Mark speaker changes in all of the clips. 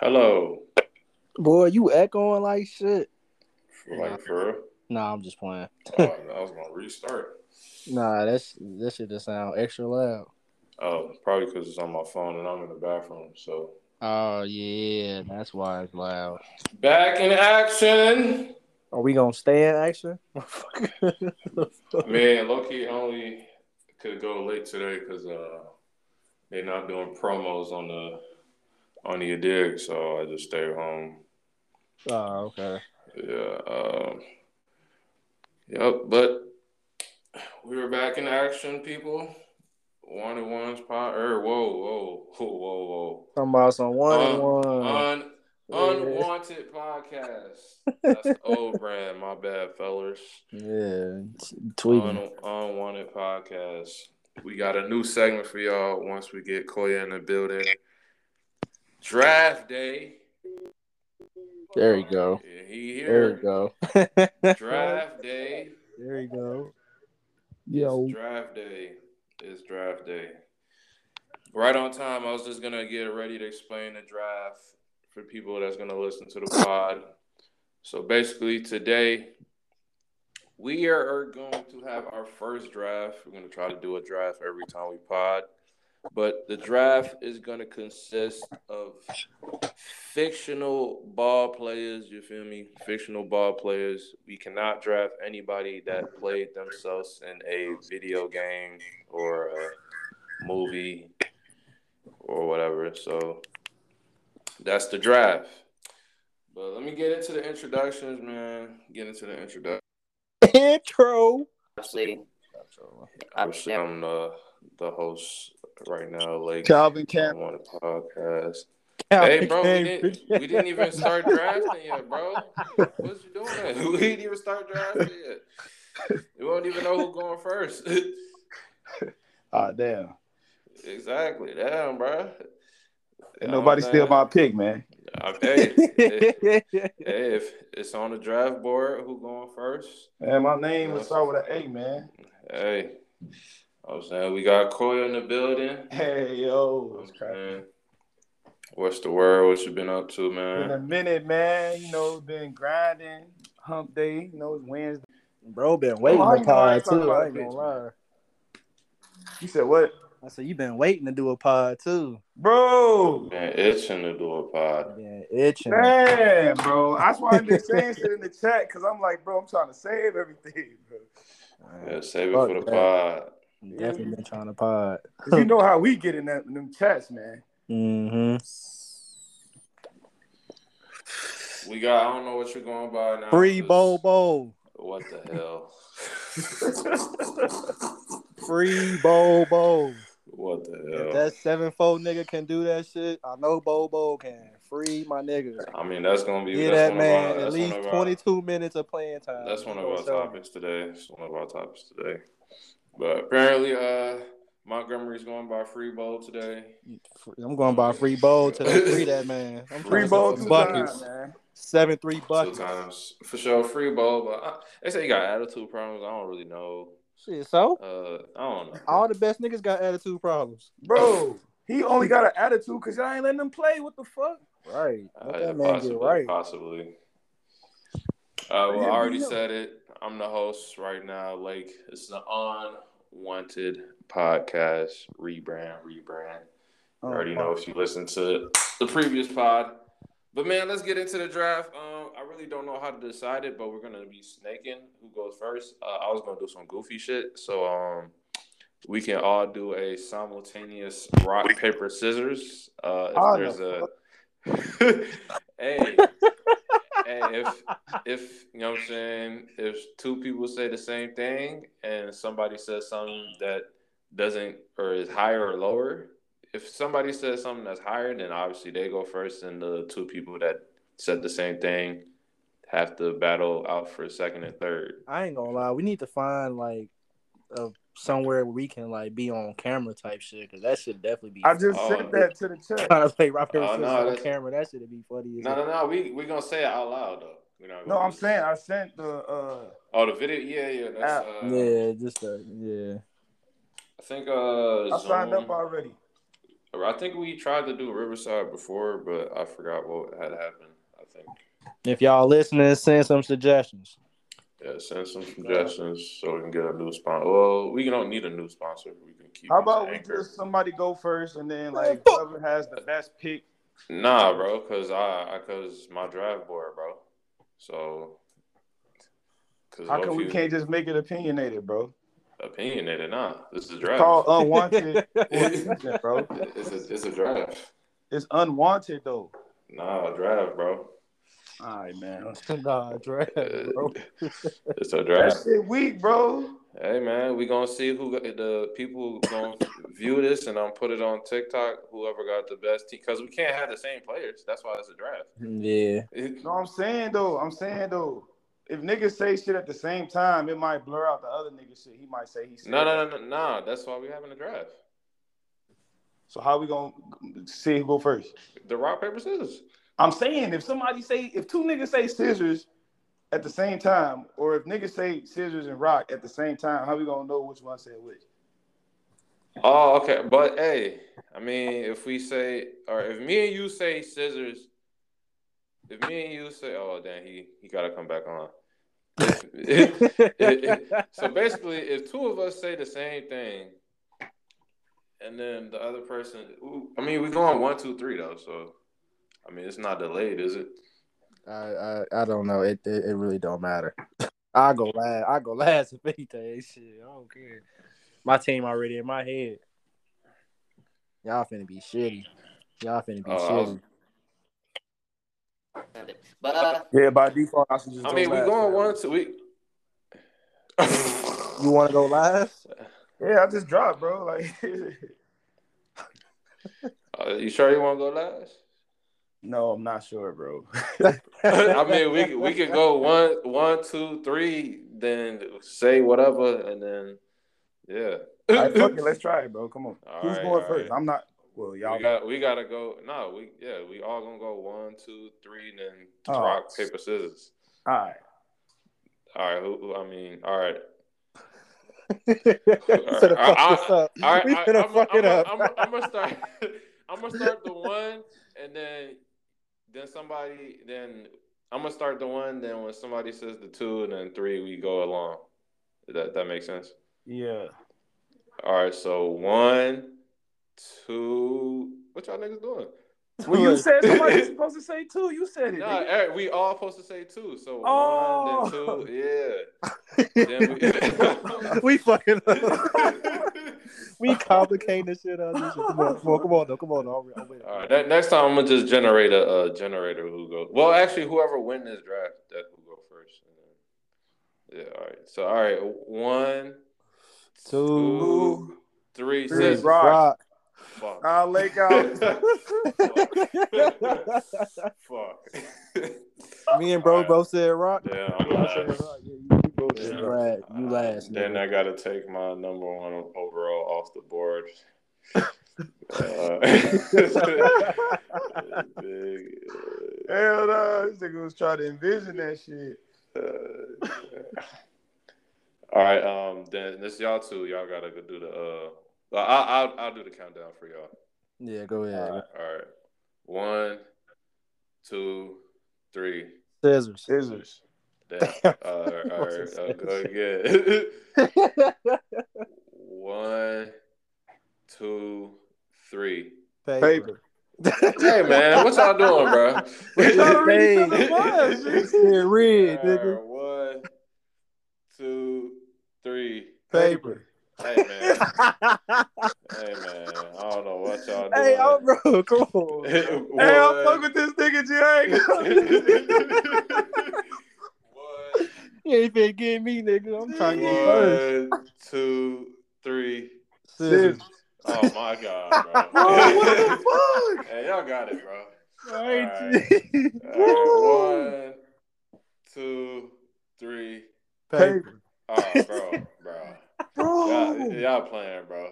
Speaker 1: Hello.
Speaker 2: Boy, you echoing like shit.
Speaker 1: Like for real?
Speaker 2: Nah, I'm just playing.
Speaker 1: Oh, I was gonna restart.
Speaker 2: Nah, that's that shit just sound extra loud.
Speaker 1: Oh, probably because it's on my phone and I'm in the bathroom. So
Speaker 2: Oh yeah, that's why it's loud.
Speaker 1: back in action.
Speaker 2: Are we gonna stay in action? Oh,
Speaker 1: Man, Loki only could go late today because uh, they're not doing promos on the on the dig, so I just stayed home.
Speaker 2: oh, okay.
Speaker 1: Yeah. Um, yep. But we were back in action, people. One and one's pot. Er, whoa, whoa, whoa, whoa,
Speaker 2: Talking about some one
Speaker 1: Um,
Speaker 2: and
Speaker 1: whoa.
Speaker 2: one.
Speaker 1: Un- unwanted podcast. That's the old brand. My bad, fellas.
Speaker 2: Yeah, tweeting.
Speaker 1: Un- unwanted podcast. We got a new segment for y'all once we get Koya in the building. Draft day.
Speaker 2: There you go.
Speaker 1: Yeah, he
Speaker 2: There you
Speaker 1: here.
Speaker 2: go.
Speaker 1: Draft day.
Speaker 2: There you go.
Speaker 1: It's draft day. It's draft day. Right on time. I was just gonna get ready to explain the draft for people that's gonna listen to the pod. So basically, today we are going to have our first draft. We're gonna try to do a draft every time we pod, but the draft is gonna consist of fictional ball players. You feel me? Fictional ball players. We cannot draft anybody that played themselves in a video game or a movie or whatever. So that's the draft. But let me get into the introductions, man. Get into the introduction.
Speaker 2: Intro.
Speaker 3: Obviously, I've
Speaker 1: Obviously, I'm the the host right now. Like
Speaker 4: Calvin
Speaker 1: I'm
Speaker 4: Cameron.
Speaker 1: on the podcast. Hey, bro, we didn't, we didn't even start drafting yet, bro. What you doing? We didn't even start drafting yet. We don't even know who's going first.
Speaker 4: Ah, damn.
Speaker 1: exactly. Damn, bro.
Speaker 4: And nobody steal my pick, man.
Speaker 1: I- Hey, hey, hey, if it's on the draft board, who going first?
Speaker 4: Man, my name was start with an A, man.
Speaker 1: Hey, I'm saying we got Coy in the building.
Speaker 4: Hey, yo. It's crazy.
Speaker 1: Man, what's the word? What you been up to,
Speaker 4: Been a
Speaker 1: man?
Speaker 4: minute, man. You know, been grinding. Hump day. You know, it's Wednesday.
Speaker 2: Bro, been waiting
Speaker 4: Well, I
Speaker 2: to
Speaker 4: ain't gonna
Speaker 2: pod
Speaker 4: talk
Speaker 2: too.
Speaker 4: about
Speaker 2: I ain't gonna
Speaker 4: it,
Speaker 2: lie.
Speaker 4: You said what?
Speaker 2: I said you been waiting to do a pod too.
Speaker 4: Bro.
Speaker 1: Man, itching to do a pod.
Speaker 2: Been itching.
Speaker 4: Man, bro. That's why I've been saying shit in the chat because I'm like, bro, I'm trying to save everything, bro.
Speaker 1: Yeah, save it
Speaker 2: Fuck
Speaker 1: for the
Speaker 2: that.
Speaker 1: pod.
Speaker 2: Definitely been trying to pod.
Speaker 4: 'Cause you know how we get in, that, in them chats, man.
Speaker 2: Mm-hmm.
Speaker 1: We got. I don't know what you're going by now.
Speaker 2: Free
Speaker 1: Just-
Speaker 2: Bobo.
Speaker 1: What the hell?
Speaker 2: Free Bobo.
Speaker 1: what the
Speaker 2: If
Speaker 1: hell?
Speaker 2: that seven fold nigga can do that shit, I know Bobo can. Free my nigga.
Speaker 1: I mean, that's gonna be
Speaker 2: Give
Speaker 1: that's
Speaker 2: that
Speaker 1: one
Speaker 2: man
Speaker 1: of our,
Speaker 2: at
Speaker 1: that's
Speaker 2: least
Speaker 1: one of our-
Speaker 2: 22 minutes of playing time.
Speaker 1: That's one of
Speaker 2: Don't
Speaker 1: our
Speaker 2: sell me.
Speaker 1: topics today. It's one of our topics today. But apparently, uh, Montgomery's going by free bowl today.
Speaker 2: I'm going by free bowl to the free that man. I'm
Speaker 1: Free
Speaker 2: trying to
Speaker 4: Free bowl
Speaker 2: get
Speaker 4: two
Speaker 2: some
Speaker 4: times,
Speaker 2: buckets.
Speaker 4: man.
Speaker 2: Seven three
Speaker 1: Two
Speaker 2: buckets.
Speaker 1: times for sure, free bowl. But I, they say he got attitude problems. I don't really know.
Speaker 2: Shit, so
Speaker 1: Uh, I don't know.
Speaker 2: all the best niggas got attitude problems.
Speaker 4: Bro, he only got an attitude because y'all ain't letting him play. What the fuck?
Speaker 2: Right.
Speaker 1: Uh,
Speaker 2: Let
Speaker 1: yeah,
Speaker 2: that man
Speaker 1: possibly,
Speaker 2: get right.
Speaker 1: Possibly. Uh, well, I
Speaker 4: Yeah,
Speaker 1: already
Speaker 4: yeah.
Speaker 1: said it. I'm the host right now. Like it's the unwanted podcast rebrand, rebrand.
Speaker 4: Oh,
Speaker 1: You already know if you listen to the previous pod. But man, let's get into the draft. Um, I really don't know how to decide it, but we're gonna be snaking who goes first. Uh, I was gonna do some goofy shit, so um, we can all do a simultaneous rock paper scissors. Uh, if
Speaker 4: Oh,
Speaker 1: there's
Speaker 4: no.
Speaker 1: a hey, hey, if if you know what I'm saying, if two people say the same thing and somebody says something that doesn't or is higher or lower, if somebody says something that's higher, then obviously they go first, and the two people that said the same thing have to battle out for second and third.
Speaker 2: I ain't gonna lie. We need to find like a somewhere where we can like be on camera type shit because that should definitely be.
Speaker 4: I just
Speaker 1: Oh,
Speaker 4: sent that to the chat.
Speaker 2: trying to play rock paper
Speaker 1: Oh,
Speaker 2: scissors
Speaker 1: no,
Speaker 2: on
Speaker 1: that's-
Speaker 2: camera. That should be funny. as
Speaker 1: No,
Speaker 2: hell.
Speaker 1: no, no. We we gonna say it out loud though. We're not
Speaker 4: No,
Speaker 1: gonna-
Speaker 4: I'm saying I sent the uh
Speaker 1: Oh, the video. Yeah, yeah. That's, uh,
Speaker 2: Yeah, just uh, yeah.
Speaker 1: I think uh,
Speaker 4: I signed
Speaker 1: Zoom
Speaker 4: up already.
Speaker 1: I think we tried to do Riverside before, but I forgot what had happened. I think.
Speaker 5: If y'all listening, send some suggestions.
Speaker 1: Yeah, send some suggestions so we can get a new sponsor. Well, we don't need a new sponsor. We can keep.
Speaker 4: How
Speaker 1: using
Speaker 4: about we
Speaker 1: Anchor.
Speaker 4: just somebody go first and then like whoever has the best pick.
Speaker 1: Nah, bro, cause I, I cause my drive board, bro. So, cause
Speaker 4: How
Speaker 1: what
Speaker 4: come
Speaker 1: if
Speaker 4: we
Speaker 1: you
Speaker 4: can't just make it opinionated, bro?
Speaker 1: opinionated? Nah, this is
Speaker 4: It's
Speaker 1: draft.
Speaker 4: called unwanted, for a
Speaker 1: it's,
Speaker 4: reason, bro.
Speaker 1: a, it's a draft.
Speaker 4: It's unwanted though.
Speaker 1: Nah, draft, bro.
Speaker 4: All right, man.
Speaker 5: nah, Dre, bro.
Speaker 1: It's a
Speaker 4: That
Speaker 1: draft.
Speaker 4: shit weak, bro.
Speaker 1: Hey man, we gonna see who got- the people gonna view this, and I'm put it on TikTok. Whoever got the best team, because we can't have the same players. That's why it's a draft.
Speaker 5: Yeah.
Speaker 4: No, I'm saying though. I'm saying though. If niggas say shit at the same time, it might blur out the other nigga shit. He might say he said.
Speaker 1: No,
Speaker 4: that.
Speaker 1: no, no, no, nah. That's why we having a draft.
Speaker 4: So how we gonna see who go first?
Speaker 1: The rock paper scissors.
Speaker 4: I'm saying if somebody say if two niggas say scissors at the same time, or if niggas say scissors and rock at the same time, how we gonna know which one said which?
Speaker 1: Oh, okay. But hey, I mean, if we say, or if me and you say scissors, if me and you say, oh damn, he he gotta come back on. so basically, if two of us say the same thing, and then the other person, ooh, I mean, we going one, two, three though. So, I mean, it's not delayed, is it?
Speaker 5: I, I I don't know. It it, it really don't matter. I go last. I go last if anything. Shit, I don't care. My team already in my head. Y'all finna be shitty. Y'all finna be
Speaker 1: Oh, I was-
Speaker 5: shitty.
Speaker 6: But uh,
Speaker 4: Yeah, by default, I should just.
Speaker 1: I mean, we going one, two, we.
Speaker 5: You want to go last?
Speaker 4: Yeah, I just dropped, bro. Like,
Speaker 1: Uh, you sure you want to go last?
Speaker 4: no, I'm not sure, bro.
Speaker 1: I mean, we we could go one, one, two, three, then say whatever, and then yeah.
Speaker 4: All right, fuck it, let's try it, bro. Come on.
Speaker 1: All
Speaker 4: Who's
Speaker 1: right,
Speaker 4: going
Speaker 1: all
Speaker 4: first?
Speaker 1: right.
Speaker 4: I'm not. Well, y'all.
Speaker 1: we got we gotta go. No, we yeah, we all gonna go one, two, three, and then
Speaker 4: Oh.
Speaker 1: rock paper scissors.
Speaker 4: All right.
Speaker 1: All right, who, who- I mean, all right,
Speaker 5: finna fuck
Speaker 1: I-
Speaker 5: this up.
Speaker 1: all right.
Speaker 5: we finna
Speaker 1: I'm,
Speaker 5: fuck
Speaker 1: I'm,
Speaker 5: it up.
Speaker 1: I'm, I'm gonna start. I'm gonna start the one, and then then somebody then I'm gonna start the one. Then when somebody says the two, and then three, we go along. That that makes sense.
Speaker 4: Yeah.
Speaker 1: All right, so one, two. What y'all niggas doing?
Speaker 4: Well, you said somebody's supposed to say two. You said it.
Speaker 1: Nah,
Speaker 4: nigga.
Speaker 1: Eric, we all supposed to say two. So one,
Speaker 4: Oh.
Speaker 1: then two, yeah. Then we-
Speaker 5: we fucking we complicating this shit up. This shit. Come on, come on, come on, though. come on. Though. I'm, with it.
Speaker 1: all right, that, next time I'm gonna just generate a, uh generator who goes. Well, actually, whoever win this draft, that who go first. And then, yeah, all right. So all right, one,
Speaker 5: Two,
Speaker 1: two, three,
Speaker 4: three.
Speaker 1: six. Fuck.
Speaker 4: Rock. Nah, Lake out.
Speaker 1: Fuck. Fuck.
Speaker 5: Me and bro
Speaker 1: Alright.
Speaker 5: both said rock.
Speaker 1: Yeah, I'm
Speaker 5: I said
Speaker 1: last.
Speaker 5: rock. Yeah, you, you both
Speaker 1: Yeah. Uh,
Speaker 5: said rock. You last.
Speaker 1: Then
Speaker 5: nigga.
Speaker 1: I gotta take my number one overall off the board. Uh, big,
Speaker 4: Hell no, this nigga was trying to envision that shit.
Speaker 1: uh, all right, um, then this y'all two, y'all gotta go do the. Uh, well, I, I'll I'll do the countdown for y'all.
Speaker 5: yeah, go
Speaker 2: Uh,
Speaker 5: ahead.
Speaker 1: All right, one, two, three.
Speaker 5: Scissors.
Speaker 4: Scissors.
Speaker 1: Then, uh, all right, uh, go again. one, two, three.
Speaker 4: Paper.
Speaker 1: Hey man, what y'all doing, bro?
Speaker 4: It's already
Speaker 5: Paper.
Speaker 4: to the one,
Speaker 5: This
Speaker 4: nigga.
Speaker 5: shit red, nigga.
Speaker 1: Alright, One, two, three.
Speaker 4: Paper.
Speaker 1: Hey man, hey man, I don't know what y'all doing.
Speaker 5: hey, I'm bro. Come on.
Speaker 1: One-
Speaker 4: Hey, I'm fuck with this nigga, G. I ain't
Speaker 1: One,
Speaker 5: You ain't finna get me, nigga. I'm trying to get first.
Speaker 1: one, two, three.
Speaker 4: Scissors.
Speaker 5: Scissors.
Speaker 1: Oh my god,
Speaker 4: Bro,
Speaker 1: bro.
Speaker 4: what the fuck?
Speaker 1: hey, y'all got it, bro.
Speaker 5: Right.
Speaker 1: All right, one, two, three.
Speaker 4: Paper.
Speaker 1: Oh, bro, bro.
Speaker 2: Oh.
Speaker 1: Y'all,
Speaker 4: Bro.
Speaker 1: y'all playing, bro.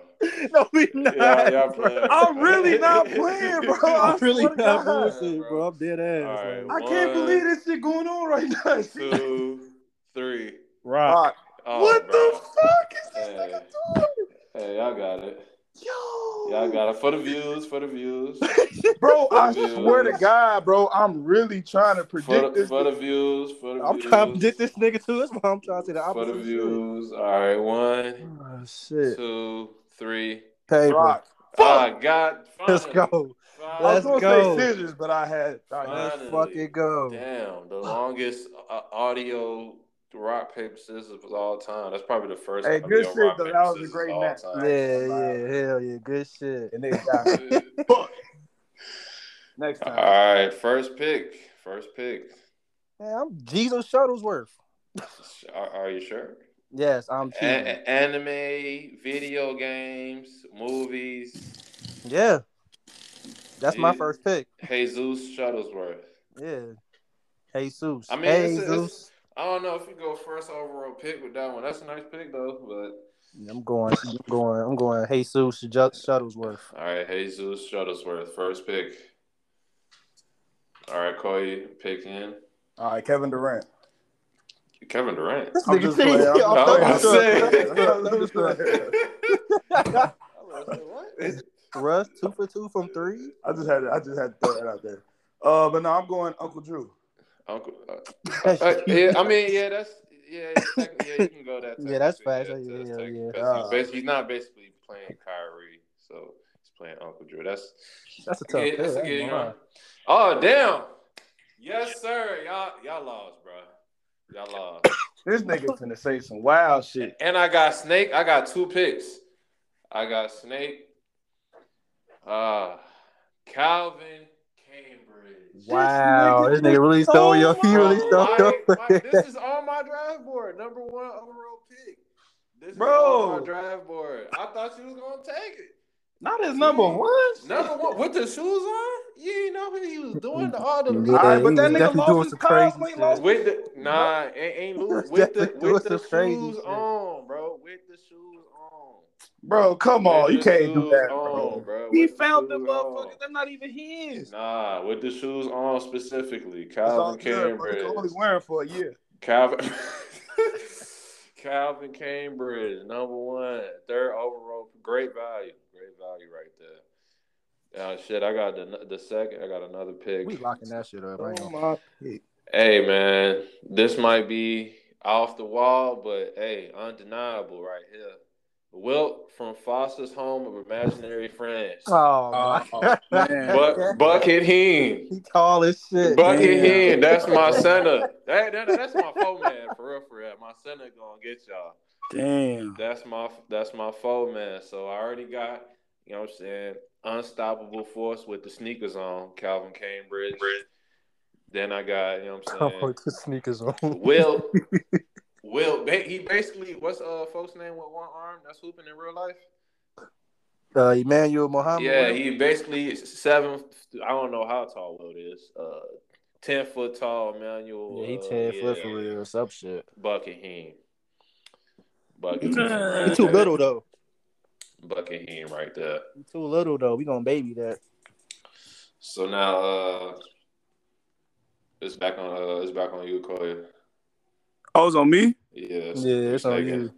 Speaker 5: No, we not.
Speaker 1: Y'all, y'all playing.
Speaker 4: I'm really not playing, bro.
Speaker 5: I'm really
Speaker 4: swear to
Speaker 5: not
Speaker 4: God.
Speaker 5: bullshit, bro. I'm dead ass.
Speaker 1: All right.
Speaker 5: man.
Speaker 4: I can't
Speaker 1: One,
Speaker 4: believe this shit going on right now. G.
Speaker 1: Two, three.
Speaker 5: Rock.
Speaker 4: Rock.
Speaker 1: Oh,
Speaker 4: what
Speaker 1: bro.
Speaker 4: the fuck is this
Speaker 1: Hey.
Speaker 4: nigga doing?
Speaker 1: Hey, y'all got it.
Speaker 4: Yo.
Speaker 1: Y'all got it for the views, for the views.
Speaker 4: bro, I
Speaker 1: Dude.
Speaker 4: swear to God, bro, I'm really trying to
Speaker 1: For
Speaker 4: predict
Speaker 1: the,
Speaker 4: this.
Speaker 1: for the views, for the
Speaker 2: I'm
Speaker 1: views.
Speaker 2: trying to get this nigga to his mom. I'm trying to say the
Speaker 1: For
Speaker 2: opposite.
Speaker 1: the views. All right, one,
Speaker 5: Ah,
Speaker 2: Oh, shit.
Speaker 1: two, three.
Speaker 2: Paper.
Speaker 4: Rock.
Speaker 1: Ah, God.
Speaker 2: Let's
Speaker 1: finally.
Speaker 2: go.
Speaker 1: Finally.
Speaker 4: I was
Speaker 2: Let's
Speaker 4: gonna
Speaker 2: go.
Speaker 4: say scissors, but I had. I
Speaker 2: Let's
Speaker 1: Finally.
Speaker 2: fucking go.
Speaker 1: Damn, the longest uh, audio rock paper scissors of all time. That's probably the first.
Speaker 4: Hey,
Speaker 1: audio
Speaker 4: good shit,
Speaker 1: rock,
Speaker 4: though.
Speaker 1: paper,
Speaker 4: That was a
Speaker 1: scissors
Speaker 4: great
Speaker 1: of all
Speaker 4: match.
Speaker 1: time.
Speaker 2: Yeah, yeah, hell yeah, good shit.
Speaker 4: and they got me.
Speaker 1: Yeah.
Speaker 4: Fuck. Next
Speaker 1: all
Speaker 4: time.
Speaker 1: right, first pick. First pick.
Speaker 2: Man, I'm Jesus Shuttlesworth.
Speaker 1: Are, are you sure?
Speaker 2: Yes, I'm
Speaker 1: A-
Speaker 2: cheating.
Speaker 1: a- anime, video games, movies.
Speaker 2: yeah, that's my
Speaker 1: Yeah.
Speaker 2: first pick.
Speaker 1: Jesus Shuttlesworth.
Speaker 2: Yeah, Jesus.
Speaker 1: I mean, it's-
Speaker 2: Jesus.
Speaker 1: it's- I don't know if you go first overall pick with that one. That's a nice pick though, but.
Speaker 2: I'm going. I'm going. I'm going. Jesus Ju- Shuttlesworth.
Speaker 1: All right, Jesus Shuttlesworth, first pick. All right, Cody, pick in
Speaker 4: All right, Kevin Durant.
Speaker 1: Kevin Durant.
Speaker 2: This
Speaker 4: I'm
Speaker 2: nigga
Speaker 4: just
Speaker 2: cheating.
Speaker 4: playing. I'm
Speaker 2: I'm
Speaker 1: about to
Speaker 2: not
Speaker 4: say.
Speaker 2: sure. Russ two for two from three.
Speaker 4: I just had. I just had to throw that out there. Uh, but no, I'm going Uncle Drew.
Speaker 1: Uncle, uh, uh, yeah, I mean, yeah, that's yeah, technically, yeah, you can go that.
Speaker 2: Yeah, that's
Speaker 1: technically,
Speaker 2: facts. Yeah,
Speaker 1: that's
Speaker 2: yeah,
Speaker 1: technically-
Speaker 2: yeah.
Speaker 1: because he's
Speaker 4: Uh,
Speaker 1: basically- he's not basically playing Kyrie, so he's playing Uncle Drew. That's
Speaker 2: That's a tough
Speaker 1: yeah,
Speaker 2: pick.
Speaker 1: that's a
Speaker 2: I ain't
Speaker 1: good
Speaker 2: gonna lie.
Speaker 1: one. Oh damn! Yes, sir. Y'all, y'all lost, bro. Y'all lost.
Speaker 4: This nigga finna say some wild shit.
Speaker 1: And I got Snake. I got two picks. I got Snake. Uh Calvin Cambridge.
Speaker 2: Wow, this
Speaker 4: This
Speaker 2: nigga,
Speaker 4: nigga
Speaker 2: really
Speaker 4: just
Speaker 2: stole
Speaker 4: stole
Speaker 2: your. He
Speaker 4: my
Speaker 2: really stole
Speaker 1: My-
Speaker 2: your.
Speaker 1: my- this is on my draft board, number one overall pick. This
Speaker 4: Bro.
Speaker 1: is on my draft board. I thought you was gonna take it.
Speaker 4: Not his number one.
Speaker 1: Number one with the shoes on. You ain't know what he was doing to all
Speaker 2: Yeah,
Speaker 1: the.
Speaker 4: All right, but that
Speaker 2: he was
Speaker 4: nigga
Speaker 2: definitely
Speaker 4: lost
Speaker 2: doing
Speaker 4: his
Speaker 2: some
Speaker 4: cause,
Speaker 2: crazy
Speaker 4: we
Speaker 2: shit.
Speaker 4: lost-
Speaker 1: With the nah, ain't, ain't lose with the
Speaker 2: Definitely
Speaker 1: with the
Speaker 2: doing some crazy
Speaker 1: shoes
Speaker 2: shit.
Speaker 1: on, bro. With the shoes on.
Speaker 4: Bro, come on. You
Speaker 1: With the
Speaker 4: can't do
Speaker 1: shoes on,
Speaker 4: that, bro.
Speaker 1: oh, bro.
Speaker 4: He
Speaker 1: With
Speaker 4: found the
Speaker 1: shoes on.
Speaker 4: motherfucker. They're not even his.
Speaker 1: Nah, with the shoes on specifically,
Speaker 4: It's all
Speaker 1: Calvin
Speaker 4: good, bro. He
Speaker 1: Cambridge.
Speaker 4: can only wear 'em for a year.
Speaker 1: Calvin. Calvin Cambridge, number one, third overall, great value, great value right there. Uh, shit, I got the the second, I got another pick.
Speaker 2: We locking that shit up. I ain't
Speaker 4: Oh
Speaker 2: gonna-
Speaker 4: my. shit.
Speaker 1: Hey man, this might be off the wall, but hey, undeniable right here. Wilt from Foster's Home of Imaginary Friends.
Speaker 2: Oh,
Speaker 4: Oh,
Speaker 2: my
Speaker 4: oh,
Speaker 2: God.
Speaker 4: man.
Speaker 1: Buck, Bucket Heen.
Speaker 2: He tall as shit.
Speaker 1: Bucket
Speaker 4: Damn.
Speaker 1: Hen, that's my center. That, that- that's my foe man for real, for real. My center gonna get y'all.
Speaker 4: Damn.
Speaker 1: That's my that's my foe man. So I already got, you know what I'm saying, unstoppable force with the sneakers on, Calvin Cambridge. Then I got, you know what I'm
Speaker 2: Come
Speaker 1: saying,
Speaker 2: with the sneakers on.
Speaker 1: Will. Will ba- he basically what's uh folks name with one arm that's hooping in real life?
Speaker 2: Uh, Emmanuel Muhammad.
Speaker 1: yeah, he basically seven. I don't know how tall Will is. Uh, ten foot tall Emmanuel.
Speaker 2: Yeah, he
Speaker 1: uh,
Speaker 2: ten foot
Speaker 1: yeah.
Speaker 2: for real or some shit.
Speaker 1: Buckingham. Buckingham.
Speaker 2: He too little though.
Speaker 1: Buckingham right there.
Speaker 2: He too little though. We gonna baby that.
Speaker 1: So now uh it's back on uh it's back on you, Koya.
Speaker 4: Oh, it's on me?
Speaker 1: Yeah. it's-
Speaker 2: Yeah, it's on
Speaker 1: like,
Speaker 2: you.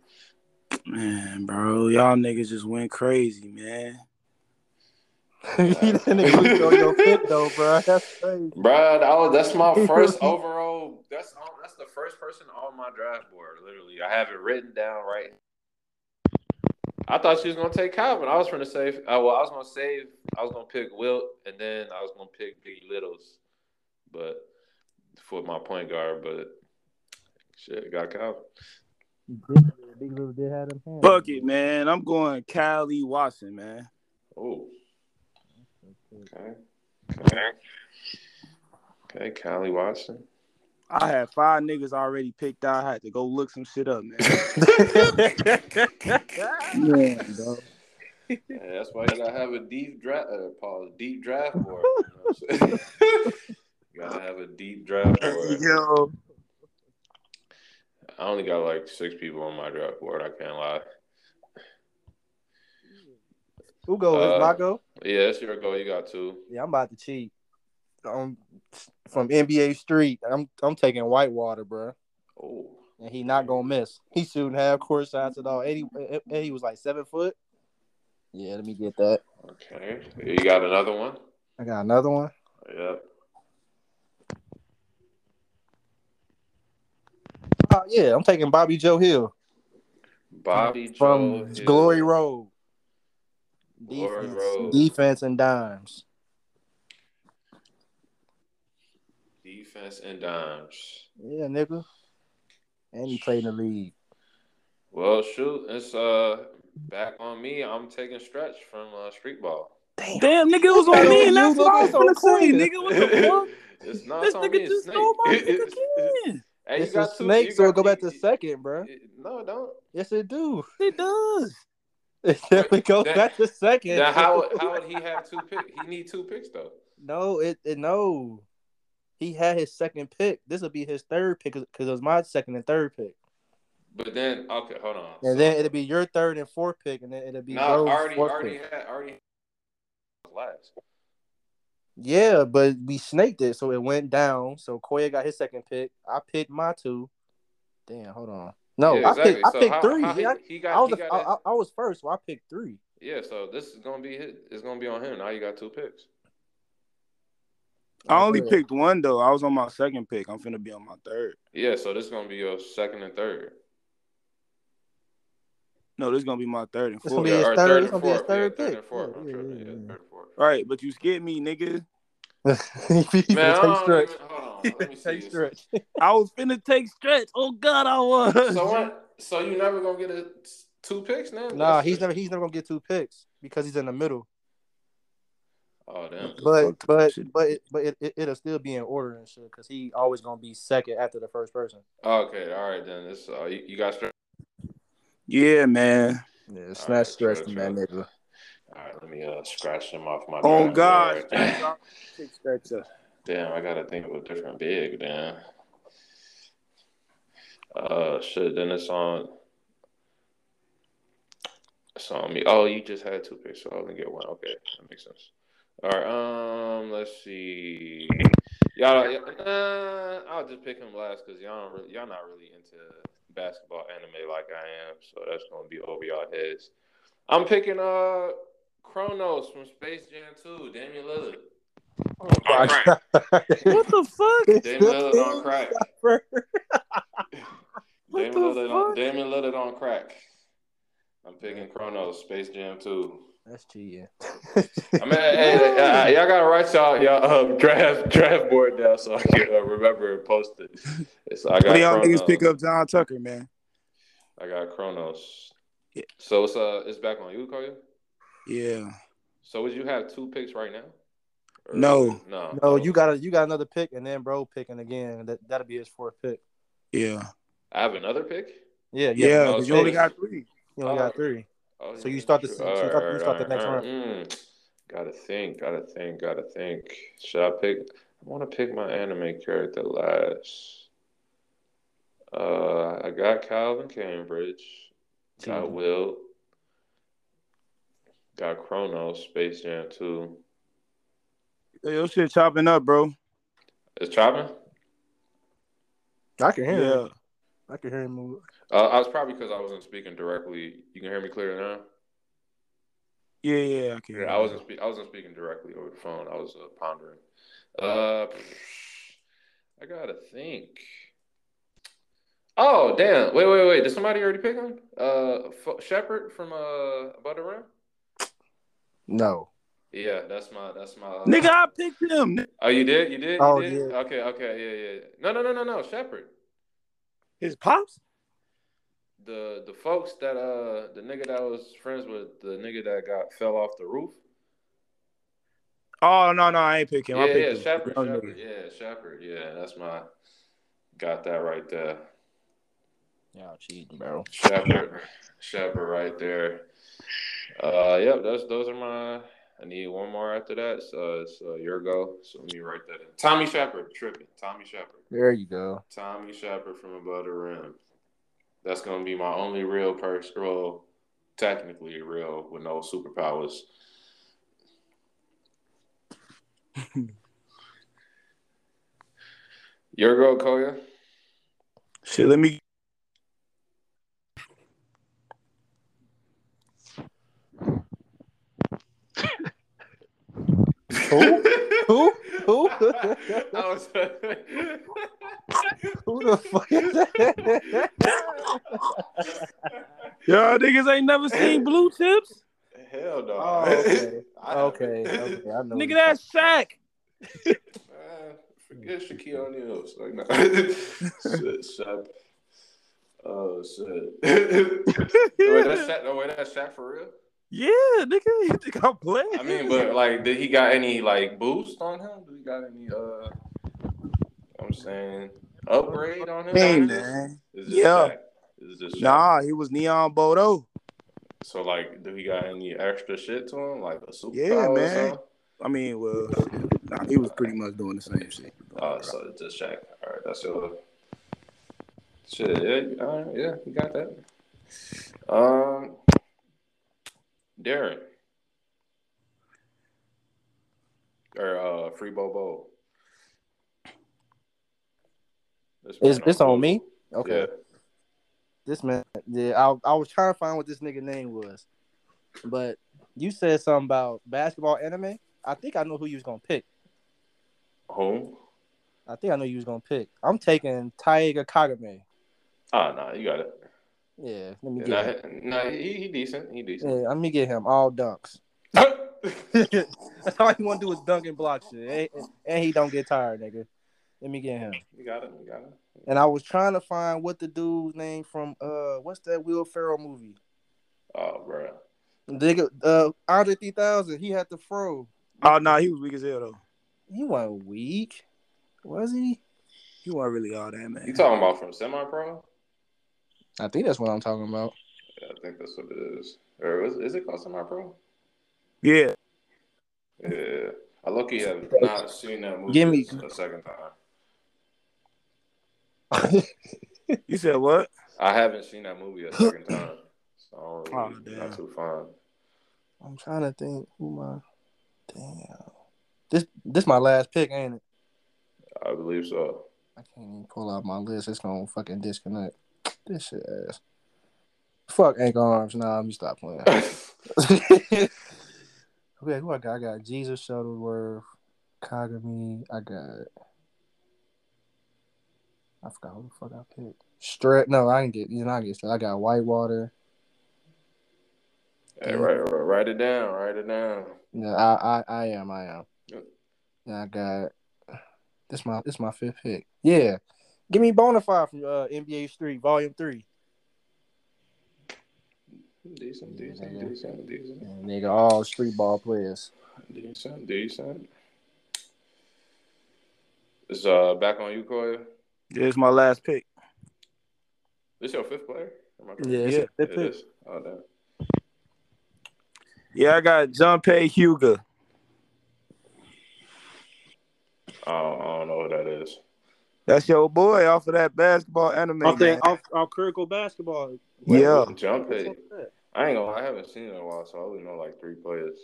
Speaker 4: Man, bro. Y'all niggas just went crazy, man.
Speaker 2: He didn't agree on your pick though, bro. That's crazy.
Speaker 1: Bruh, that was, that's my first overall. That's on, that's the first person on my draft board. Literally, I have it written down right. I thought she was gonna take Calvin. I was gonna save. Uh, well, I was gonna save. I was gonna pick Wilt, and then I was gonna pick Biggie Littles, but for my point guard. But shit, got Calvin.
Speaker 2: Big little did have them hands.
Speaker 4: Bucket, man. I'm going Kylie Watson, man.
Speaker 1: Oh, okay, okay, okay. Kylie Watson.
Speaker 4: I had five niggas already picked out. I had to go look some shit up, man. man bro.
Speaker 1: Yeah, that's why you gotta have a deep draft. Uh, Paul, a deep draft board. You, know what I'm saying? You gotta have a deep draft board.
Speaker 4: Yo.
Speaker 1: I only got like six people on my draft board. I can't lie.
Speaker 2: Who go? It's
Speaker 1: Uh,
Speaker 2: my go.
Speaker 1: Yeah, it's your goal. You got two.
Speaker 2: Yeah, I'm about to cheat. Um, from NBA Street, I'm I'm taking Whitewater, bro.
Speaker 1: Oh,
Speaker 2: and he not gonna miss. He shooting half court shots at all. And he, and he was like seven foot. Yeah, let me get that.
Speaker 1: Okay. You got another one?
Speaker 2: I got another one.
Speaker 1: Yep.
Speaker 2: Oh yeah, I'm taking Bobby Joe Hill
Speaker 1: Bobby
Speaker 2: from
Speaker 1: Joe
Speaker 2: Glory
Speaker 1: Hill.
Speaker 2: Road.
Speaker 1: Glory
Speaker 2: defense,
Speaker 1: Road.
Speaker 2: defense and dimes.
Speaker 1: Defense and dimes.
Speaker 2: Yeah, nigga. And he played in the league.
Speaker 1: Well, shoot, it's uh back on me. I'm taking stretch from uh, street ball.
Speaker 7: Damn, nigga, it was on me, and that's what I was
Speaker 2: You
Speaker 7: gonna say,
Speaker 2: nigga.
Speaker 7: nigga. What the fuck?
Speaker 1: it's not
Speaker 7: This
Speaker 1: on me.
Speaker 7: nigga
Speaker 1: It's
Speaker 7: just
Speaker 1: Snake.
Speaker 7: stole my nigga
Speaker 1: It's-
Speaker 7: kid.
Speaker 1: Hey,
Speaker 2: It's
Speaker 1: you
Speaker 2: a
Speaker 1: got two-
Speaker 2: snake,
Speaker 1: you
Speaker 2: so
Speaker 1: got-
Speaker 2: it go back to
Speaker 1: you-
Speaker 2: second, bro.
Speaker 1: you- No, don't.
Speaker 2: Yes, it do.
Speaker 7: It does.
Speaker 2: It definitely goes
Speaker 1: that-
Speaker 2: back to second.
Speaker 1: Now, how how would he have two picks? He need two picks though.
Speaker 2: No, it, it no. He had his second pick. This will be his third pick because it was my second and third pick,
Speaker 1: But then, okay, hold on.
Speaker 2: and then it'll be your third and fourth pick, and then it'll be
Speaker 1: no,
Speaker 2: Joe's
Speaker 1: already
Speaker 2: fourth
Speaker 1: already
Speaker 2: pick.
Speaker 1: had already had last.
Speaker 2: Yeah, but we snaked it, so it went down. So Koya got his second pick. I picked my two. Damn, hold on. No,
Speaker 1: Yeah,
Speaker 2: I picked,
Speaker 1: So
Speaker 2: I picked
Speaker 1: how-
Speaker 2: three.
Speaker 1: how he-
Speaker 2: yeah, I-
Speaker 1: he, got,
Speaker 2: I,
Speaker 1: he
Speaker 2: was the-
Speaker 1: got
Speaker 2: I,
Speaker 1: that-
Speaker 2: I- I was first, so I picked three.
Speaker 1: yeah. So this is gonna be his, it's gonna be on him. Now you got two picks.
Speaker 4: I only
Speaker 2: Yeah.
Speaker 4: picked one though. I was on my second pick. I'm finna be on my third.
Speaker 1: Yeah. So this is gonna be your second and third.
Speaker 4: No, this is gonna be my third and
Speaker 2: It's gonna
Speaker 4: fourth.
Speaker 2: be his
Speaker 1: or
Speaker 2: third-
Speaker 1: third
Speaker 2: it's
Speaker 1: and
Speaker 2: gonna be his
Speaker 1: fourth. Yeah,
Speaker 2: third
Speaker 1: third
Speaker 2: pick.
Speaker 1: and fourth. I'm
Speaker 2: Yeah,
Speaker 1: tripping.
Speaker 2: yeah,
Speaker 1: Yeah,
Speaker 2: yeah, yeah.
Speaker 1: third and fourth.
Speaker 4: All right, but you scared me, nigga.
Speaker 1: Man, I
Speaker 2: take
Speaker 1: don't
Speaker 2: stretch.
Speaker 1: even- hold on. Let me see.
Speaker 2: Take
Speaker 1: this.
Speaker 2: stretch.
Speaker 4: I was finna take stretch. Oh God, I was.
Speaker 1: So what? So you never gonna get a two picks now?
Speaker 2: Nah, he's never he's never gonna get two picks because he's in the middle.
Speaker 1: Oh damn.
Speaker 2: But
Speaker 4: fuck
Speaker 2: but
Speaker 4: shit.
Speaker 2: but it, but it, it, it'll still be in order and shit because he always gonna be second after the first person.
Speaker 1: Okay. All right then. This uh, you, you got stretch.
Speaker 4: Yeah, man.
Speaker 2: Yeah,
Speaker 1: it's not stretching that
Speaker 2: nigga.
Speaker 1: All right. Let me uh scratch him off my.
Speaker 4: Oh
Speaker 1: draft
Speaker 4: God,
Speaker 1: board.
Speaker 4: stretch. I picked stretch up.
Speaker 1: damn, I gotta think of a different big. Damn. Uh, shit. Then it's on. It's on me. Oh, you just had two picks, so I only get one. Okay, that makes sense. All right. Um, let's see. Y'all, y'all uh, I'll just pick him last because y'all don't really, y'all not really into basketball anime like I am, so that's gonna be over y'all heads. I'm picking uh Chronos from Space Jam 2, Damian Lillard. On crack.
Speaker 7: What the fuck?
Speaker 1: Damian Lillard on crack.
Speaker 7: What
Speaker 1: Damian
Speaker 7: the
Speaker 1: Lillard, on,
Speaker 7: fuck?
Speaker 1: Damian Lillard on crack. I'm picking Chronos, Space Jam 2.
Speaker 2: That's cheating.
Speaker 1: I mean, hey, hey, uh, y'all gotta write y'all y'all um, draft draft board down so I can uh, remember and post it. So I got
Speaker 4: What do y'all
Speaker 1: Chronos.
Speaker 4: niggas pick up John Tucker, man?
Speaker 1: I got Chronos.
Speaker 4: Yeah.
Speaker 1: So it's uh it's back on you, Koya.
Speaker 4: Yeah.
Speaker 1: So would you have two picks right now? Or-
Speaker 4: No.
Speaker 1: no,
Speaker 2: no, you got you got another pick and then bro picking again. That that'll be his fourth pick.
Speaker 4: Yeah.
Speaker 1: I have another pick.
Speaker 2: Yeah, yeah.
Speaker 4: Yeah,
Speaker 1: no,
Speaker 4: because you
Speaker 1: it's-
Speaker 4: only got three.
Speaker 2: You only got three.
Speaker 1: Oh,
Speaker 2: So you start the-
Speaker 1: true.
Speaker 2: so you start-
Speaker 1: Alright,
Speaker 2: you start the
Speaker 1: alright,
Speaker 2: next
Speaker 1: alright. Mm. Gotta think, gotta think, gotta think. Should I pick? I want to pick my anime character last. Uh, I got Calvin Cambridge. Got
Speaker 2: Cheating.
Speaker 1: Will. Got Chronos, Space Jam 2.
Speaker 4: Yo, your shit chopping up, bro.
Speaker 1: Is chopping?
Speaker 2: I can hear him.
Speaker 4: Yeah.
Speaker 2: I can hear him move.
Speaker 1: Uh, I was probably because I wasn't speaking directly. You can hear me clear now.
Speaker 4: Yeah, yeah, okay.
Speaker 1: Yeah, I wasn't. Spe- I wasn't speaking directly over the phone. I was uh, pondering. Uh, I gotta think. Oh damn! Wait, wait, wait! Did somebody already pick him? Uh, F- Shepherd from uh Butter Rim.
Speaker 2: No.
Speaker 1: Yeah, that's my. That's my. uh,
Speaker 4: Nigga, I picked him.
Speaker 1: Oh, you did. You did. You
Speaker 2: Oh,
Speaker 1: did?
Speaker 2: yeah.
Speaker 1: Okay. Okay. Yeah. Yeah. No. No. No. No. No. Shepherd.
Speaker 4: His pops?
Speaker 1: The the folks that uh the nigga that I was friends with the nigga that got fell off the roof.
Speaker 4: Oh no, no, I ain't pick him. I
Speaker 1: yeah, yeah,
Speaker 4: picked him.
Speaker 1: Shepard,
Speaker 4: Oh,
Speaker 1: Shepard,
Speaker 4: nigga.
Speaker 1: yeah, Shepard, yeah, that's my got that right there.
Speaker 2: Y'all cheating, bro.
Speaker 1: Shepard, Shepard, right there. Uh, yep, those those are my. I need one more after that, so it's uh, your go. So let me write that in. Tommy Shepard, tripping. Tommy Shepard,
Speaker 2: There you go.
Speaker 1: Tommy Shepard from above the rim. That's gonna be my only real person. Well, technically real with no superpowers. Your go, Koya.
Speaker 4: Shit, let me
Speaker 2: Who? Who? Who?
Speaker 1: I was-
Speaker 2: Who the fuck is that?
Speaker 8: Y'all niggas ain't never seen blue tips.
Speaker 1: Hell no.
Speaker 4: Oh,
Speaker 2: okay.
Speaker 1: I
Speaker 2: Okay,
Speaker 1: haven't.
Speaker 2: okay, I know.
Speaker 8: Nigga, that's Shaq.
Speaker 1: Man, forget Shaquille O'Neal. It's Like, no. shit, Shaq. Oh shit. wait, that's Shaq. No, wait, that's Shaq for real.
Speaker 8: Yeah, nigga, you think I'm playing?
Speaker 1: I mean, but like, did he got any like boost on him? Did he got any? Uh, I'm saying upgrade on him.
Speaker 4: Hey, man.
Speaker 1: Is
Speaker 4: Yeah.
Speaker 1: Is just Shaq.
Speaker 4: Nah, he was Neon Bodo.
Speaker 1: So like, do he got any extra shit to him? Like a super?
Speaker 4: Yeah,
Speaker 1: Yeah,
Speaker 4: man.
Speaker 1: man.
Speaker 4: I mean, well, nah, he was pretty much doing the same shit.
Speaker 1: Oh, so it's just Shaq. All right, that's your shit. Yeah, all right, yeah, you got that. Um, Darren or uh, Free Bobo. This
Speaker 2: It's,
Speaker 1: man
Speaker 2: it's on me.
Speaker 1: Yeah.
Speaker 2: Okay. This man, yeah, I, I was trying to find what this nigga name was, but you said something about basketball anime. I think I know who you was gonna pick.
Speaker 1: Who?
Speaker 2: I think I know you was gonna pick. I'm taking Taiga Kagame.
Speaker 1: Oh, no, you got it.
Speaker 2: Yeah, let me get
Speaker 1: Nah,
Speaker 2: him.
Speaker 1: nah, he, he decent. He
Speaker 2: Yeah,
Speaker 1: decent.
Speaker 2: let me get him all dunks. That's all he want to do is dunk and block shit, and, and he don't get tired, nigga. Let me get him.
Speaker 1: you got it. You got it.
Speaker 2: And I was trying to find what the dude's name from uh, what's that Will Ferrell movie?
Speaker 1: Oh, bro.
Speaker 2: Nigga, uh, Andre 3000, he had the fro.
Speaker 4: Oh, nah, he was weak as hell, though.
Speaker 2: He wasn't weak, was he?
Speaker 4: He wasn't really all that, man.
Speaker 1: You talking about from semi-pro?
Speaker 2: I think that's what I'm talking about.
Speaker 1: Yeah, I think that's what it is. Or is, is it called semi-pro?
Speaker 4: yeah.
Speaker 1: Yeah, I lucky have not seen that movie
Speaker 2: Give me-
Speaker 1: a second time.
Speaker 4: You said what?
Speaker 1: I haven't seen that movie a second time, so I don't
Speaker 4: Oh,
Speaker 1: really,
Speaker 4: damn.
Speaker 1: not too fun.
Speaker 2: I'm trying to think who my damn. This this my last pick, ain't it?
Speaker 1: I believe so.
Speaker 2: I can't even pull out my list. It's gonna fucking disconnect. This shit ass. Fuck ankle arms. Nah, let me stop playing. okay, who I got? I got Jesus Shuttleworth, Kagami. I got. I forgot who the fuck I picked. Stretch. No, I didn't get. You know, I didn't get. Stretch. I got Whitewater.
Speaker 1: hey, right, right, write it down. Write it down.
Speaker 2: Yeah, I, I, I am. I am.
Speaker 1: Yep.
Speaker 2: And I got. This my this my fifth pick. Yeah, give me Bonafide from uh, NBA Street Volume Three.
Speaker 1: Decent,
Speaker 2: Yeah,
Speaker 1: decent,
Speaker 2: nigga.
Speaker 1: decent, decent,
Speaker 2: And nigga, all street ball players.
Speaker 1: decent, decent. It's uh back on you, Koya.
Speaker 4: This is my last pick.
Speaker 1: This your fifth player? Am I correct?
Speaker 2: Yeah, it's
Speaker 4: Yeah,
Speaker 2: a
Speaker 1: It
Speaker 2: fifth pick.
Speaker 1: is. Oh damn.
Speaker 4: Yeah, I got Junpei Hyuga.
Speaker 1: I don't, I don't know what that is.
Speaker 4: That's your boy off of that basketball anime.
Speaker 8: Off
Speaker 4: man.
Speaker 8: that, off, off critical basketball.
Speaker 4: yeah.
Speaker 1: Jump it. I ain't gonna. lie, I haven't seen it in a while, so I only know like three players.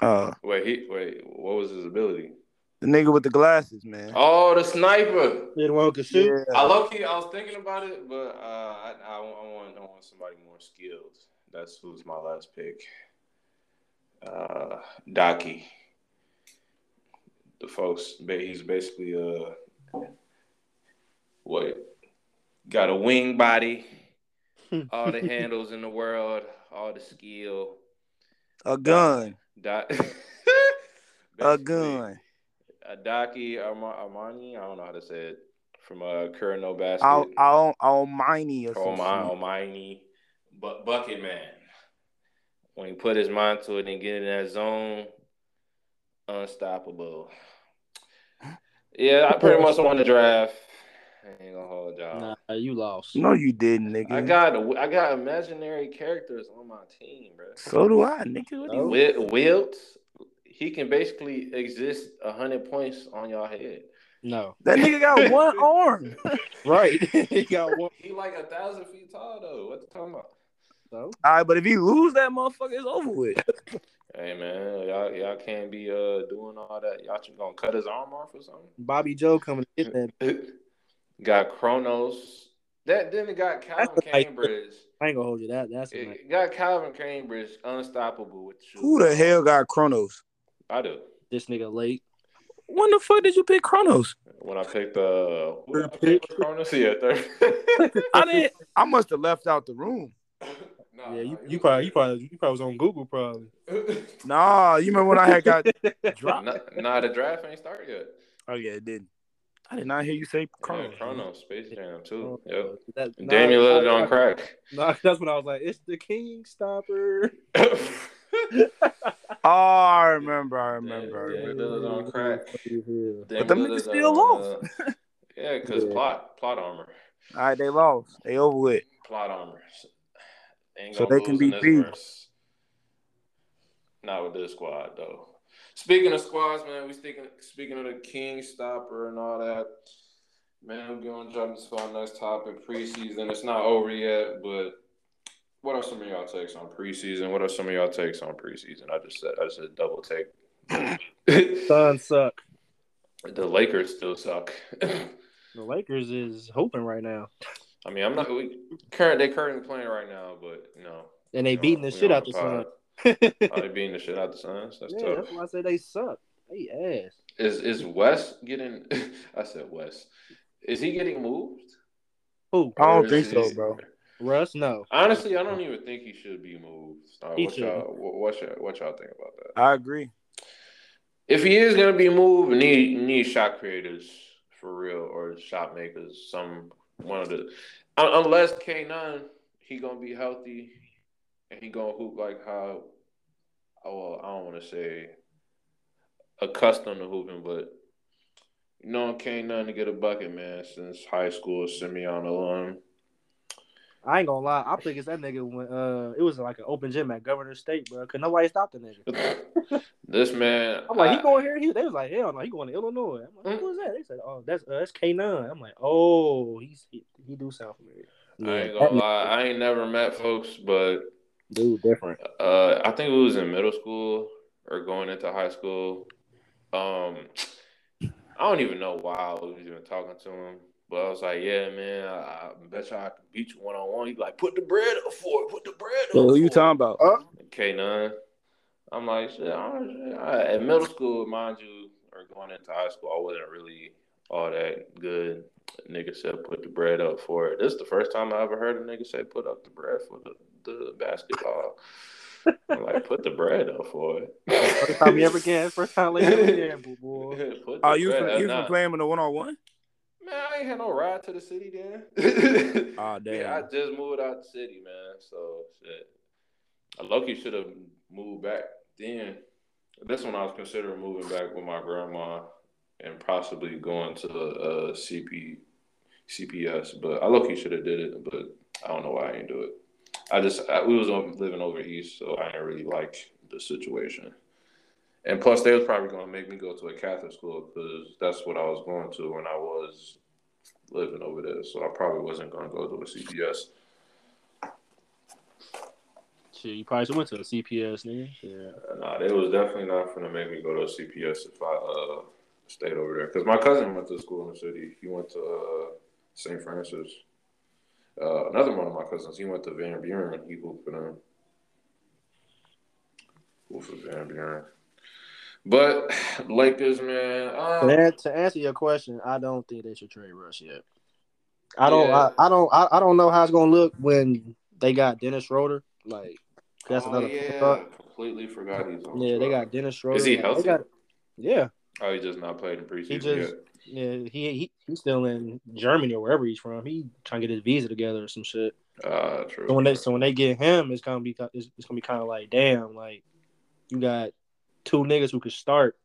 Speaker 4: Uh,
Speaker 1: Wait, he wait. What was his ability?
Speaker 4: the nigga with the glasses, man.
Speaker 1: Oh, the sniper.
Speaker 8: Didn't want to shoot.
Speaker 4: Yeah.
Speaker 1: I low key, I was thinking about it, but uh, I, I, want- I want, I want somebody more skilled. That's who's my last pick. Uh, Docky. The folks, ba- he's basically uh, what? Got a wing body, all the handles in the world, all the skill.
Speaker 4: A gun.
Speaker 1: Doc.
Speaker 4: A
Speaker 1: Basically,
Speaker 4: gun.
Speaker 1: uh, Docky Arma- Armani, I don't know how to say it, from uh, Curno Basket.
Speaker 4: Al Al Almighty or
Speaker 1: Oh
Speaker 4: something.
Speaker 1: my, oh my knee. But bucket man. When he put his mind to it and get in that zone, unstoppable. Yeah, I pretty much won the draft. I ain't gonna hold y'all.
Speaker 8: Nah, you lost.
Speaker 4: No, you didn't, nigga.
Speaker 1: I got I got imaginary characters on my team, bro.
Speaker 4: So do I, nigga. What do you-
Speaker 1: Wi- Wilt, he can basically exist hundred points on y'all head.
Speaker 8: No.
Speaker 4: That nigga got one arm.
Speaker 8: Right. he got one.
Speaker 1: He like a thousand feet tall though. What you talking about?
Speaker 4: All right, but if you lose that motherfucker, it's over with.
Speaker 1: Hey man, y'all y'all can't be uh doing all that. Y'all just gonna cut his arm off or something?
Speaker 2: Bobby Joe coming to get that.
Speaker 1: got Kronos. That then it got Calvin
Speaker 8: That's like-
Speaker 1: Cambridge.
Speaker 8: I ain't gonna hold you. That that's
Speaker 1: It got Calvin Cambridge unstoppable with you.
Speaker 4: Who the hell got Kronos?
Speaker 1: I do.
Speaker 2: This nigga late. When the fuck did you pick Kronos?
Speaker 1: When I picked uh, when I picked Cronus, yeah, third.
Speaker 2: I didn't.
Speaker 5: I must have left out the room.
Speaker 1: Nah,
Speaker 2: Yeah, you,
Speaker 1: it
Speaker 2: you
Speaker 1: was-
Speaker 2: probably you probably you probably was on Google probably.
Speaker 5: Nah, you remember when I had got dropped?
Speaker 1: nah, nah, the draft ain't started yet.
Speaker 5: Oh yeah, it did. I did not hear you say
Speaker 1: Chrono,
Speaker 5: Chronos.
Speaker 1: Chrono, Space
Speaker 5: Oh,
Speaker 1: Jam too. Yep.
Speaker 2: Oh, That-
Speaker 1: And
Speaker 2: nah,
Speaker 1: Damian Lillard on
Speaker 2: nah,
Speaker 1: crack.
Speaker 2: nah, that's when I was like, it's the King Stopper.
Speaker 5: Oh, I remember. I remember. I
Speaker 1: Yeah,
Speaker 5: remember.
Speaker 1: Lillard on crack.
Speaker 2: Oh, Yeah.
Speaker 1: Damian
Speaker 5: them
Speaker 1: Lillard's
Speaker 5: niggas still
Speaker 1: on,
Speaker 5: lost.
Speaker 1: uh, yeah, because
Speaker 2: Yeah.
Speaker 1: plot, plot armor,
Speaker 5: All right, they lost. They over with.
Speaker 1: plot armor. Ain't
Speaker 5: So
Speaker 1: gonna
Speaker 5: they can
Speaker 1: lose
Speaker 5: be
Speaker 1: in this
Speaker 5: beat.
Speaker 1: verse. Not with this squad though. Speaking of squads, man, we speaking speaking of the King Stopper and all that. Man, we're gonna jump into our next topic, preseason. It's not over yet, but what are some of y'all takes on preseason? What are some of y'all takes on preseason? I just said I said double take.
Speaker 2: Suns suck.
Speaker 1: the Lakers still suck.
Speaker 2: The Lakers is hoping right now,
Speaker 1: I mean, I'm not we current they currently playing right now, but no.
Speaker 2: and they beating the shit out the Suns. yeah,
Speaker 1: Are they beating the shit out the Suns? That's tough.
Speaker 2: that's why I say they suck. They ass.
Speaker 1: Is is West getting? I said West. Is he getting moved?
Speaker 2: Who?
Speaker 5: I
Speaker 1: Or
Speaker 5: don't think
Speaker 1: is
Speaker 5: so,
Speaker 1: he-
Speaker 5: bro.
Speaker 2: Russ? No.
Speaker 1: Honestly, I don't even think he should be moved. Uh,
Speaker 2: He
Speaker 1: what, y'all, what, what y'all what y'all think about that?
Speaker 5: I agree.
Speaker 1: If he is gonna be moved, need need shot creators for real or shot makers. Some one of the un- unless K nine he gonna be healthy and he gonna hoop like how. Oh, well, I don't want to say accustomed to hooping, but knowing K nine to get a bucket, man, since high school, Simeon alone.
Speaker 2: I ain't gonna lie. I think it's that nigga when uh it was like an open gym at Governor State, bro. Cause nobody stopped the nigga.
Speaker 1: this man,
Speaker 2: I'm like,
Speaker 1: I-
Speaker 2: he going here. He, they was like, hell no, he going to Illinois. I'm
Speaker 1: Mm.
Speaker 2: like, who is that? They said, oh, that's uh, that's K nine. I'm like, oh, he's he, he do sound familiar.
Speaker 1: I ain't gonna lie, I ain't never met folks, but
Speaker 2: Dude, different.
Speaker 1: uh, I think it was in middle school or going into high school. Um, I don't even know why I was even talking to him, but I was like, "Yeah, man, I, I bet you I can beat you one on one." He's like, "Put the bread up for it. Put the bread up."
Speaker 5: So who you
Speaker 1: for
Speaker 5: talking about?
Speaker 1: K nine. I'm like, shit. I don't, shit, I, at middle school, mind you, or going into high school, I wasn't really all that good. Nigga said, "Put the bread up for it." This is the first time I ever heard a nigga say, "Put up the bread for the, the basketball." I'm like, "Put the bread up for it."
Speaker 2: First time you ever again. First time like ever again, boo boy.
Speaker 1: Put the
Speaker 5: Oh, you
Speaker 1: bread
Speaker 5: from,
Speaker 1: up.
Speaker 5: you
Speaker 1: Nah.
Speaker 5: from playing in the one on one?
Speaker 1: Man, I ain't had no ride to the city then.
Speaker 5: Aw, damn.
Speaker 1: Yeah, I just moved out the city, man. So shit. I lucky should have moved back then. That's when I was considering moving back with my grandma and possibly going to uh, CP CPS. But I lucky should have did it, but I don't know why I didn't do it. I just I, we was on, living over east, so I didn't really like the situation. And plus, they was probably going to make me go to a Catholic school because that's what I was going to when I was living over there. So I probably wasn't going to go to a CPS.
Speaker 2: Shit, you probably should went to the CPS, nigga. Yeah.
Speaker 1: Nah, they was definitely not going to make me go to a CPS if I uh, stayed over there. Because my cousin went to school in the city. He went to uh, St. Francis. Uh, another one of my cousins, he went to Van Buren. He hooped for them. Hooped for Van Buren. But Lakers, man. Um,
Speaker 2: To, an- to answer your question, I don't think they should trade Russ yet. I don't.
Speaker 1: Yeah.
Speaker 2: I, I don't. I, I don't know how it's gonna look when they got Dennis Schroeder. Like that's
Speaker 1: oh,
Speaker 2: another.
Speaker 1: Yeah, completely forgot he's on. the
Speaker 2: yeah, they
Speaker 1: squad.
Speaker 2: got Dennis Schroeder.
Speaker 1: Is he
Speaker 2: Like, they
Speaker 1: healthy?
Speaker 2: got- yeah.
Speaker 1: Oh, he just not played in preseason.
Speaker 2: He just- Yeah, he, he he's still in Germany or wherever he's from. He trying to get his visa together or some shit.
Speaker 1: yet. Uh, true.
Speaker 2: So when they so when they get him, it's gonna be it's, it's gonna be kind of like damn, like you got two niggas who could start,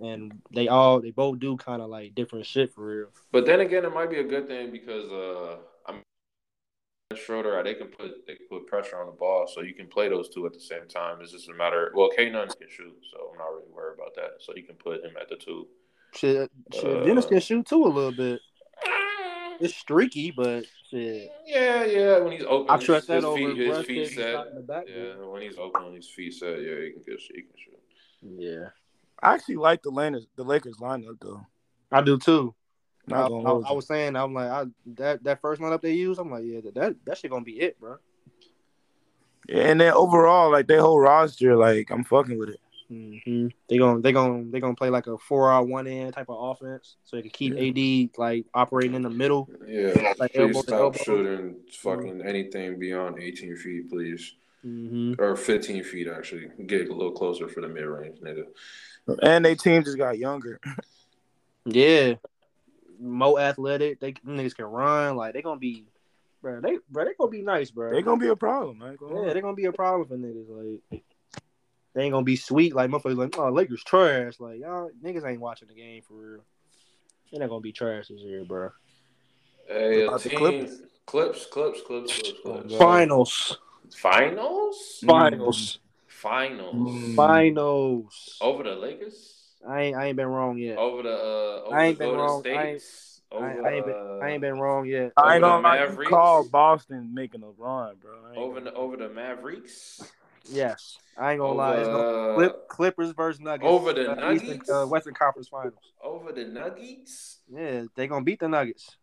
Speaker 2: and they all they both do kind of like different shit for real.
Speaker 1: But then again, it might be a good thing because uh, I'm Schroeder. They can put they can put pressure on the ball, so you can play those two at the same time. It's just a matter. Well, K none can shoot, so I'm not really worried about that. So you can put him at the two.
Speaker 2: Shit, shit
Speaker 1: Uh.
Speaker 2: Dennis can shoot too a little bit. It's streaky, but shit,
Speaker 1: Yeah, yeah. When he's open,
Speaker 2: I trust
Speaker 1: his,
Speaker 2: that over
Speaker 1: feet, his
Speaker 2: Russ
Speaker 1: feet
Speaker 2: taking a
Speaker 1: set.
Speaker 2: shot in the back.
Speaker 1: Yeah, when he's open, his feet set. Yeah, he can get he can shoot.
Speaker 2: yeah,
Speaker 5: I actually like the Lakers. The Lakers lineup though.
Speaker 2: I do too. I,
Speaker 5: Not gonna
Speaker 2: I-
Speaker 5: hold
Speaker 2: I
Speaker 5: you.
Speaker 2: was saying, I'm like, I, that that first lineup they used, I'm like, yeah, that that, that shit gonna be it, bro.
Speaker 5: Yeah, and then overall, like their whole roster, like I'm fucking with it.
Speaker 2: Mm-hmm. They going they going they gonna play like a four out one end type of offense, so they can keep AD like operating in the middle.
Speaker 1: Yeah, Mm-hmm.
Speaker 2: Like
Speaker 1: please
Speaker 2: elbow to
Speaker 1: stop
Speaker 2: elbow.
Speaker 1: shooting fucking anything beyond 18 feet, please.
Speaker 2: Mm-hmm.
Speaker 1: Or 15 feet, actually. Get a little closer for the mid range, nigga.
Speaker 4: And they team just got younger.
Speaker 2: Yeah, mo athletic. They them niggas can run. Like they gonna be, bro. They bro. They gonna be nice, bro.
Speaker 4: They gonna be a problem. I ain't gonna lie.
Speaker 2: yeah. They gonna be a problem for niggas. Like they ain't gonna be sweet. Like motherfuckers like oh Lakers trash. Like y'all niggas ain't watching the game for real. They're not gonna be trash this year, bro.
Speaker 1: Hey,
Speaker 4: About the
Speaker 1: team.
Speaker 4: Clippers?
Speaker 1: Clips, clips, clips, clips,
Speaker 2: Oh,
Speaker 1: clips.
Speaker 2: Finals,
Speaker 1: Finals?
Speaker 2: Mm. finals,
Speaker 1: Finals.
Speaker 2: finals.
Speaker 1: Over the Lakers?
Speaker 2: I ain't I ain't been wrong yet.
Speaker 1: Over the uh, over
Speaker 2: I ain't
Speaker 1: the
Speaker 2: been
Speaker 1: Golden
Speaker 2: wrong. I ain't-
Speaker 1: States?
Speaker 2: I,
Speaker 1: Over, uh,
Speaker 2: I ain't been I ain't been wrong yet.
Speaker 4: I ain't
Speaker 1: Over
Speaker 4: gonna
Speaker 1: the
Speaker 4: lie. You
Speaker 1: Mavericks?
Speaker 4: called Boston making a run, bro. I ain't
Speaker 1: over
Speaker 4: gonna-
Speaker 1: the over the Mavericks.
Speaker 2: Yes, I ain't gonna
Speaker 1: over, uh,
Speaker 2: lie. It's gonna Clip, Clippers versus Nuggets
Speaker 1: over the
Speaker 2: Uh, Eastern-
Speaker 1: Nuggets?
Speaker 2: uh, Western Conference Finals.
Speaker 1: over the Nuggets.
Speaker 2: Yeah, they gonna beat the Nuggets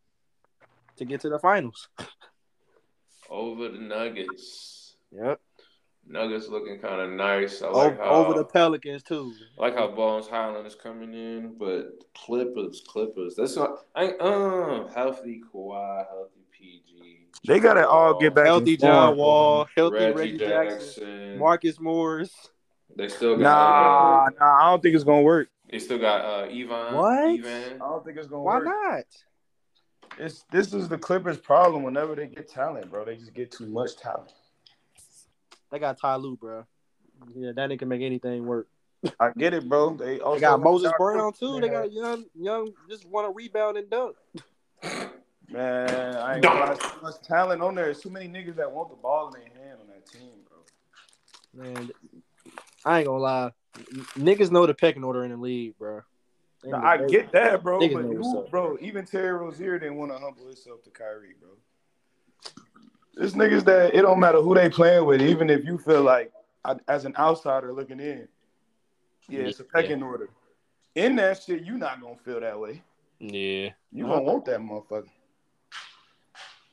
Speaker 2: to get to the finals.
Speaker 1: Over the Nuggets.
Speaker 2: Yep.
Speaker 1: Nuggets looking kind of nice. I
Speaker 2: O-
Speaker 1: like
Speaker 2: over,
Speaker 1: how
Speaker 2: the Pelicans too.
Speaker 1: I like how Bones Highland is coming in, but Clippers, Clippers. That's what I um healthy Kawhi, healthy PG.
Speaker 4: They gotta all get back.
Speaker 2: Healthy
Speaker 4: in form,
Speaker 2: John
Speaker 4: bro.
Speaker 2: Wall, healthy
Speaker 1: Reggie,
Speaker 2: Reggie,
Speaker 1: Jackson.
Speaker 2: Jackson, Marcus Morris.
Speaker 1: They still got
Speaker 4: Nah,
Speaker 1: uh,
Speaker 4: nah. I don't think it's gonna work.
Speaker 1: they still got uh Evan.
Speaker 2: What?
Speaker 4: I
Speaker 1: Evan.
Speaker 4: don't think it's gonna
Speaker 2: Why
Speaker 4: work.
Speaker 2: not?
Speaker 4: It's this is the Clippers' problem. Whenever they get talent, bro, they just get too much talent.
Speaker 2: They got Ty Lue, bro. Yeah, that nigga can make anything work.
Speaker 4: I get it, bro. They, also
Speaker 2: They got Moses
Speaker 4: Josh
Speaker 2: Brown
Speaker 4: Cook.
Speaker 2: too. They got a young, young, just want to rebound and dunk.
Speaker 4: man. I ain't gonna lie. There's too much talent on there. There's too many niggas that want the ball in their hand on that team, bro.
Speaker 2: Man, I ain't gonna lie. N- Niggas know the pecking order in the league, bro. They
Speaker 4: Now,
Speaker 2: know-
Speaker 4: I
Speaker 2: they-
Speaker 4: get that, bro.
Speaker 2: Niggas
Speaker 4: But
Speaker 2: know what's
Speaker 4: you,
Speaker 2: up.
Speaker 4: bro, even Terry Rozier didn't want to humble himself to Kyrie, bro. There's niggas that it don't matter who they playing with, even if you feel like I- as an outsider looking in, yeah, it's a pecking order. In that shit, you not gonna feel that way.
Speaker 2: Yeah.
Speaker 4: You gonna want that motherfucker.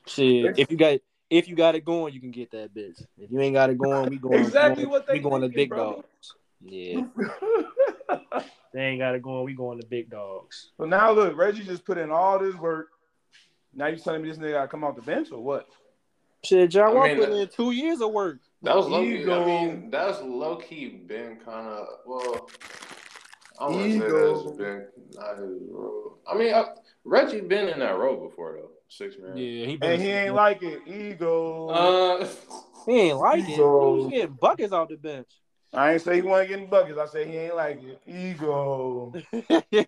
Speaker 2: Shit, if you got if you got it going, you can get that bitch. If you ain't got it going, we going
Speaker 4: Exactly
Speaker 2: we going,
Speaker 4: what they
Speaker 2: we going to
Speaker 4: thinking,
Speaker 2: big
Speaker 4: brother.
Speaker 2: dogs. Yeah, they ain't got it going. We going to big dogs.
Speaker 4: so now look, Reggie just put in all this work. Now you telling me this nigga gotta come off the bench or what?
Speaker 2: Shit, John
Speaker 1: I
Speaker 2: Wall
Speaker 1: mean,
Speaker 2: put
Speaker 1: uh,
Speaker 2: in two years of work.
Speaker 1: That was low key.
Speaker 4: Ego.
Speaker 1: I mean, that's low key been kind of well. I don't want to say
Speaker 4: Ego.
Speaker 1: that's been not his role. I mean, I, Reggie been in that role before though. Six man.
Speaker 2: Yeah, he
Speaker 4: And he ain't like it. Ego.
Speaker 1: Uh,
Speaker 2: he ain't like it. He
Speaker 4: So-
Speaker 2: was getting buckets off the bench.
Speaker 4: I ain't say he wasn't getting buckets. I say he ain't like it. Ego.
Speaker 2: he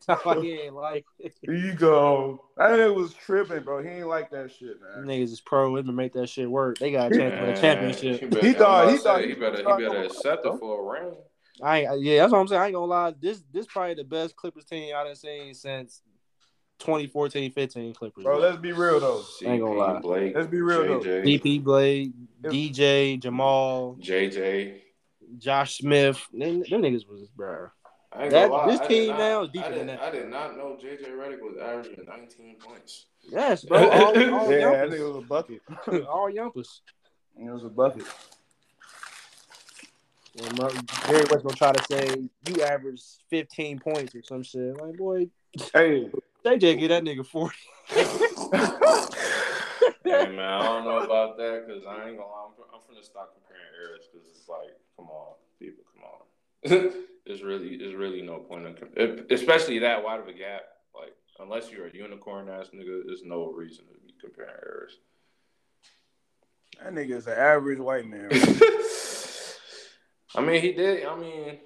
Speaker 2: ain't like it.
Speaker 4: Ego. That nigga was tripping, bro. He ain't like that shit, man.
Speaker 2: Niggas is pro. They can make that shit work. They got a chance for
Speaker 1: man,
Speaker 2: the championship.
Speaker 1: He, better,
Speaker 4: He thought-
Speaker 1: I'm
Speaker 4: he
Speaker 1: about to
Speaker 4: thought
Speaker 1: say,
Speaker 4: he
Speaker 1: he better.
Speaker 4: thought-
Speaker 1: He better accept it for a ring.
Speaker 2: I ain't, yeah, that's what I'm saying. I ain't gonna lie. This this probably the best Clippers team I done seen since 2014-15 Clippers.
Speaker 4: Bro, let's be real though.
Speaker 2: Ain't gonna lie.
Speaker 1: Blake,
Speaker 4: Let's be real, though.
Speaker 1: JJ,
Speaker 2: DP Blade, DJ, Jamal,
Speaker 1: JJ.
Speaker 2: Josh Smith. Them, them niggas was bro.
Speaker 1: I ain't
Speaker 2: That-
Speaker 1: gonna lie,
Speaker 2: this
Speaker 1: I
Speaker 2: team
Speaker 1: did not,
Speaker 2: now is deeper
Speaker 1: I
Speaker 2: than
Speaker 1: did,
Speaker 2: that.
Speaker 1: I did not know JJ Redick was averaging 19 points.
Speaker 2: Yes, bro. All, all
Speaker 4: yeah, that
Speaker 2: yumpers.
Speaker 4: nigga was a bucket.
Speaker 2: all yumpers.
Speaker 4: It was a bucket.
Speaker 2: And my, Jerry West gonna try to say you average 15 points or some shit. Like, boy,
Speaker 4: Hey,
Speaker 2: JJ get that nigga 40.
Speaker 1: Hey man, I don't know about that because I ain't gonna. lie, I'm, I'm finna stop comparing eras because it's like, come on, people, come on. there's really, there's really no point in, com- especially that wide of a gap. Like, unless you're a unicorn ass nigga, there's no reason to be comparing eras.
Speaker 4: that nigga is an average white man. bro.
Speaker 1: I mean, he did. I mean,
Speaker 4: In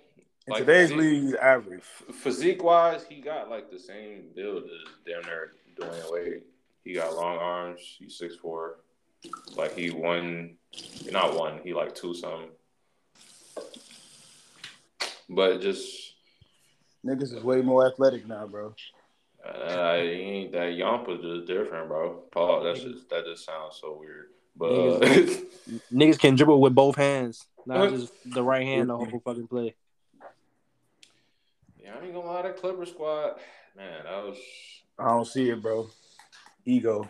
Speaker 1: Like,
Speaker 4: today's
Speaker 1: he-
Speaker 4: league, he's average.
Speaker 1: physique wise, he got like the same build as damn near Dwayne Wade. He got long arms. He's six four. Like he won, not one. He like two something. But just
Speaker 4: Niggas is way more athletic now, bro.
Speaker 1: uh, he ain't that yampa just different, bro. Paul, that's just that just sounds so weird. But uh,
Speaker 2: Niggas can dribble with both hands, not just the right hand the whole fucking play.
Speaker 1: yeah, I ain't gonna lie, that Clipper squad, man, that was
Speaker 4: I don't see it, bro. Ego.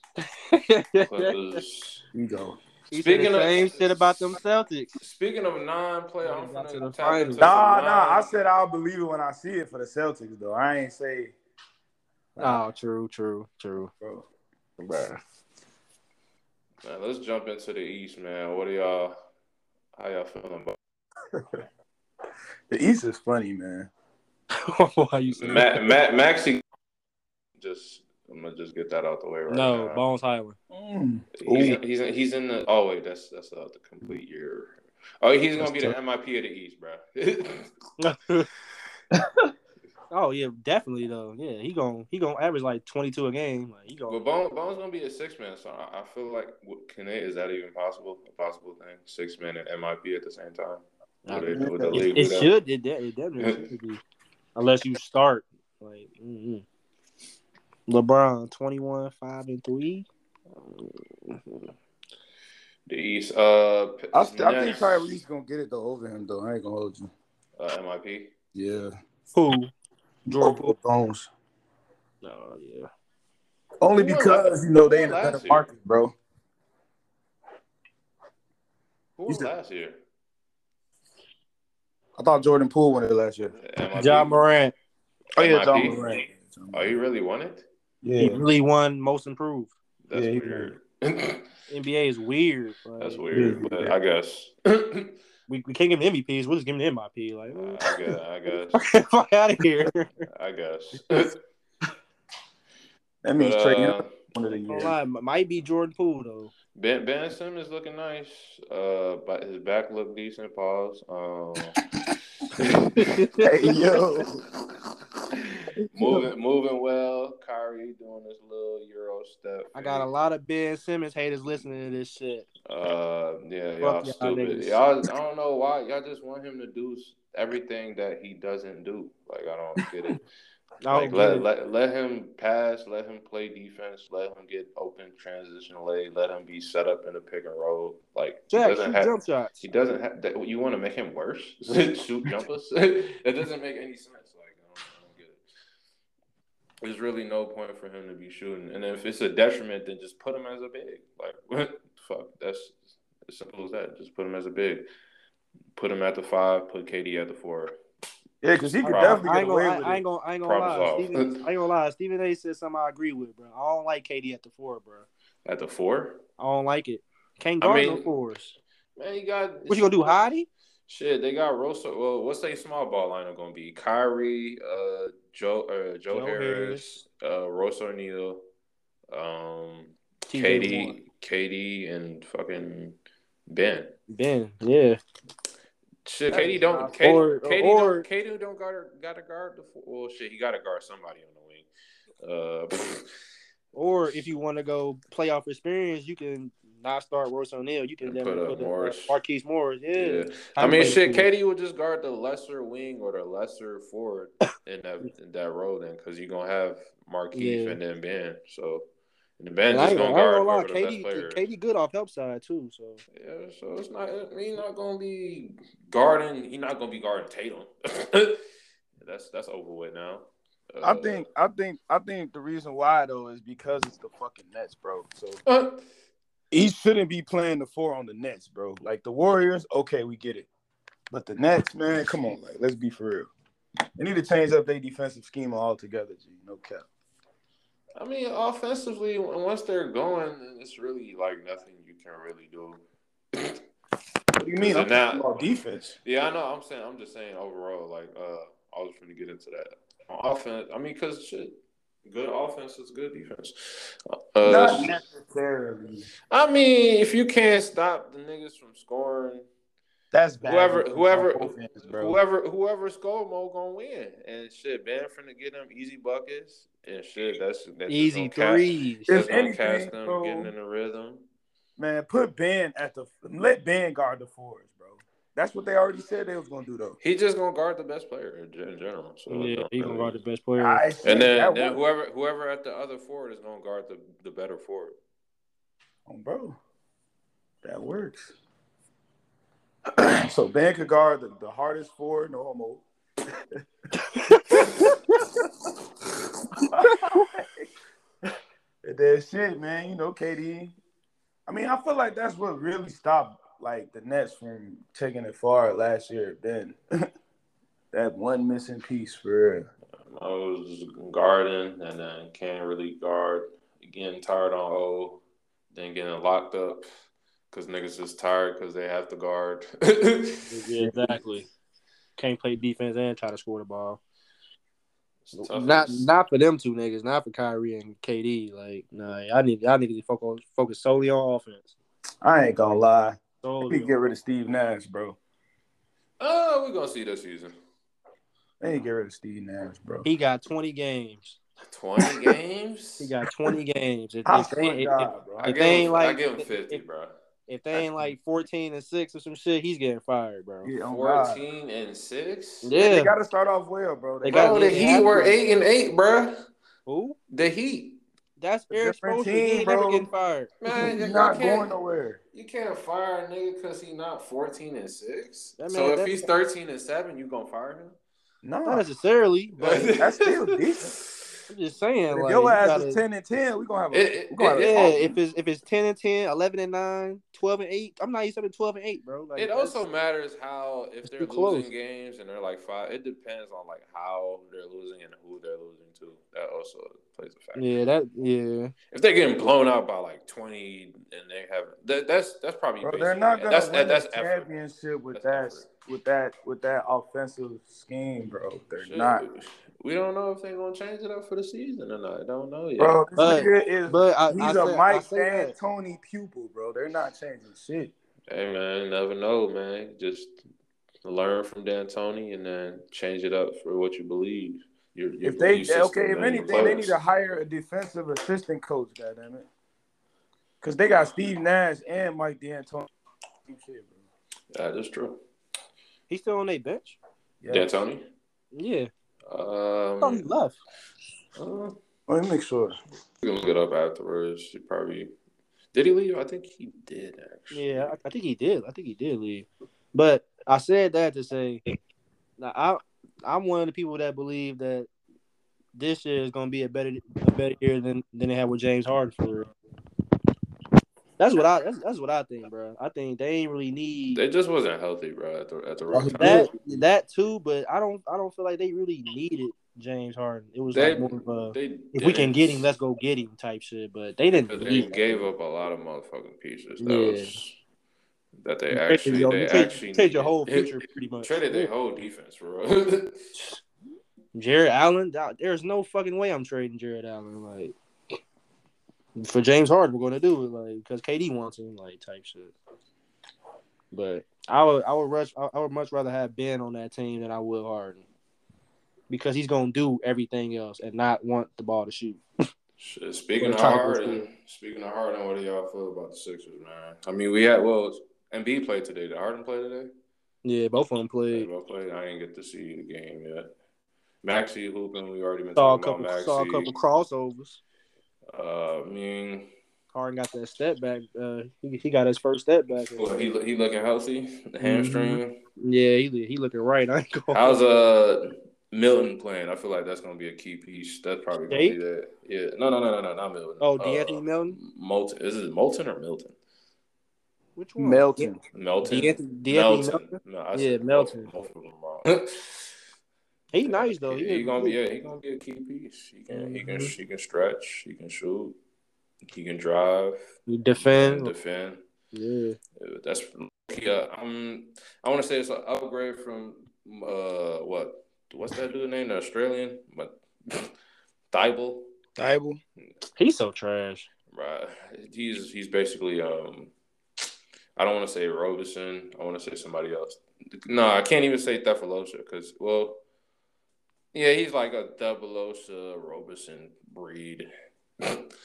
Speaker 1: Clippers.
Speaker 4: Ego.
Speaker 2: He
Speaker 1: Speaking
Speaker 2: said the
Speaker 1: of-
Speaker 2: same shit about them Celtics.
Speaker 1: Speaking of non-player, I'm
Speaker 2: We got to
Speaker 1: finna tap
Speaker 2: the
Speaker 1: into
Speaker 2: finals.
Speaker 1: some
Speaker 4: Nah, nah. I
Speaker 1: non-
Speaker 4: said I'll believe it when I see it for the Celtics, though. I ain't say,
Speaker 2: Oh, true, true, true.
Speaker 4: bro.
Speaker 5: Bruh.
Speaker 1: Man, let's jump into the East, man. What are y'all? How y'all feeling about
Speaker 4: The East is funny, man.
Speaker 2: Why you say that?
Speaker 1: Matt? Matt Maxi, just I'm gonna just get that out the way right
Speaker 2: No,
Speaker 1: now.
Speaker 2: Bones Highland.
Speaker 4: Mm.
Speaker 1: he's, he's in, he's in the. Oh wait, that's that's not the complete year. Oh, he's gonna be the MIP of the East, bro.
Speaker 2: oh yeah, definitely though. Yeah, he gon' he gonna average like twenty two a game. Like he
Speaker 1: but
Speaker 2: going
Speaker 1: Bone, Bone's gonna be a six man, so I, I feel like what, can they, is that even possible? A possible thing? Six man and MIP at the same time? Would they- would the
Speaker 4: It-
Speaker 1: league
Speaker 2: it,
Speaker 1: do
Speaker 2: it
Speaker 1: that?
Speaker 2: should it, de- it definitely should be unless you start like mm-mm. LeBron 21, five and three.
Speaker 1: The East. Uh, P-
Speaker 4: I, st- I think
Speaker 1: Nets,
Speaker 4: Kyrie's gonna get it though over him though. I ain't gonna hold you.
Speaker 1: uh, MIP.
Speaker 4: Yeah,
Speaker 2: Who? Jordan Poole.
Speaker 4: Bones.
Speaker 2: No, Oh, yeah.
Speaker 4: Only
Speaker 1: Who won
Speaker 4: because you know they in
Speaker 1: Who
Speaker 4: a
Speaker 1: won
Speaker 4: better
Speaker 1: last year?
Speaker 4: market, bro.
Speaker 1: Who was
Speaker 4: said-
Speaker 1: last year?
Speaker 4: I thought Jordan Poole won it last year.
Speaker 1: MIP?
Speaker 2: John Morant.
Speaker 4: Oh yeah,
Speaker 1: MIP?
Speaker 4: John Morant. John
Speaker 1: Oh,
Speaker 4: Morant.
Speaker 1: he really won it?
Speaker 2: He
Speaker 4: Yeah,
Speaker 2: really won most improved.
Speaker 1: That's
Speaker 4: Yeah, he
Speaker 1: weird.
Speaker 2: NBA is weird. like,
Speaker 1: That's weird,
Speaker 4: Yeah.
Speaker 1: but I guess. I
Speaker 2: We, we can't give him MVPs. We'll just give him the MIP. Like, mm,
Speaker 1: guess. I guess.
Speaker 2: fuck out of here.
Speaker 1: I guess.
Speaker 4: that means
Speaker 1: But,
Speaker 4: Trey Young
Speaker 1: uh,
Speaker 4: won it a
Speaker 2: Don't
Speaker 4: year.
Speaker 2: lie, m- might be Jordan Poole though.
Speaker 1: ben Ben Simmons looking nice. Uh, but his back looked decent. Pause. Um,
Speaker 4: Hey yo,
Speaker 1: moving moving well. Kyrie doing this little Euro step.
Speaker 2: I got a lot of Ben Simmons haters listening to this shit.
Speaker 1: Uh, yeah, y'all
Speaker 2: Fuck y'all
Speaker 1: stupid.
Speaker 2: niggas.
Speaker 1: Y'all, I don't know why y'all just want him to do s- everything that he doesn't do. Like I don't get it.
Speaker 2: I
Speaker 1: Like,
Speaker 2: don't
Speaker 1: let,
Speaker 2: get it.
Speaker 1: let let him pass, let him play defense, let him get open transition lane, let him be set up in the pick and roll. Like he
Speaker 2: Jack,
Speaker 1: doesn't
Speaker 2: shoot
Speaker 1: have
Speaker 2: jump shots.
Speaker 1: he doesn't have that. You want to make him worse? Shoot jumpers? that doesn't make any sense. Like I don't, I don't get it. There's really no point for him to be shooting. And if it's a detriment, then just put him as a big. Like what? Fuck. That's as simple as that. Just put him as a big. Put him at the five. Put KD at the four.
Speaker 4: yeah, because he could
Speaker 1: Problem.
Speaker 4: definitely
Speaker 2: I
Speaker 4: get
Speaker 2: ain't gonna,
Speaker 4: away
Speaker 2: I,
Speaker 4: with
Speaker 2: I
Speaker 4: it.
Speaker 2: ain't gonna, I ain't gonna lie.
Speaker 1: Problem solved.
Speaker 2: Steven, I ain't gonna lie. Stephen A. said something I agree with, bro. I don't like KD at the four, bro.
Speaker 1: At the four.
Speaker 2: I don't like it. Can't
Speaker 1: I
Speaker 2: guard
Speaker 1: mean-
Speaker 2: no fours.
Speaker 1: Man, you got
Speaker 2: What you gonna do, Hottie?
Speaker 1: Shit, they got Rosa. Well, what's their small ball lineup gonna be? Kyrie, uh, Joe, uh, Joe,
Speaker 2: Joe
Speaker 1: Harris, uh, Rosa O'Neal, um,
Speaker 2: TJ Warren.
Speaker 1: Katie, Katie, and fucking Ben.
Speaker 2: Ben, yeah.
Speaker 1: Shit,
Speaker 4: That's
Speaker 1: Katie don't.
Speaker 4: not-
Speaker 1: Katie,
Speaker 2: or-
Speaker 1: Katie,
Speaker 2: or-
Speaker 1: don't, Katie don't got to got to guard the. f- Well, shit, he got to guard somebody on the wing. Uh,
Speaker 2: Or if you want to go playoff experience, you can not start Royce O'Neal. You can
Speaker 1: And
Speaker 2: then
Speaker 1: put
Speaker 2: put,
Speaker 1: up
Speaker 2: put
Speaker 1: Morris.
Speaker 2: Morris. Marquise Morris. Yeah.
Speaker 1: yeah.
Speaker 2: How
Speaker 1: I
Speaker 2: you
Speaker 1: mean,
Speaker 2: play
Speaker 1: shit,
Speaker 2: defense?
Speaker 1: Katie would just guard the lesser wing or the lesser forward in that in that role then, because you're gonna have Markeith
Speaker 2: Yeah.
Speaker 1: and then Ben. So and the Ben
Speaker 2: And I
Speaker 1: just
Speaker 2: ain't
Speaker 1: gonna
Speaker 2: gonna, I ain't
Speaker 1: guard
Speaker 2: gonna lie,
Speaker 1: whoever the
Speaker 2: Katie,
Speaker 1: best player. is.
Speaker 2: Katie good off help side too. So
Speaker 1: Yeah, so it's not I mean, he not gonna be guarding. He's not gonna be guarding Tatum. that's that's over with now. Uh,
Speaker 4: I think, I think, I think the reason why though is because it's the fucking Nets, bro. So
Speaker 1: Uh,
Speaker 4: he shouldn't be playing the four on the Nets, bro. Like the Warriors, okay, we get it. But the Nets, man, come on, like let's be for real. They need to change up their defensive schema altogether, G. No cap.
Speaker 1: I mean, offensively, once they're going, then it's really like nothing you can really do.
Speaker 4: What do you mean?
Speaker 1: They're
Speaker 4: I'm talking
Speaker 1: not-
Speaker 4: about defense.
Speaker 1: Yeah, I know. I'm saying. I'm just saying overall. Like, uh, I was trying to get into that on offense. I mean, cause shit, good offense is good defense. Uh,
Speaker 4: Not necessarily.
Speaker 1: I mean, if you can't stop the niggas from scoring,
Speaker 4: That's bad.
Speaker 1: whoever, whoever,
Speaker 4: Offense, bro.
Speaker 1: whoever, whoever score more gonna win. And shit, Ben finna get them easy buckets and shit. That's that's just
Speaker 2: easy
Speaker 1: gonna cast-
Speaker 2: threes.
Speaker 1: That's
Speaker 4: If
Speaker 1: gonna
Speaker 4: anything,
Speaker 1: cast them
Speaker 4: bro.
Speaker 1: getting in the rhythm.
Speaker 4: man, put Ben at the let Ben guard the fours, bro. That's what they already said they was gonna do though.
Speaker 1: He just gonna guard the best player in, gen- in general. So it
Speaker 2: Yeah,
Speaker 1: don't
Speaker 2: he can
Speaker 1: really-
Speaker 2: guard the best player.
Speaker 4: I see
Speaker 1: Hmm. And then,
Speaker 4: that
Speaker 1: then whoever
Speaker 4: worked.
Speaker 1: whoever at the other forward is gonna guard the, the better forward.
Speaker 4: Oh, bro, that works. so Ben could guard the, the hardest four, no homo. and then shit, man, you know, KD. I I mean, I feel like that's what really stopped like the Nets from taking it far last year. Then that one missing piece for real.
Speaker 1: I was guarding and then can't really guard. Getting tired on O, then getting locked up because niggas is tired because they have to guard.
Speaker 2: Yeah, exactly. Can't play defense and try to score the ball.
Speaker 1: It's tough.
Speaker 2: Not not for them two niggas, not for Kyrie and KD. Like, nah, I need y'all niggas to focus focus solely on offense.
Speaker 4: I ain't gonna lie.
Speaker 2: Solely
Speaker 4: We
Speaker 2: on-
Speaker 4: get rid of Steve Nash, bro.
Speaker 1: Oh, we're gonna see this season.
Speaker 4: They ain't get rid of Steve Nash, bro.
Speaker 2: He got twenty games.
Speaker 1: Twenty games.
Speaker 2: He got twenty games. If,
Speaker 4: I
Speaker 2: if they,
Speaker 4: swear to
Speaker 2: if-
Speaker 4: God, bro.
Speaker 1: I
Speaker 2: if
Speaker 1: give,
Speaker 2: they
Speaker 1: him,
Speaker 2: ain't like-
Speaker 1: I give him
Speaker 2: if-
Speaker 1: fifty,
Speaker 2: if-
Speaker 1: bro.
Speaker 2: if they ain't like fourteen and six or some shit, he's getting fired, bro.
Speaker 4: Yeah, oh God.
Speaker 1: Fourteen and six.
Speaker 4: They
Speaker 2: Yeah,
Speaker 4: gotta start off well, bro. They
Speaker 2: They
Speaker 4: got
Speaker 1: Bro,
Speaker 2: got-
Speaker 1: the
Speaker 2: they
Speaker 1: Heat
Speaker 2: have
Speaker 1: were
Speaker 2: to.
Speaker 1: eight and eight, bro.
Speaker 2: who?
Speaker 1: The Heat,
Speaker 2: That's
Speaker 4: A
Speaker 2: Eric
Speaker 4: different
Speaker 2: Spoelstra. He
Speaker 4: team,
Speaker 2: ain't never
Speaker 4: bro.
Speaker 2: getting fired.
Speaker 1: man, you
Speaker 4: He's not going
Speaker 1: can't,
Speaker 4: nowhere.
Speaker 1: you can't fire a nigga because he not fourteen and six.
Speaker 2: That
Speaker 1: so
Speaker 2: man-
Speaker 1: if
Speaker 2: that-
Speaker 1: he's thirteen and seven, you gonna fire him?
Speaker 2: Not
Speaker 4: No,
Speaker 2: necessarily, but
Speaker 4: that's still decent.
Speaker 2: I'm just saying,
Speaker 4: if
Speaker 2: like
Speaker 4: your
Speaker 2: you
Speaker 4: ass
Speaker 2: gotta-
Speaker 4: is ten and ten, we gonna have a
Speaker 1: It- it-
Speaker 4: we gonna have a
Speaker 1: it-
Speaker 2: Yeah,
Speaker 1: all-
Speaker 2: if it's if it's 10 and 10, 11 and 9, 12 and 8, I'm not used to the 12 and 8, bro. Like,
Speaker 1: it
Speaker 2: that's-
Speaker 1: also matters how if they're
Speaker 2: too
Speaker 1: losing
Speaker 2: close.
Speaker 1: games and they're like five. It depends on like how they're losing and who they're losing to. That also plays a factor.
Speaker 2: Yeah, that yeah.
Speaker 1: If they're getting blown out by like twenty and they have that, that's that's probably
Speaker 4: Bro,
Speaker 1: basic,
Speaker 4: they're
Speaker 1: man.
Speaker 4: not gonna
Speaker 1: that's
Speaker 4: win
Speaker 1: that's
Speaker 4: a
Speaker 1: effort.
Speaker 4: championship with
Speaker 1: That's
Speaker 4: that with that with that offensive scheme, bro. They're
Speaker 1: Shit,
Speaker 4: not,
Speaker 1: We don't know if they're gonna change it up for the season or not. I don't know yet.
Speaker 4: bro. This
Speaker 2: But-
Speaker 4: nigga is
Speaker 2: But I, I
Speaker 4: he's
Speaker 2: said,
Speaker 4: a
Speaker 2: I
Speaker 4: Mike
Speaker 2: say that.
Speaker 4: D'Antoni pupil, bro. They're not changing shit.
Speaker 1: Hey man, you never know, man. Just learn from D'Antoni and then change it up for what you believe. Your, your
Speaker 4: If they
Speaker 1: belief system
Speaker 4: okay,
Speaker 1: and
Speaker 4: if
Speaker 1: your
Speaker 4: anything, they need
Speaker 1: players.
Speaker 4: to hire a defensive assistant coach. Goddamn it, because they got Steve Nash and Mike D'Antoni. Shit, bro.
Speaker 1: That is true.
Speaker 2: He's still on their bench.
Speaker 4: Yeah.
Speaker 1: D'Antoni.
Speaker 2: Yeah. I thought he
Speaker 1: Um,
Speaker 2: left.
Speaker 1: uh,
Speaker 4: Let me make sure.
Speaker 1: we can look it up afterwards. He probably did he leave? I think he did actually.
Speaker 2: Yeah, I, I think he did. I think he did leave. But I said that to say now I I'm one of the people that believe that this year is gonna be a better a better year than than they had with James Harden for real. That's what I that's, that's what I think, bro. I think they ain't really need
Speaker 1: They just wasn't healthy, bro. At the at the
Speaker 2: Oh,
Speaker 4: he
Speaker 1: right time.
Speaker 2: That that too, but I don't I don't feel like they really needed James Harden. It was
Speaker 1: They,
Speaker 2: like more of a
Speaker 1: they
Speaker 2: if we can
Speaker 1: didn't.
Speaker 2: get him, let's go get him type shit. But they didn't.
Speaker 1: But they
Speaker 2: need that.
Speaker 1: gave up a lot of motherfucking pieces. That
Speaker 2: Yeah.
Speaker 1: was that they
Speaker 2: You traded
Speaker 1: actually
Speaker 2: your-
Speaker 1: they
Speaker 2: you trade-
Speaker 1: actually
Speaker 2: trade your
Speaker 1: needed.
Speaker 2: whole future pretty much.
Speaker 1: Traded their whole defense, bro.
Speaker 2: Jared Allen. that- There's no fucking way I'm trading Jared Allen. Like for James Harden, we're gonna do it like because KD wants him like type shit. But I would I would rush I, I would much rather have Ben on that team than I would Harden because he's gonna do everything else and not want the ball to shoot.
Speaker 1: Shit, speaking of
Speaker 2: Trying to go
Speaker 1: Harden, speaking of Harden, what do y'all feel about the Sixers, man? I mean, we had well, Embiid played today. Did Harden play today?
Speaker 2: Yeah, both of them
Speaker 1: They
Speaker 2: played.
Speaker 1: both played. I didn't get to see the game yet. Maxie hooping. We already been
Speaker 2: Saw a
Speaker 1: talking
Speaker 2: couple
Speaker 1: about
Speaker 2: saw a couple
Speaker 1: Maxie.
Speaker 2: crossovers.
Speaker 1: Uh, I mean,
Speaker 2: Harden got that step back. Uh, he, he got his first step back.
Speaker 1: well, he he looking healthy.
Speaker 2: Mm-hmm.
Speaker 1: The hamstring.
Speaker 2: yeah, he he looking right. I ain't going.
Speaker 1: How's uh Milton playing? I feel like that's gonna be a key piece. That's probably gonna be
Speaker 2: Jake?
Speaker 1: that. Yeah. No, no, no, no, no, not Milton.
Speaker 2: Oh,
Speaker 1: Uh,
Speaker 2: D'Anthony Melton.
Speaker 1: Moulton. Is it Moulton or Milton?
Speaker 2: Which one?
Speaker 4: Melton.
Speaker 1: Milton.
Speaker 2: D'Anthony, D'Anthony
Speaker 1: Melton.
Speaker 2: Melton.
Speaker 1: No, I
Speaker 2: Yeah,
Speaker 1: said
Speaker 2: Melton.
Speaker 1: Both, both of them wrong.
Speaker 2: He nice though.
Speaker 1: He,
Speaker 2: is
Speaker 1: gonna be.
Speaker 2: good.
Speaker 1: Yeah, he gonna be a key piece. He can. He can.
Speaker 2: Mhm.
Speaker 1: He can stretch. He can shoot. He can drive.
Speaker 2: He
Speaker 1: And
Speaker 2: defend.
Speaker 1: defend.
Speaker 2: Yeah.
Speaker 1: Uh, That's yeah. I'm. I want to say it's an upgrade from uh what? What's that dude name? The Australian, but Thibault,
Speaker 4: Dable.
Speaker 2: He's so trash.
Speaker 1: right? He's he's basically um. I don't want to say Robinson. I want to say somebody else. No, I can't even say Thefalosa because well, yeah, he's like a Thefalosa Robinson breed.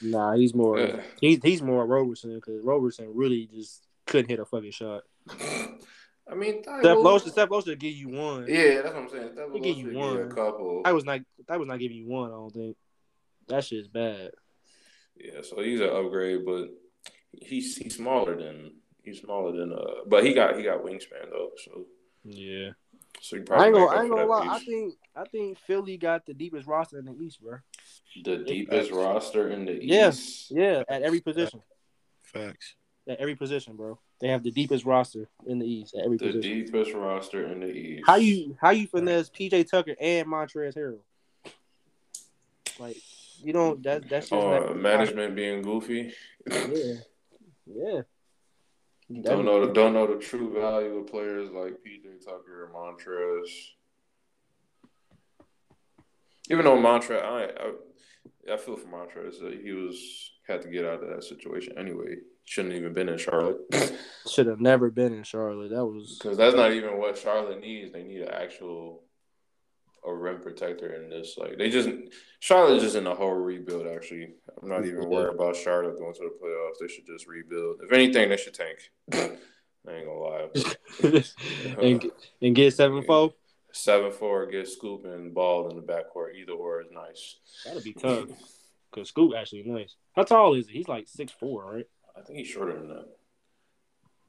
Speaker 2: Nah, he's more
Speaker 1: Yeah.
Speaker 2: he's he's more Roberson because Roberson really just couldn't hit a fucking shot.
Speaker 1: I mean,
Speaker 2: Steph
Speaker 1: Thibault.
Speaker 2: Losa, Steph Losa give you one.
Speaker 1: Yeah, that's what I'm saying.
Speaker 2: He
Speaker 1: Thefalosa
Speaker 2: give you
Speaker 1: give you a
Speaker 2: one.
Speaker 1: couple.
Speaker 2: I was not that was not giving you one. I don't think that shit's bad.
Speaker 1: Yeah, so he's an upgrade, but he's he's smaller than he's smaller than uh, but he got he got wingspan though, so
Speaker 2: Yeah.
Speaker 1: so he
Speaker 2: I
Speaker 1: probably
Speaker 2: ain't gonna,
Speaker 1: make up
Speaker 2: I ain't
Speaker 1: for that
Speaker 2: gonna lie. I
Speaker 1: piece.
Speaker 2: think I think Philly got the deepest roster in the East, bro.
Speaker 1: the deepest roster in the
Speaker 2: Yeah.
Speaker 1: East.
Speaker 2: Yeah, at every position.
Speaker 4: Facts.
Speaker 2: at every position, bro. They have the deepest roster in the East at every
Speaker 1: The
Speaker 2: position.
Speaker 1: deepest roster in the East.
Speaker 2: How you how you finesse PJ Tucker and Montrez Harrell? Like you don't that that's just
Speaker 1: Oh,
Speaker 2: not-
Speaker 1: management being goofy.
Speaker 2: Yeah, yeah.
Speaker 1: Don't know the, don't know the true value of players like PJ Tucker and Montrez. Even though Montrez, I, I I feel for Montrez that he was had to get out of that situation anyway. Shouldn't even been in Charlotte
Speaker 2: should have never been in Charlotte. That was
Speaker 1: because that's not even what Charlotte needs. They need an actual a rim protector in this. Like they just Charlotte's just in a whole rebuild. Actually, I'm not
Speaker 2: Mm-hmm.
Speaker 1: even worried about Charlotte going to the playoffs. They should just rebuild. If anything, they should tank. I ain't gonna lie.
Speaker 2: and
Speaker 1: Uh,
Speaker 2: get- and get seven four.
Speaker 1: Seven four get scoop and ball in the backcourt. Either or is nice.
Speaker 2: That'd be tough. Cause Scoop actually nice. How tall is he? He's like six four, right?
Speaker 1: I think he's shorter than that.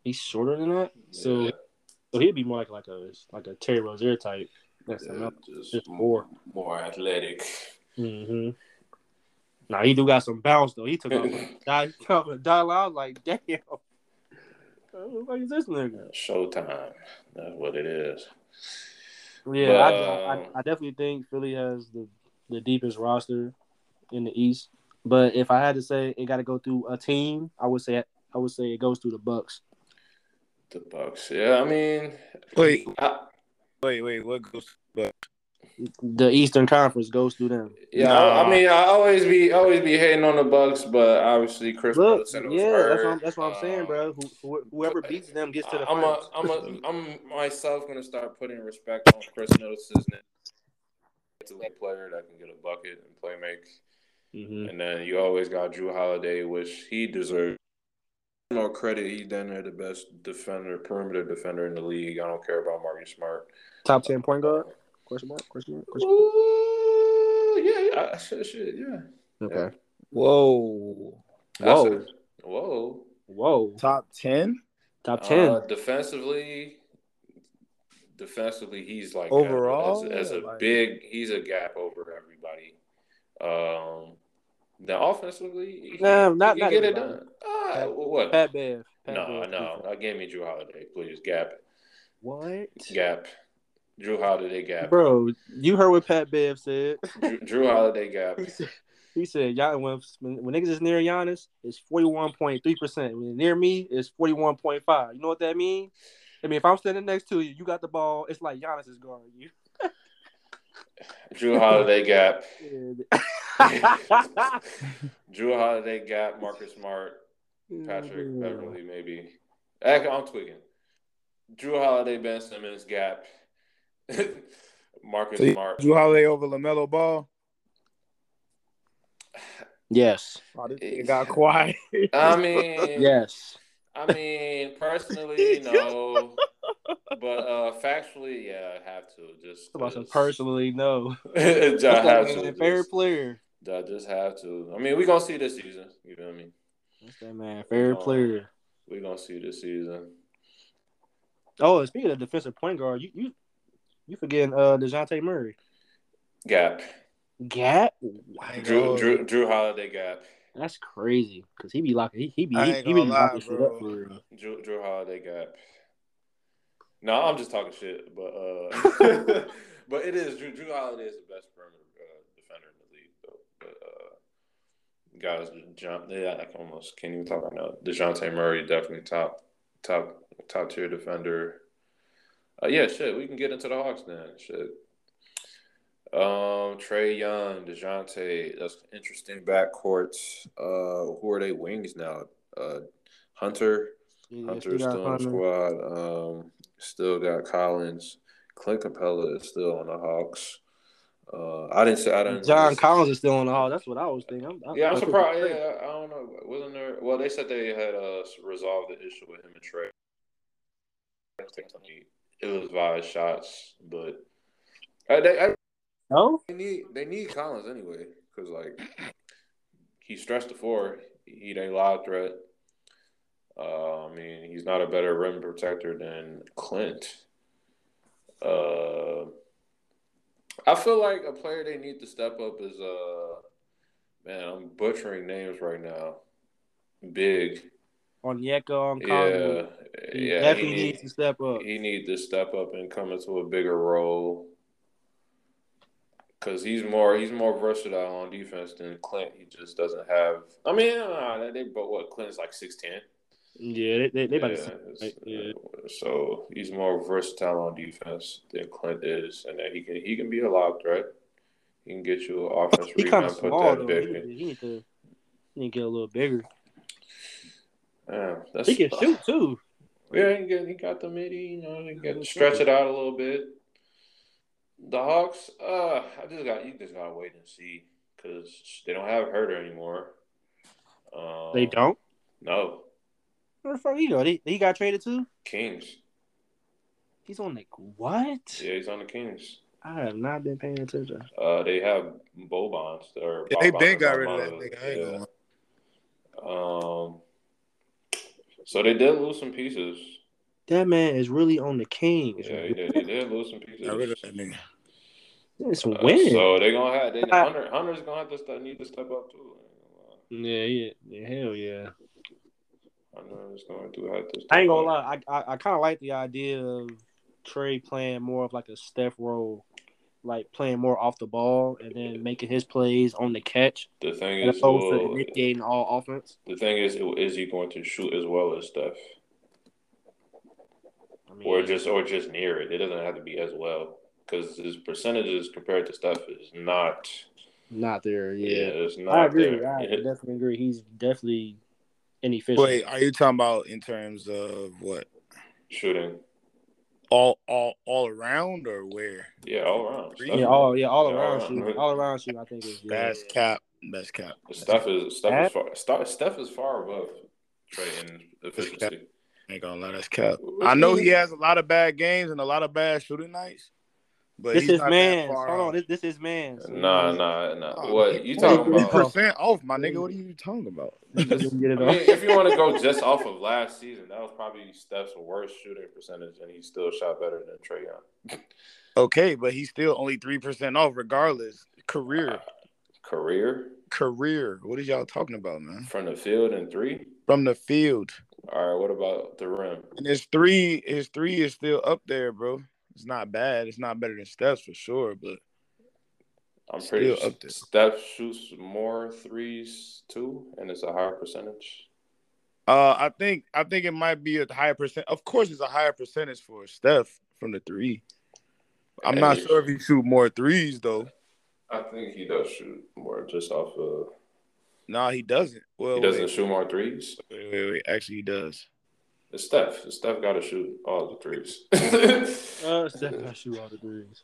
Speaker 2: He's shorter than that, so
Speaker 1: Yeah.
Speaker 2: so he'd be more like like a like a Terry Rozier type. That's
Speaker 1: Yeah,
Speaker 2: enough.
Speaker 1: just
Speaker 2: Just more.
Speaker 1: more athletic.
Speaker 2: Mm-hmm. Now he do got some bounce though. He took off die dial out like damn. Who the fuck is this nigga?
Speaker 1: Showtime. That's what it is.
Speaker 2: Yeah, I, I,
Speaker 1: Wow.
Speaker 2: I definitely think Philly has the, the deepest roster in the East. But if I had to say it got to go through a team, I would say I would say it goes through the Bucks.
Speaker 1: The Bucks. Yeah, I mean,
Speaker 9: Wait,
Speaker 1: I,
Speaker 9: wait, wait. What goes?
Speaker 2: The Eastern Conference goes through them.
Speaker 1: yeah, I, I mean, I always be always be hating on the Bucks, but obviously Chris
Speaker 2: Look,
Speaker 1: Middleton was
Speaker 2: yeah,
Speaker 1: hurt.
Speaker 2: that's what, I'm, that's what I'm saying,
Speaker 1: Um,
Speaker 2: bro. Who- who- Whoever beats them gets to the
Speaker 1: I'm a,
Speaker 2: finals.
Speaker 1: I'm a, I'm myself gonna start putting respect on Chris Middleton's name. It's a little player that can get a bucket and play make.
Speaker 2: Mhm.
Speaker 1: And then you always got Drew Holiday, which he deserves. No credit, he done there the best defender, perimeter defender in the league. I don't care about Marcus Smart.
Speaker 2: Top ten point guard? Question mark? Question mark? Question
Speaker 1: Ooh, yeah, yeah, shit, shit, yeah.
Speaker 2: mark?
Speaker 1: Yeah.
Speaker 2: Okay.
Speaker 9: Whoa.
Speaker 1: That's
Speaker 2: Whoa.
Speaker 1: a- whoa.
Speaker 2: Whoa.
Speaker 4: Top ten?
Speaker 2: Top ten.
Speaker 1: Uh, defensively, defensively, he's like
Speaker 9: Overall,
Speaker 1: as, as a
Speaker 9: like-
Speaker 1: big, he's a gap over everybody. Um, then offensively, he,
Speaker 2: Nah,
Speaker 1: he
Speaker 2: not-
Speaker 1: can
Speaker 2: not
Speaker 1: get it
Speaker 2: everybody.
Speaker 1: done. Ah, what?
Speaker 2: Pat Bev. Pat
Speaker 1: No,
Speaker 2: Bev.
Speaker 1: no, I gave me Drew Holiday, please. Gap,
Speaker 2: What?
Speaker 1: gap. Drew Holiday gap.
Speaker 2: Bro, you heard what Pat Bev said.
Speaker 1: Drew, Drew Holiday gap.
Speaker 2: He said, he said y'all, when, when niggas is near Giannis, it's 41.3%. When near me, it's 41.5. You know what that means? I mean, if I'm standing next to you, you got the ball, it's like Giannis is guarding you.
Speaker 1: Drew Holiday gap.
Speaker 2: And-
Speaker 1: Drew Holiday gap. Marcus Smart. Patrick Beverly maybe. Actually, I'm tweaking. Drew Holiday, Ben Simmons gap. Marcus
Speaker 9: So you-
Speaker 1: Smart.
Speaker 9: Drew Holiday over Lamelo Ball.
Speaker 2: Yes.
Speaker 9: Oh, this nigga got quiet.
Speaker 1: I mean,
Speaker 2: Yes.
Speaker 1: I mean, personally, no. But uh, factually, yeah, I have to just.
Speaker 2: About some
Speaker 1: just-
Speaker 2: personally, no.
Speaker 1: I have
Speaker 2: That's
Speaker 1: to.
Speaker 2: that fair
Speaker 1: Just,
Speaker 2: player.
Speaker 1: I just have to. I mean, we gonna see this season. You know what I mean?
Speaker 2: That's that man. Fair
Speaker 1: Oh.
Speaker 2: player.
Speaker 1: We gonna see this season.
Speaker 2: Oh, and speaking of defensive point guard, you you you forgetting uh Dejounte Murray?
Speaker 1: Gap.
Speaker 2: Gap?
Speaker 9: I ain't
Speaker 1: Drew,
Speaker 9: gonna-
Speaker 1: Drew, Drew Holiday gap.
Speaker 2: That's crazy because he be locking. He, he be
Speaker 9: I
Speaker 2: he,
Speaker 9: ain't
Speaker 2: he be
Speaker 9: gonna
Speaker 2: locking
Speaker 9: lie,
Speaker 2: shit
Speaker 9: bro.
Speaker 2: up for real.
Speaker 1: Drew, Drew Holiday gap. No, I'm just talking shit, but uh, but it is Drew. Drew Holiday is the best perimeter uh, defender in the league, though. But uh, guys, John, yeah, I can almost can't even talk right now. Dejounte Murray definitely top top top tier defender. Uh, yeah, shit, we can get into the Hawks then. Shit. Um, Trey Young, Dejounte, that's interesting backcourts. Uh, who are they wings now? Uh, Hunter,
Speaker 2: Yeah,
Speaker 1: Hunter's
Speaker 2: still got
Speaker 1: still on the
Speaker 2: Hunter.
Speaker 1: squad. Um, still got Collins. Clint Capella is still on the Hawks. Uh, I didn't say I didn't.
Speaker 2: John Collins is still on the hall. That's what I was thinking. I'm,
Speaker 1: Yeah, I'm
Speaker 2: I-
Speaker 1: surprised. Yeah, I don't know. Wasn't there? Well, they said they had uh, resolved the issue with him and Trey. It was via shots, but uh, they I-
Speaker 2: No,
Speaker 1: they need they need Collins anyway because like he stressed the four. He ain't lob threat. Uh, I mean, he's not a better rim protector than Clint. Uh, I feel like a player they need to step up is uh, man, I'm butchering names right now. Big,
Speaker 2: on Yeka on
Speaker 1: Yeah,
Speaker 2: Conley. He
Speaker 1: yeah. He
Speaker 2: definitely
Speaker 1: need,
Speaker 2: needs to step up.
Speaker 1: he need to step up and come into a bigger role. Cause he's more he's more versatile on defense than Clint. He just doesn't have. I mean, uh, they- they but what Clint's like six ten.
Speaker 2: Yeah, they, they, they about to
Speaker 1: Yeah,
Speaker 2: right? Yeah.
Speaker 1: So he's more versatile on defense than Clint is, and that he can he can be a lob threat. He can get you an offense
Speaker 2: He kind
Speaker 1: rebound,
Speaker 2: of
Speaker 1: put
Speaker 2: small
Speaker 1: that
Speaker 2: though.
Speaker 1: back
Speaker 2: He,
Speaker 1: in.
Speaker 2: he need to he need to get a little bigger.
Speaker 1: Yeah, that's
Speaker 2: He can shoot too.
Speaker 1: Yeah, he got, he got the midi, you know, he got
Speaker 2: Yeah,
Speaker 1: stretch it out a little bit. The Hawks, uh, I just got you just gotta wait and see because they don't have Herder anymore. Um,
Speaker 2: They don't.
Speaker 1: No,
Speaker 2: Where the fuck you know? They, he got traded too.
Speaker 1: Kings.
Speaker 2: He's on like what?
Speaker 1: Yeah, he's on the Kings.
Speaker 2: I have not been paying attention.
Speaker 1: Uh, they have Bobons or
Speaker 4: Yeah, they
Speaker 1: Boban
Speaker 4: been
Speaker 1: or
Speaker 4: got rid of that
Speaker 1: Bobon,
Speaker 4: nigga. I ain't
Speaker 1: yeah.
Speaker 4: gonna. lie.
Speaker 1: Um, so they did lose some pieces.
Speaker 2: That man is really on the Kings.
Speaker 1: Yeah, they, they did lose some pieces.
Speaker 4: Got rid of that nigga.
Speaker 2: It's
Speaker 1: Uh,
Speaker 2: win.
Speaker 1: so they're gonna have they, Hunter, Hunter's gonna have to start, need to step up too.
Speaker 2: yeah, yeah, yeah, hell yeah.
Speaker 1: Hunter's going to have to. Step
Speaker 2: I ain't
Speaker 1: up.
Speaker 2: gonna lie. I I, I kind of like the idea of Trey playing more of like a Steph role, like playing more off the ball and then making his plays on the catch,
Speaker 1: The thing
Speaker 2: as
Speaker 1: is,
Speaker 2: opposed to
Speaker 1: well,
Speaker 2: initiating all offense.
Speaker 1: the thing is, is he going to shoot as well as Steph,
Speaker 2: I mean,
Speaker 1: or just or just near it? It doesn't have to be as well because his percentages compared to Steph is not.
Speaker 2: not there.
Speaker 1: Yeah,
Speaker 2: Yeah,
Speaker 1: it's not.
Speaker 2: I agree.
Speaker 1: There.
Speaker 2: I
Speaker 1: It-
Speaker 2: definitely agree. He's definitely inefficient.
Speaker 4: Wait, are you talking about in terms of what
Speaker 1: shooting,
Speaker 4: all all all around or where?
Speaker 1: yeah, all around.
Speaker 4: Three?
Speaker 1: Steph,
Speaker 2: yeah, all yeah, all
Speaker 1: Yeah,
Speaker 2: around
Speaker 1: all
Speaker 2: shoot,
Speaker 1: around.
Speaker 2: all around shoot. I think is yeah.
Speaker 4: Best cap, best cap.
Speaker 1: Steph is Steph is far, Steph, Steph is far above Trey in efficiency.
Speaker 4: Ain't gonna let us cap. I know he has a lot of bad games and a lot of bad shooting nights, but
Speaker 2: This
Speaker 4: he's
Speaker 2: is
Speaker 4: not
Speaker 2: man.
Speaker 4: that far.
Speaker 2: Hold on,
Speaker 4: off.
Speaker 2: this, this is man.
Speaker 1: Nah, nah,
Speaker 4: Oh,
Speaker 1: nah. What you talking
Speaker 2: Twenty-three
Speaker 1: about?
Speaker 4: percent off, my nigga. What are you talking about?
Speaker 1: Just-
Speaker 2: Get it
Speaker 1: I
Speaker 2: off.
Speaker 1: mean, if you want to go just off of last season, that was probably Steph's worst shooting percentage, and he still shot better than Trey Young.
Speaker 4: Okay, but he's still only three percent off, regardless. Career,
Speaker 1: Uh, Career
Speaker 4: career. What is y'all talking about, man?
Speaker 1: from the field and three.
Speaker 4: From the field,
Speaker 1: All right, what about the rim?
Speaker 4: and his three, his three is still up there, bro. It's not bad. It's not better than Steph's for sure, but
Speaker 1: I'm pretty
Speaker 4: Still
Speaker 1: sure
Speaker 4: up there.
Speaker 1: Steph shoots more threes too, and it's a higher percentage.
Speaker 4: Uh, I think I think it might be a higher percent. Of course, it's a higher percentage for Steph from the three. I'm
Speaker 1: And
Speaker 4: not
Speaker 1: he-
Speaker 4: sure if he shoot more threes though.
Speaker 1: I think he does shoot more just off of.
Speaker 4: nah, he doesn't. Well,
Speaker 1: He doesn't
Speaker 4: wait,
Speaker 1: shoot more threes.
Speaker 4: wait, wait, wait. Actually, he does.
Speaker 1: It's Steph. Steph got to shoot all the threes.
Speaker 2: Uh, Steph I shoot all the threes.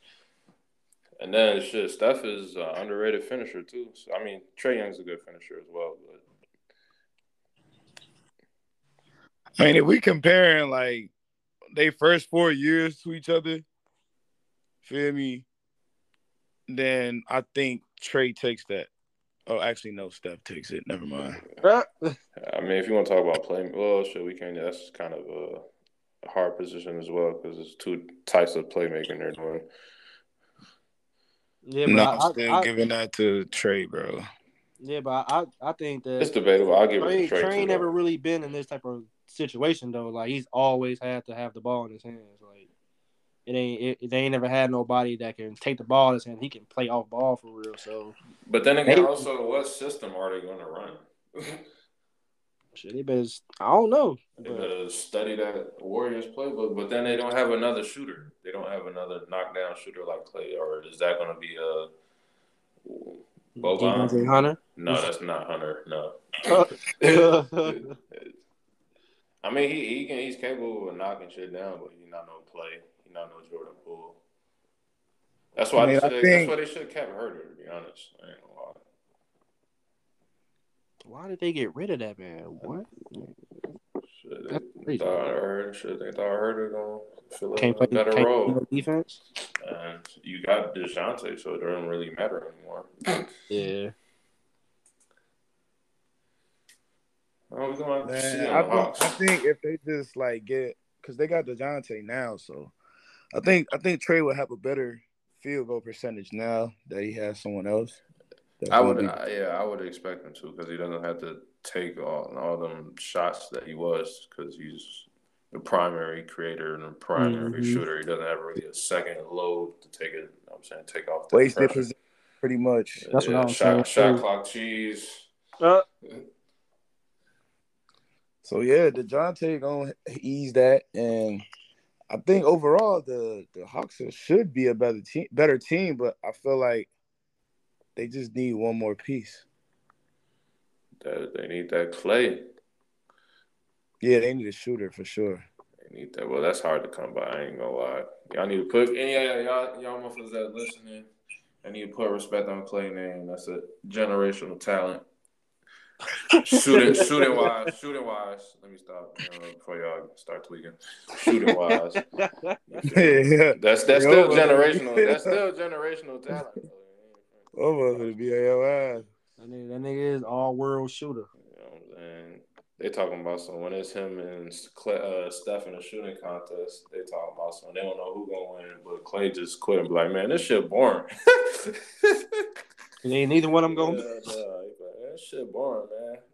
Speaker 1: And then shit, Steph is an underrated finisher too. So I mean, Trey Young's a good finisher as well. But
Speaker 4: I mean, if we comparing like they first four years to each other, feel me? Then I think Trey takes that. Oh, actually, no, Steph takes it. Never mind.
Speaker 1: I mean, if you want to talk about play, well, shit, we can. That's kind of a hard position as well because there's two types of playmaking they're doing.
Speaker 2: Yeah, but
Speaker 4: no,
Speaker 2: I,
Speaker 4: I'm still
Speaker 2: I, I,
Speaker 4: giving that to Trey, bro.
Speaker 2: yeah, but I, I think
Speaker 1: It's
Speaker 2: that
Speaker 1: debatable. I'll give it
Speaker 2: Trey,
Speaker 1: to Trey.
Speaker 2: Trey
Speaker 1: too,
Speaker 2: ain't never
Speaker 1: though.
Speaker 2: really been in this type of situation though. Like he's always had to have the ball in his hands. Like it ain't, it, they ain't never had nobody that can take the ball in his hand. He can play off ball for real. So
Speaker 1: But then again,
Speaker 2: They-
Speaker 1: also, what system are they going to run?
Speaker 2: shit, they better. I don't know.
Speaker 1: they
Speaker 2: But,
Speaker 1: better study that Warriors playbook. But then they don't have another shooter. They don't have another knockdown shooter like Clay. Or is that going to be a? Boban.
Speaker 2: DeAndre Hunter.
Speaker 1: No, that's not Hunter. No. I mean, he, he can, he's capable of knocking shit down, but he's not no play. He's not no Jordan Poole. That's why
Speaker 4: I mean,
Speaker 1: they
Speaker 4: I
Speaker 1: should that's
Speaker 4: think-
Speaker 1: why they should have kept Herder, to be honest. I ain't gonna lie.
Speaker 2: Why did they get rid of that man? What?
Speaker 1: Shit,
Speaker 2: That's
Speaker 1: they,
Speaker 2: crazy.
Speaker 1: thought Herder, shit, they thought Herder gonna fill
Speaker 2: Can't
Speaker 1: a
Speaker 2: play,
Speaker 1: better
Speaker 2: can't play
Speaker 1: role.
Speaker 2: no defense.
Speaker 1: And you got DeJounte, so it doesn't really matter anymore.
Speaker 2: Yeah.
Speaker 1: Oh, we gonna have to see
Speaker 4: Man,
Speaker 1: on
Speaker 4: I,
Speaker 1: the
Speaker 4: think, I
Speaker 1: Hawks.
Speaker 4: think if they just like get because they got Dejounte now, so I think I think Trey will have a better field goal percentage now that he has someone else.
Speaker 1: That's I would, I, yeah, I would expect him to because he doesn't have to take all all them shots that he was because he's the primary creator and the primary mm-hmm. shooter. He doesn't have really a second load to take it. I'm saying take off.
Speaker 4: The Wasted position, pretty much.
Speaker 1: That's yeah, what I'm shot, saying. Shot clock cheese.
Speaker 2: Uh,
Speaker 4: so yeah, Dejounte gonna ease that, and I think overall the the Hawks should be a better team, better team. But I feel like they just need one more piece.
Speaker 1: That they need that Clay.
Speaker 4: Yeah, they need a shooter for sure.
Speaker 1: They need that. Well, that's hard to come by. I ain't gonna lie. Y'all need to put any y'all y'all motherfuckers that listening. I need to put respect on Clay name. That's a generational talent. shooting, shooting wise, shooting wise. Let me stop you know, before y'all start tweaking. Shooting wise, yeah, that's that's still generational. That's still generational talent.
Speaker 4: Over to be your ass.
Speaker 2: That nigga, that nigga is all world shooter.
Speaker 1: You know what I'm saying? They talking about some when it's him and Clay, uh, Steph in a shooting contest. They talking about some. They don't know who gonna win, but Clay just quit and be like, "Man, this shit boring."
Speaker 2: it ain't neither one of them going.
Speaker 1: Yeah, no, like, that shit boring,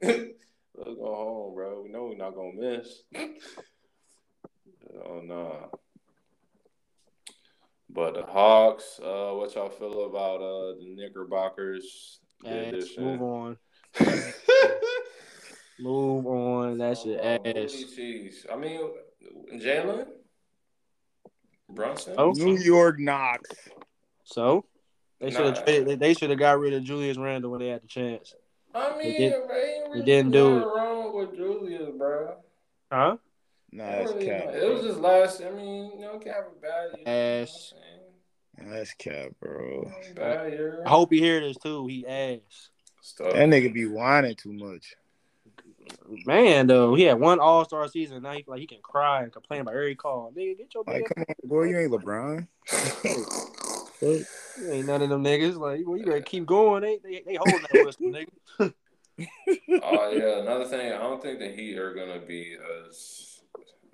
Speaker 1: man. Let's go home, bro. We know we're not gonna miss. oh no. Nah. But the Hawks, uh, what y'all feel about uh, the Knickerbockers?
Speaker 2: Ass, move on. move on. That's your oh, ass.
Speaker 1: Cheese. I mean, Jalen Brunson,
Speaker 9: oh. New York Knox.
Speaker 2: So they should have nah. they should have got rid of Julius Randle when they had the chance.
Speaker 1: I mean, they, did, really they didn't do it. Wrong with Julius, bro.
Speaker 2: Huh?
Speaker 9: No, that's
Speaker 1: really, cap. It was just last. I mean, you know, cap bad year.
Speaker 2: Ass.
Speaker 1: You
Speaker 9: know that's cap, bro.
Speaker 1: Bad year.
Speaker 2: I hope he hear this too. He ass.
Speaker 9: Stuff. That nigga be whining too much.
Speaker 2: Man, though, he had one All Star season. Now he like he can cry and complain about every call. Nigga, get your
Speaker 9: like, come on, boy, you ain't LeBron.
Speaker 2: you ain't none of them niggas. Like, well, you gotta keep going. They they, they holding that whistle, nigga.
Speaker 1: Oh uh, yeah, another thing. I don't think the Heat are gonna be as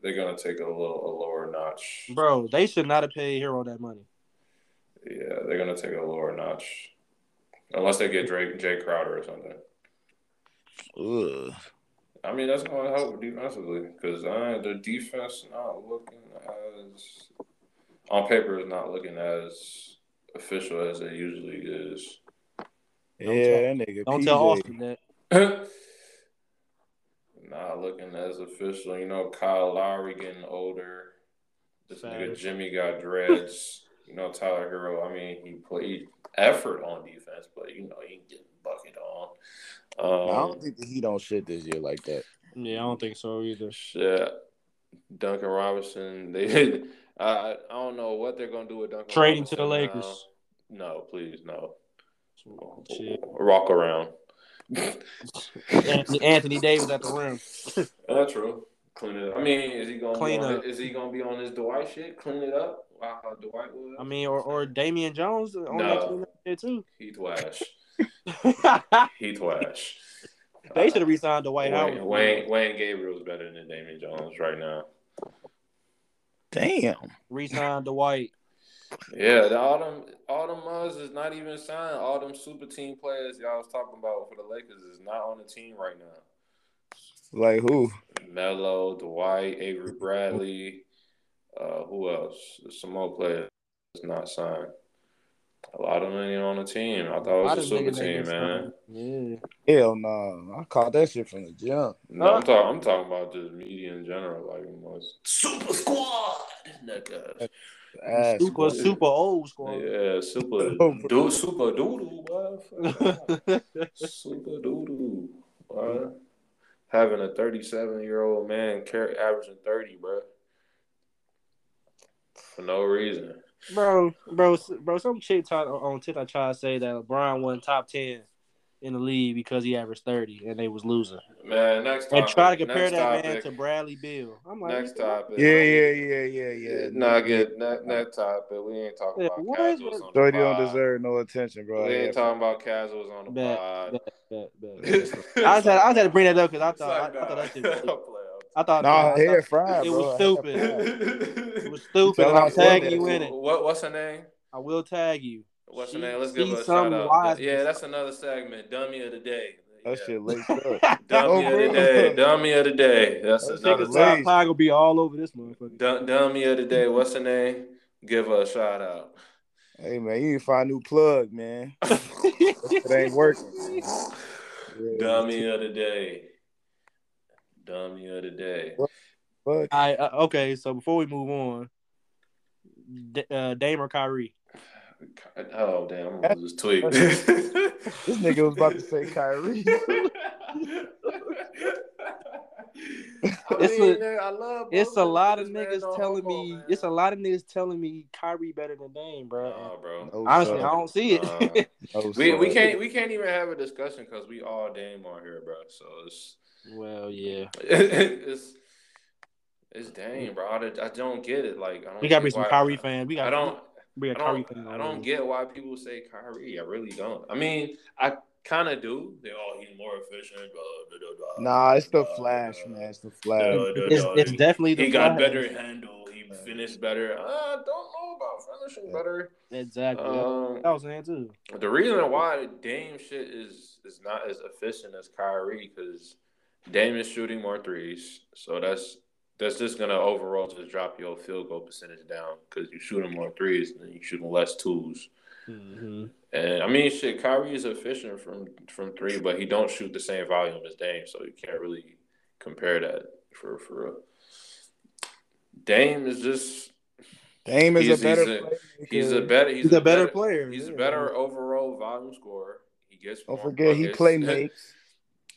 Speaker 1: they're gonna take a little a lower notch.
Speaker 2: Bro, they should not have paid Hero that money.
Speaker 1: Yeah, they're gonna take a lower notch, unless they get Drake Jay Crowder or something.
Speaker 9: Ugh.
Speaker 1: I mean, that's gonna help defensively because uh, their defense not looking as on paper is not looking as official as it usually is.
Speaker 9: Yeah, don't tell, that nigga.
Speaker 2: Don't PJ. tell Austin that.
Speaker 1: not looking as official. You know, Kyle Lowry getting older. This Sad. nigga Jimmy got dreads. you know, Tyler Hero. I mean, he played effort on defense, but you know, he didn't bucket on. Um,
Speaker 9: I don't think he don't shit this year like that.
Speaker 2: Yeah, I don't think so either.
Speaker 1: Shit. Duncan Robinson. They, I, I don't know what they're gonna do with Duncan.
Speaker 2: Trading to the Lakers.
Speaker 1: Now. No, please, no. Shit. Rock around.
Speaker 2: Anthony, Anthony, Davis at the rim.
Speaker 1: Oh, That's true. Clean it up. I mean, is he gonna clean up? His, is he gonna be on this Dwight shit? Clean it up. Wow, Dwight would.
Speaker 2: I mean, or or Damian Jones on no. that shit too.
Speaker 1: Heath Wash. Heath Wash.
Speaker 2: They should have resigned to White House.
Speaker 1: Wayne, Wayne Gabriel is better than Damian Jones right now.
Speaker 9: Damn.
Speaker 2: Resigned to White.
Speaker 1: Yeah, the, all them all them Muzz is not even signed. All them super team players y'all was talking about for the Lakers is not on the team right now.
Speaker 9: Like who?
Speaker 1: Melo, Dwight, Avery Bradley, uh, who else? Some more players is not signed. A lot of money on the team. I thought it was a, a super team, man.
Speaker 2: Signed.
Speaker 9: Yeah. Hell no. Nah. I caught that shit from the jump.
Speaker 1: No, I'm talking I'm talking about just media in general, like most Super Squad niggas.
Speaker 2: Ass, super, boy. super old squad.
Speaker 1: Yeah, super, do, super doodle, super doodle. Bro. Having a 37 year old man carry averaging 30, bro, for no reason.
Speaker 2: Bro, bro, bro. Some chick tried, on TikTok tried to say that LeBron won top ten in the league because he averaged thirty and they was losing.
Speaker 1: Man, next
Speaker 2: topic. And try to compare next that topic. man to Bradley Bill. I'm like,
Speaker 1: next topic.
Speaker 9: Yeah, yeah, yeah, yeah, yeah.
Speaker 1: Nah, get that next topic. We ain't talking yeah, about casuals on
Speaker 9: Thirty don't deserve no attention, bro.
Speaker 1: We ain't talking about casuals on the bet, pod.
Speaker 2: Bet, bet, bet. I just had I just had to bring that up because I thought like, I, I thought that shit. Was stupid. I thought,
Speaker 9: nah,
Speaker 2: I thought
Speaker 9: fried,
Speaker 2: it, was stupid. it was stupid. It was stupid. I'm tagging you in it.
Speaker 1: What, what's her name?
Speaker 2: I will tag you.
Speaker 1: What's the name? Let's give her a shout
Speaker 2: something wise
Speaker 1: out. Yeah, that's another segment. Dummy of the day.
Speaker 9: That
Speaker 1: Yeah.
Speaker 9: shit laced up.
Speaker 1: Dummy
Speaker 9: Oh,
Speaker 1: of the
Speaker 9: bro.
Speaker 1: day. Dummy of the day. That's
Speaker 9: Let's
Speaker 1: another
Speaker 9: take a
Speaker 2: Top
Speaker 9: Please.
Speaker 2: pie gonna be all over this motherfucker.
Speaker 1: Dum- dummy of the day. What's her name? Give her a shout out.
Speaker 9: Hey man, you need to find a new plug, man. It ain't working. Yeah,
Speaker 1: dummy of the day. Dummy of the day.
Speaker 9: plug.
Speaker 2: All right, uh, okay. So before we move on, D- uh, Dame or Kyrie?
Speaker 1: Oh damn! I'm gonna just tweet.
Speaker 9: This nigga was about to say Kyrie.
Speaker 1: I,
Speaker 2: It's
Speaker 1: mean,
Speaker 2: a-
Speaker 1: man, I love
Speaker 2: It's
Speaker 1: both
Speaker 2: a
Speaker 1: them
Speaker 2: lot of
Speaker 1: niggas, man.
Speaker 2: niggas
Speaker 1: No
Speaker 2: telling
Speaker 1: homo,
Speaker 2: me.
Speaker 1: man.
Speaker 2: It's a lot of niggas telling me Kyrie better than Dame, bro.
Speaker 1: Nah, bro.
Speaker 9: No,
Speaker 2: Honestly,
Speaker 9: sir.
Speaker 2: I don't see it.
Speaker 1: Oh, Nah.
Speaker 9: No,
Speaker 1: We we
Speaker 9: sir.
Speaker 1: can't we can't even have a discussion because we all Dame on here, bro. So it's
Speaker 2: well, yeah.
Speaker 1: it's it's Dame, bro. I, don't- I don't get it. Like I don't
Speaker 2: We gotta
Speaker 1: get
Speaker 2: be some
Speaker 1: why-
Speaker 2: Kyrie fans. We got.
Speaker 1: I don't
Speaker 2: We
Speaker 1: I
Speaker 2: got Kyrie
Speaker 1: don't
Speaker 2: fans.
Speaker 1: I don't get why people say Kyrie. I really don't. I mean, I kind of do. They all he's more efficient. Blah, blah, blah, blah,
Speaker 9: Nah, it's the
Speaker 1: blah,
Speaker 9: flash,
Speaker 1: blah,
Speaker 9: man. It's the
Speaker 1: blah,
Speaker 9: flash.
Speaker 1: blah, blah,
Speaker 2: It's,
Speaker 1: blah.
Speaker 2: it's
Speaker 1: He-
Speaker 2: definitely the
Speaker 1: he got
Speaker 2: Flash.
Speaker 1: better handle. He finished better. I don't know about finishing better.
Speaker 2: Exactly.
Speaker 1: Um,
Speaker 2: that was saying too.
Speaker 1: the reason why the Dame shit is is not as efficient as Kyrie because Dame is shooting more threes, so that's that's just gonna overall just drop your field goal percentage down because you shooting more threes and you shooting less twos.
Speaker 2: Mm-hmm.
Speaker 1: And I mean, shit, Kyrie is efficient from from three, but he don't shoot the same volume as Dame, so you can't really compare that for for real. Dame is just
Speaker 9: Dame is
Speaker 1: He's-
Speaker 9: a better
Speaker 1: he's a-
Speaker 9: playmaker.
Speaker 1: he's a better
Speaker 2: He's a better player,
Speaker 1: He's
Speaker 2: yeah.
Speaker 1: a better overall volume scorer. He gets
Speaker 9: Don't
Speaker 1: more
Speaker 9: forget he
Speaker 1: buckets.
Speaker 9: play makes.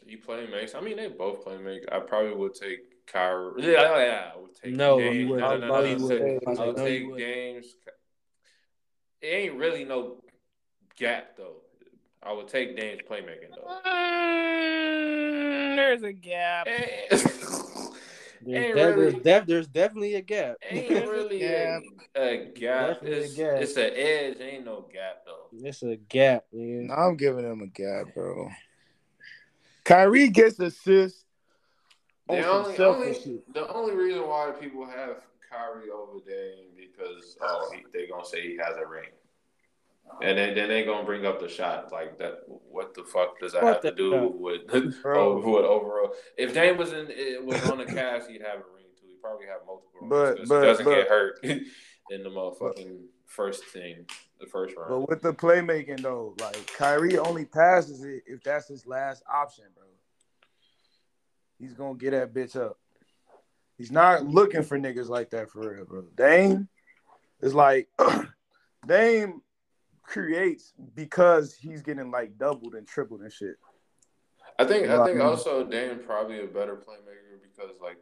Speaker 1: He play makes. I mean, they both play makes. I probably would take Kyrie. Yeah, yeah, yeah. I would take
Speaker 2: No,
Speaker 1: Dame.
Speaker 2: you wouldn't.
Speaker 1: No,
Speaker 2: I
Speaker 1: no,
Speaker 2: know
Speaker 1: no,
Speaker 2: you
Speaker 1: I'll
Speaker 2: wouldn't.
Speaker 1: take-
Speaker 2: I know
Speaker 1: I'll
Speaker 2: you
Speaker 1: take
Speaker 2: wouldn't.
Speaker 1: Dame's. It ain't really no gap though. I would take Dame's playmaking though.
Speaker 6: Mm, there's a gap.
Speaker 1: Eh,
Speaker 2: There's,
Speaker 1: Ain't
Speaker 2: de- there's,
Speaker 1: really.
Speaker 2: def- there's definitely a gap.
Speaker 1: Ain't really a, a gap.
Speaker 2: Definitely a
Speaker 1: It's,
Speaker 2: gap.
Speaker 1: it's an edge. Ain't no gap though.
Speaker 2: It's a gap, man.
Speaker 9: Nah, I'm giving him a gap, bro. Kyrie gets assists on
Speaker 1: The
Speaker 9: some
Speaker 1: only,
Speaker 9: selfish
Speaker 1: only-
Speaker 9: shit.
Speaker 1: the only reason why people have Kyrie over Dame because oh, he, they gonna say he has a ring, and then, then they gonna bring up the shot like that. What the fuck does that
Speaker 2: What
Speaker 1: have to
Speaker 2: the
Speaker 1: do
Speaker 2: fuck?
Speaker 1: with
Speaker 9: Bro.
Speaker 1: over- with overall? If Dame was in it was on the Cavs, he'd have a ring too. He probably have multiple rings
Speaker 9: But-
Speaker 1: 'cause
Speaker 9: but-
Speaker 1: he doesn't
Speaker 9: but-
Speaker 1: get hurt in the motherfucking first thing, the first
Speaker 4: But
Speaker 1: round.
Speaker 4: with the playmaking though, like Kyrie only passes it if that's his last option, bro. He's gonna get that bitch up. He's not looking for niggas like that for real, bro. Dame is like Dame creates because he's getting like doubled and tripled and shit.
Speaker 1: I think I
Speaker 4: Right.
Speaker 1: think also Dame probably a better playmaker because like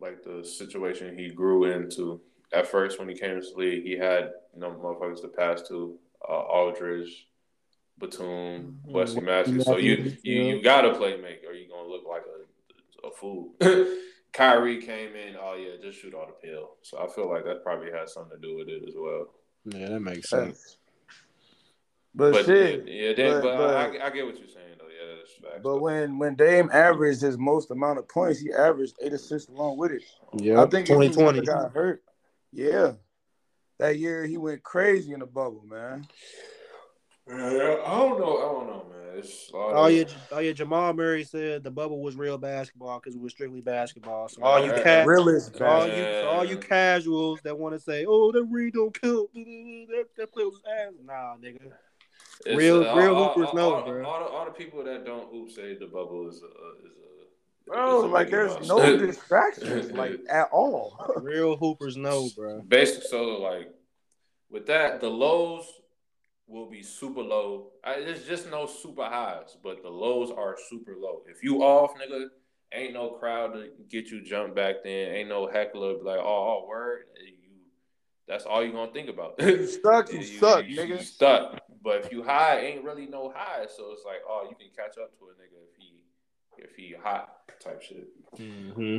Speaker 1: like the situation he grew into at first when he came to the league, he had you know motherfuckers to pass to uh, Aldridge, Batum,
Speaker 4: Mm-hmm.
Speaker 1: Wesley Matthews. So you you you got to playmaker. or you gonna look like a a fool. Kyrie came in. Oh yeah, just shoot all the pill. So I feel like that probably has something to do with it as well.
Speaker 2: Yeah, that makes
Speaker 4: But,
Speaker 1: But
Speaker 4: shit.
Speaker 1: yeah, then, but,
Speaker 4: but- but-
Speaker 1: I, I get what you're saying though. Yeah, that's facts.
Speaker 4: But when when Dame averaged his most amount of points, he averaged eight assists along with it.
Speaker 2: Yeah,
Speaker 4: I think if he never
Speaker 2: 2020.
Speaker 4: got hurt. Yeah, that year he went crazy in the bubble, man.
Speaker 1: Yeah, I don't know. I don't know, man. It's a lot
Speaker 2: Oh
Speaker 1: of-
Speaker 2: yeah, oh yeah. Jamal Murray said the bubble was real basketball because it was strictly basketball. So all you
Speaker 1: Oh, Yeah.
Speaker 2: ca-
Speaker 4: Realest
Speaker 2: so all
Speaker 4: bad.
Speaker 2: you, so all you casuals that want to say, "Oh, that read don't count," that that play was ass. Nah, nigga.
Speaker 1: It's,
Speaker 2: Real-
Speaker 1: uh,
Speaker 2: real
Speaker 1: all-
Speaker 2: hoopers
Speaker 1: all-
Speaker 2: know,
Speaker 1: all,
Speaker 2: bro.
Speaker 1: All, the, all the people that don't hoop say the bubble is a is a
Speaker 4: Bro,
Speaker 1: is a
Speaker 4: like
Speaker 1: Mickey
Speaker 4: there's
Speaker 1: Mouse.
Speaker 4: no distractions, like at all.
Speaker 2: Real hoopers know, bro.
Speaker 1: Basic. So like with that, the lows will be super low. I, there's just no super highs, but the lows are super low. If you off, nigga, ain't no crowd to get you jumped back. Then ain't no heckler be like, oh, oh word. You, that's all you gonna think about.
Speaker 4: You suck, you suck, nigga.
Speaker 1: Stuck. But if you high, ain't really no high. So it's like, oh, you can catch up to a nigga if he if he hot type shit.
Speaker 2: hmm
Speaker 4: Mm-hmm.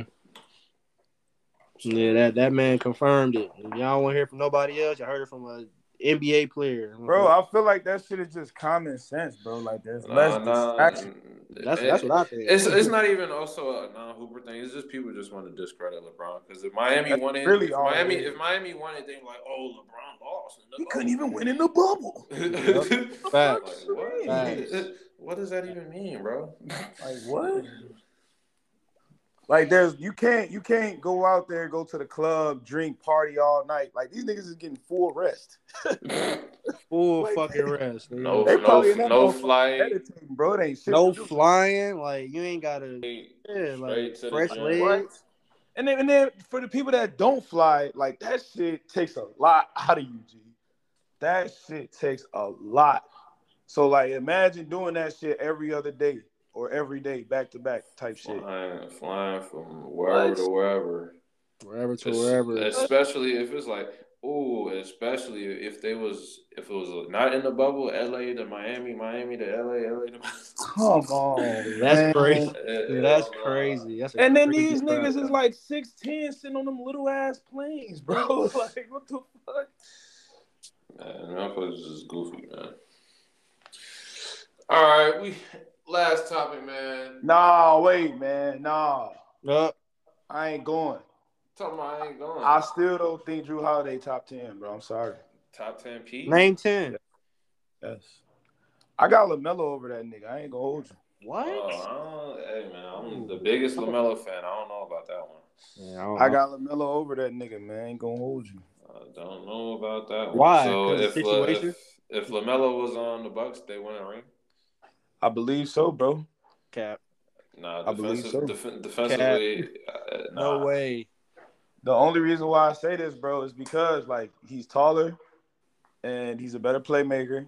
Speaker 2: Yeah, that that man confirmed it. If y'all don't want to hear from nobody else, y'all heard it from a NBA player.
Speaker 4: Bro, I feel like that shit is just common sense, bro. Like there's less distraction.
Speaker 2: that's that's what I think.
Speaker 1: mm, eh, It's it's not even also a non Hooper thing. It's just people just want to discredit LeBron because if Miami
Speaker 4: That's
Speaker 1: won it,
Speaker 4: really
Speaker 1: if
Speaker 4: all it
Speaker 1: Miami
Speaker 4: is.
Speaker 1: if Miami won it, they were like, oh, LeBron lost.
Speaker 4: He couldn't even win in the bubble.
Speaker 1: even.
Speaker 2: Facts.
Speaker 1: what?
Speaker 2: Facts.
Speaker 1: what does that even mean, bro?
Speaker 4: Like what? Like there's you can't you can't go out there, go to the club, drink, party all night. Like these niggas is getting full rest.
Speaker 2: Full
Speaker 4: Like-
Speaker 2: fucking rest. nigga.
Speaker 1: no,
Speaker 4: They
Speaker 1: no,
Speaker 4: probably in
Speaker 1: no,
Speaker 4: that motherfucker
Speaker 1: flight.
Speaker 4: Meditating, bro. It ain't shit.
Speaker 2: no
Speaker 4: to do.
Speaker 2: flying. Like you ain't gotta. Yeah,
Speaker 1: Straight
Speaker 2: like
Speaker 1: to the
Speaker 2: fresh
Speaker 1: gym.
Speaker 2: legs.
Speaker 4: And then, and then for the people that don't fly, like that shit takes a lot out of you, G. That shit takes a lot. So like imagine doing that shit every other day or every day back to back type shit.
Speaker 1: Flying, flying from wherever to wherever.
Speaker 2: Wherever to
Speaker 1: Es-
Speaker 2: wherever.
Speaker 1: Especially if it's like, oh, especially if they was if it was not in the bubble, LA to Miami, Miami to LA, LA to
Speaker 4: Come on. man.
Speaker 2: That's crazy.
Speaker 1: Miami.
Speaker 2: Dude, that's crazy. That's a
Speaker 4: And then
Speaker 2: crazy
Speaker 4: these
Speaker 2: fact.
Speaker 4: niggas is like 16 sitting on them little ass planes, bro. Like what the fuck?
Speaker 1: Man, that was just goofy, man. All right, we last topic, man.
Speaker 4: Nah, wait, man. Nah.
Speaker 2: Yup.
Speaker 4: I ain't going.
Speaker 1: Talking about I ain't going.
Speaker 4: I still don't think Drew Holiday top 10, bro. I'm sorry.
Speaker 1: Top ten P.
Speaker 2: name ten.
Speaker 4: Yes. I got LaMelo over that nigga. I ain't gonna hold you.
Speaker 2: What?
Speaker 1: Oh, I don't- hey man, I'm the biggest Lamelo fan. I don't know about that one.
Speaker 2: Uh-huh.
Speaker 4: I got LaMelo over that nigga, man. I ain't gonna hold you.
Speaker 1: I don't know about that. one.
Speaker 2: Why?
Speaker 1: So
Speaker 2: 'Cause of
Speaker 1: if,
Speaker 2: the
Speaker 1: La-
Speaker 2: situation?
Speaker 1: if if Lamelo was on the Bucks, they win a ring.
Speaker 4: I believe so, bro.
Speaker 2: cap.
Speaker 1: Nah,
Speaker 4: I believe
Speaker 1: defensive,
Speaker 4: so.
Speaker 1: def- defensively, uh,
Speaker 2: No
Speaker 1: nah.
Speaker 2: way.
Speaker 4: The only reason why I say this, bro, is because like he's taller and he's a better playmaker.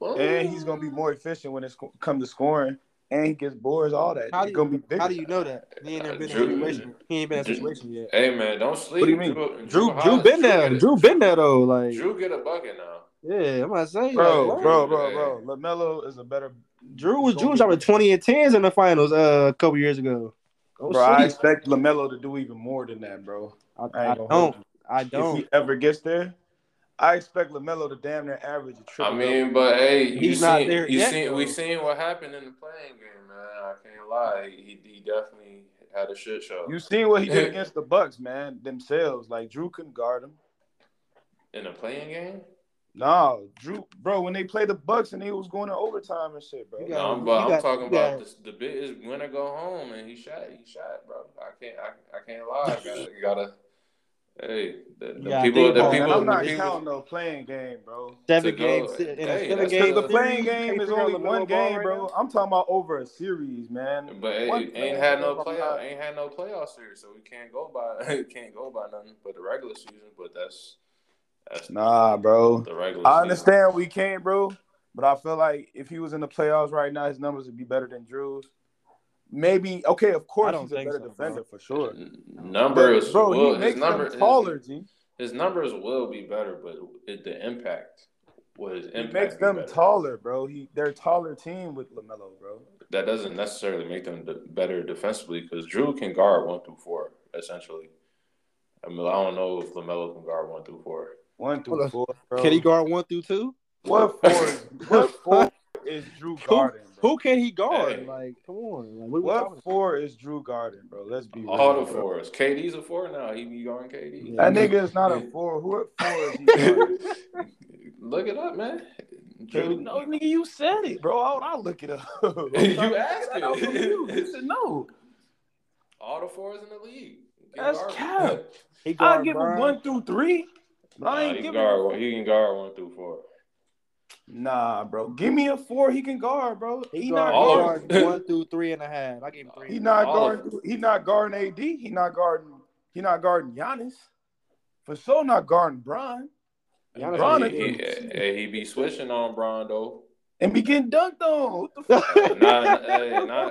Speaker 4: And he's gonna be more efficient when it sc- come to scoring. And he gets boards, all that.
Speaker 2: How do
Speaker 4: he's
Speaker 2: you,
Speaker 4: gonna be bigger.
Speaker 2: How do you know that? He ain't never been in a
Speaker 1: Drew-
Speaker 2: situation. He ain't been in a
Speaker 1: Drew-
Speaker 2: situation yet.
Speaker 1: Hey man, don't sleep.
Speaker 4: What do you mean?
Speaker 1: Drew,
Speaker 2: Drew, Drew
Speaker 1: Holl-
Speaker 2: been there.
Speaker 1: get a-
Speaker 2: Drew been there though. Like,
Speaker 1: Drew get a bucket now.
Speaker 2: yeah, I'm not saying.
Speaker 4: bro,
Speaker 2: like, what?
Speaker 4: bro, bro, bro. Lamelo is a better.
Speaker 2: Drew was
Speaker 4: Don't
Speaker 2: Drew was
Speaker 4: be-
Speaker 2: dropping twenty and tens in the finals uh, a couple years ago. Don't
Speaker 4: Bro, I
Speaker 2: sleep.
Speaker 4: expect Lamelo to do even more than that, bro.
Speaker 2: I,
Speaker 4: I ain't
Speaker 2: I
Speaker 4: gonna hold
Speaker 2: don't.
Speaker 4: you.
Speaker 2: I
Speaker 4: If
Speaker 2: don't.
Speaker 4: he ever gets there, I expect Lamelo to damn near average a triple.
Speaker 1: I mean, but hey, you
Speaker 2: He's
Speaker 1: seen,
Speaker 2: not there
Speaker 1: you
Speaker 2: yet,
Speaker 1: seen,
Speaker 2: though.
Speaker 1: we seen what happened in the playing game, man. I can't lie. He, he definitely had a shit show
Speaker 4: You seen what he did against the Bucks, man. Themselves, like Drew couldn't guard him.
Speaker 1: in the playing game.
Speaker 4: Nah, Drew, bro. When they played the Bucks and they was going to overtime and shit, bro.
Speaker 2: You got-
Speaker 1: no,
Speaker 2: you
Speaker 1: I'm, but I'm
Speaker 2: got-
Speaker 1: talking
Speaker 2: you
Speaker 1: about
Speaker 2: got-
Speaker 1: this, the biggest winner go home, and he shot. He shot, bro. I can't. I, I can't lie. I gotta. gotta hey, the, the
Speaker 2: Yeah,
Speaker 1: people.
Speaker 2: think
Speaker 1: The
Speaker 2: about it.
Speaker 4: and
Speaker 1: people.
Speaker 4: I'm
Speaker 1: The
Speaker 4: not counting
Speaker 1: people.
Speaker 4: no playing game, bro.
Speaker 2: Seven
Speaker 1: to go.
Speaker 2: games in a
Speaker 1: Hey,
Speaker 2: seven
Speaker 1: that's
Speaker 2: game.
Speaker 4: Because the
Speaker 1: Hey,
Speaker 2: series,
Speaker 4: playing game
Speaker 2: can't
Speaker 4: is
Speaker 2: figure out
Speaker 4: only
Speaker 2: LaMelo
Speaker 4: one
Speaker 2: Ball
Speaker 4: game,
Speaker 2: right
Speaker 4: bro.
Speaker 2: now.
Speaker 4: I'm talking about over a series, man.
Speaker 1: But hey,
Speaker 4: One
Speaker 1: ain't
Speaker 4: playing
Speaker 1: had
Speaker 4: game,
Speaker 1: no
Speaker 4: I'm
Speaker 1: playoff,
Speaker 4: not-
Speaker 1: ain't had no playoff series, so we can't go by can't go by nothing but the regular season. But that's that's
Speaker 4: Nah, bro.
Speaker 1: the regular.
Speaker 4: I
Speaker 1: season.
Speaker 4: understand we can't, bro. But I feel like if he was in the playoffs right now, his numbers would be better than Drew's. Maybe okay, of
Speaker 2: I
Speaker 4: course
Speaker 2: don't
Speaker 4: he's a
Speaker 2: think
Speaker 4: better
Speaker 2: so,
Speaker 4: defender for sure.
Speaker 1: Numbers,
Speaker 4: But, bro,
Speaker 1: will,
Speaker 4: he
Speaker 1: his
Speaker 4: makes
Speaker 1: number
Speaker 4: them taller,
Speaker 1: His,
Speaker 4: G.
Speaker 1: his numbers will be better, but it, the impact was
Speaker 4: He
Speaker 1: impact.
Speaker 4: makes
Speaker 1: be
Speaker 4: them
Speaker 1: better.
Speaker 4: taller, bro. He they're a taller team with Lamelo, bro.
Speaker 1: That doesn't necessarily make them de- better defensively because Drew can guard one through four essentially. I mean, I don't know if Lamelo can guard one through four.
Speaker 2: Hold
Speaker 4: One through
Speaker 2: on.
Speaker 4: four, bro.
Speaker 2: Can he guard one through two?
Speaker 4: What four? is- what four is Drew Garden?
Speaker 2: Who can he guard?
Speaker 1: Hey.
Speaker 2: Like, come on. Like, what, we talking
Speaker 4: What four is Drew Garden, bro? Let's be
Speaker 1: All
Speaker 4: real.
Speaker 1: the
Speaker 4: Bro.
Speaker 1: fours. KD's a four now. He be guarding KD.
Speaker 4: That nigga is not a four. Who at four is he? guarding?
Speaker 1: Look it up, man. Drew,
Speaker 4: no, nigga, you said it, bro. How would I look it up?
Speaker 1: you asked
Speaker 4: I don't know. You
Speaker 1: it.
Speaker 4: said no.
Speaker 1: All the fours in the league.
Speaker 4: That's
Speaker 1: Guard-
Speaker 4: cap.
Speaker 2: He guard
Speaker 4: I'll give him
Speaker 2: Brian.
Speaker 4: one through three. But
Speaker 1: Nah,
Speaker 4: I ain't
Speaker 1: he, can
Speaker 4: giving him
Speaker 1: guard one, he can guard one through four.
Speaker 4: Nah, bro. Give me a four. He can guard, bro. He,
Speaker 2: He
Speaker 4: not
Speaker 2: guard,
Speaker 1: all
Speaker 4: guard.
Speaker 1: of
Speaker 2: guard one through three and a half. I give him
Speaker 4: He
Speaker 2: three.
Speaker 4: not
Speaker 1: All of
Speaker 4: guarding. He not guarding AD. He not guarding. He not guarding Giannis. For sure, not guarding Bron.
Speaker 2: Giannis
Speaker 4: Bron
Speaker 1: he,
Speaker 4: is-
Speaker 1: he, eh, he be switching on Bron though.
Speaker 4: and be getting dunked on. What the fuck?
Speaker 1: Uh, nah, eh, nah.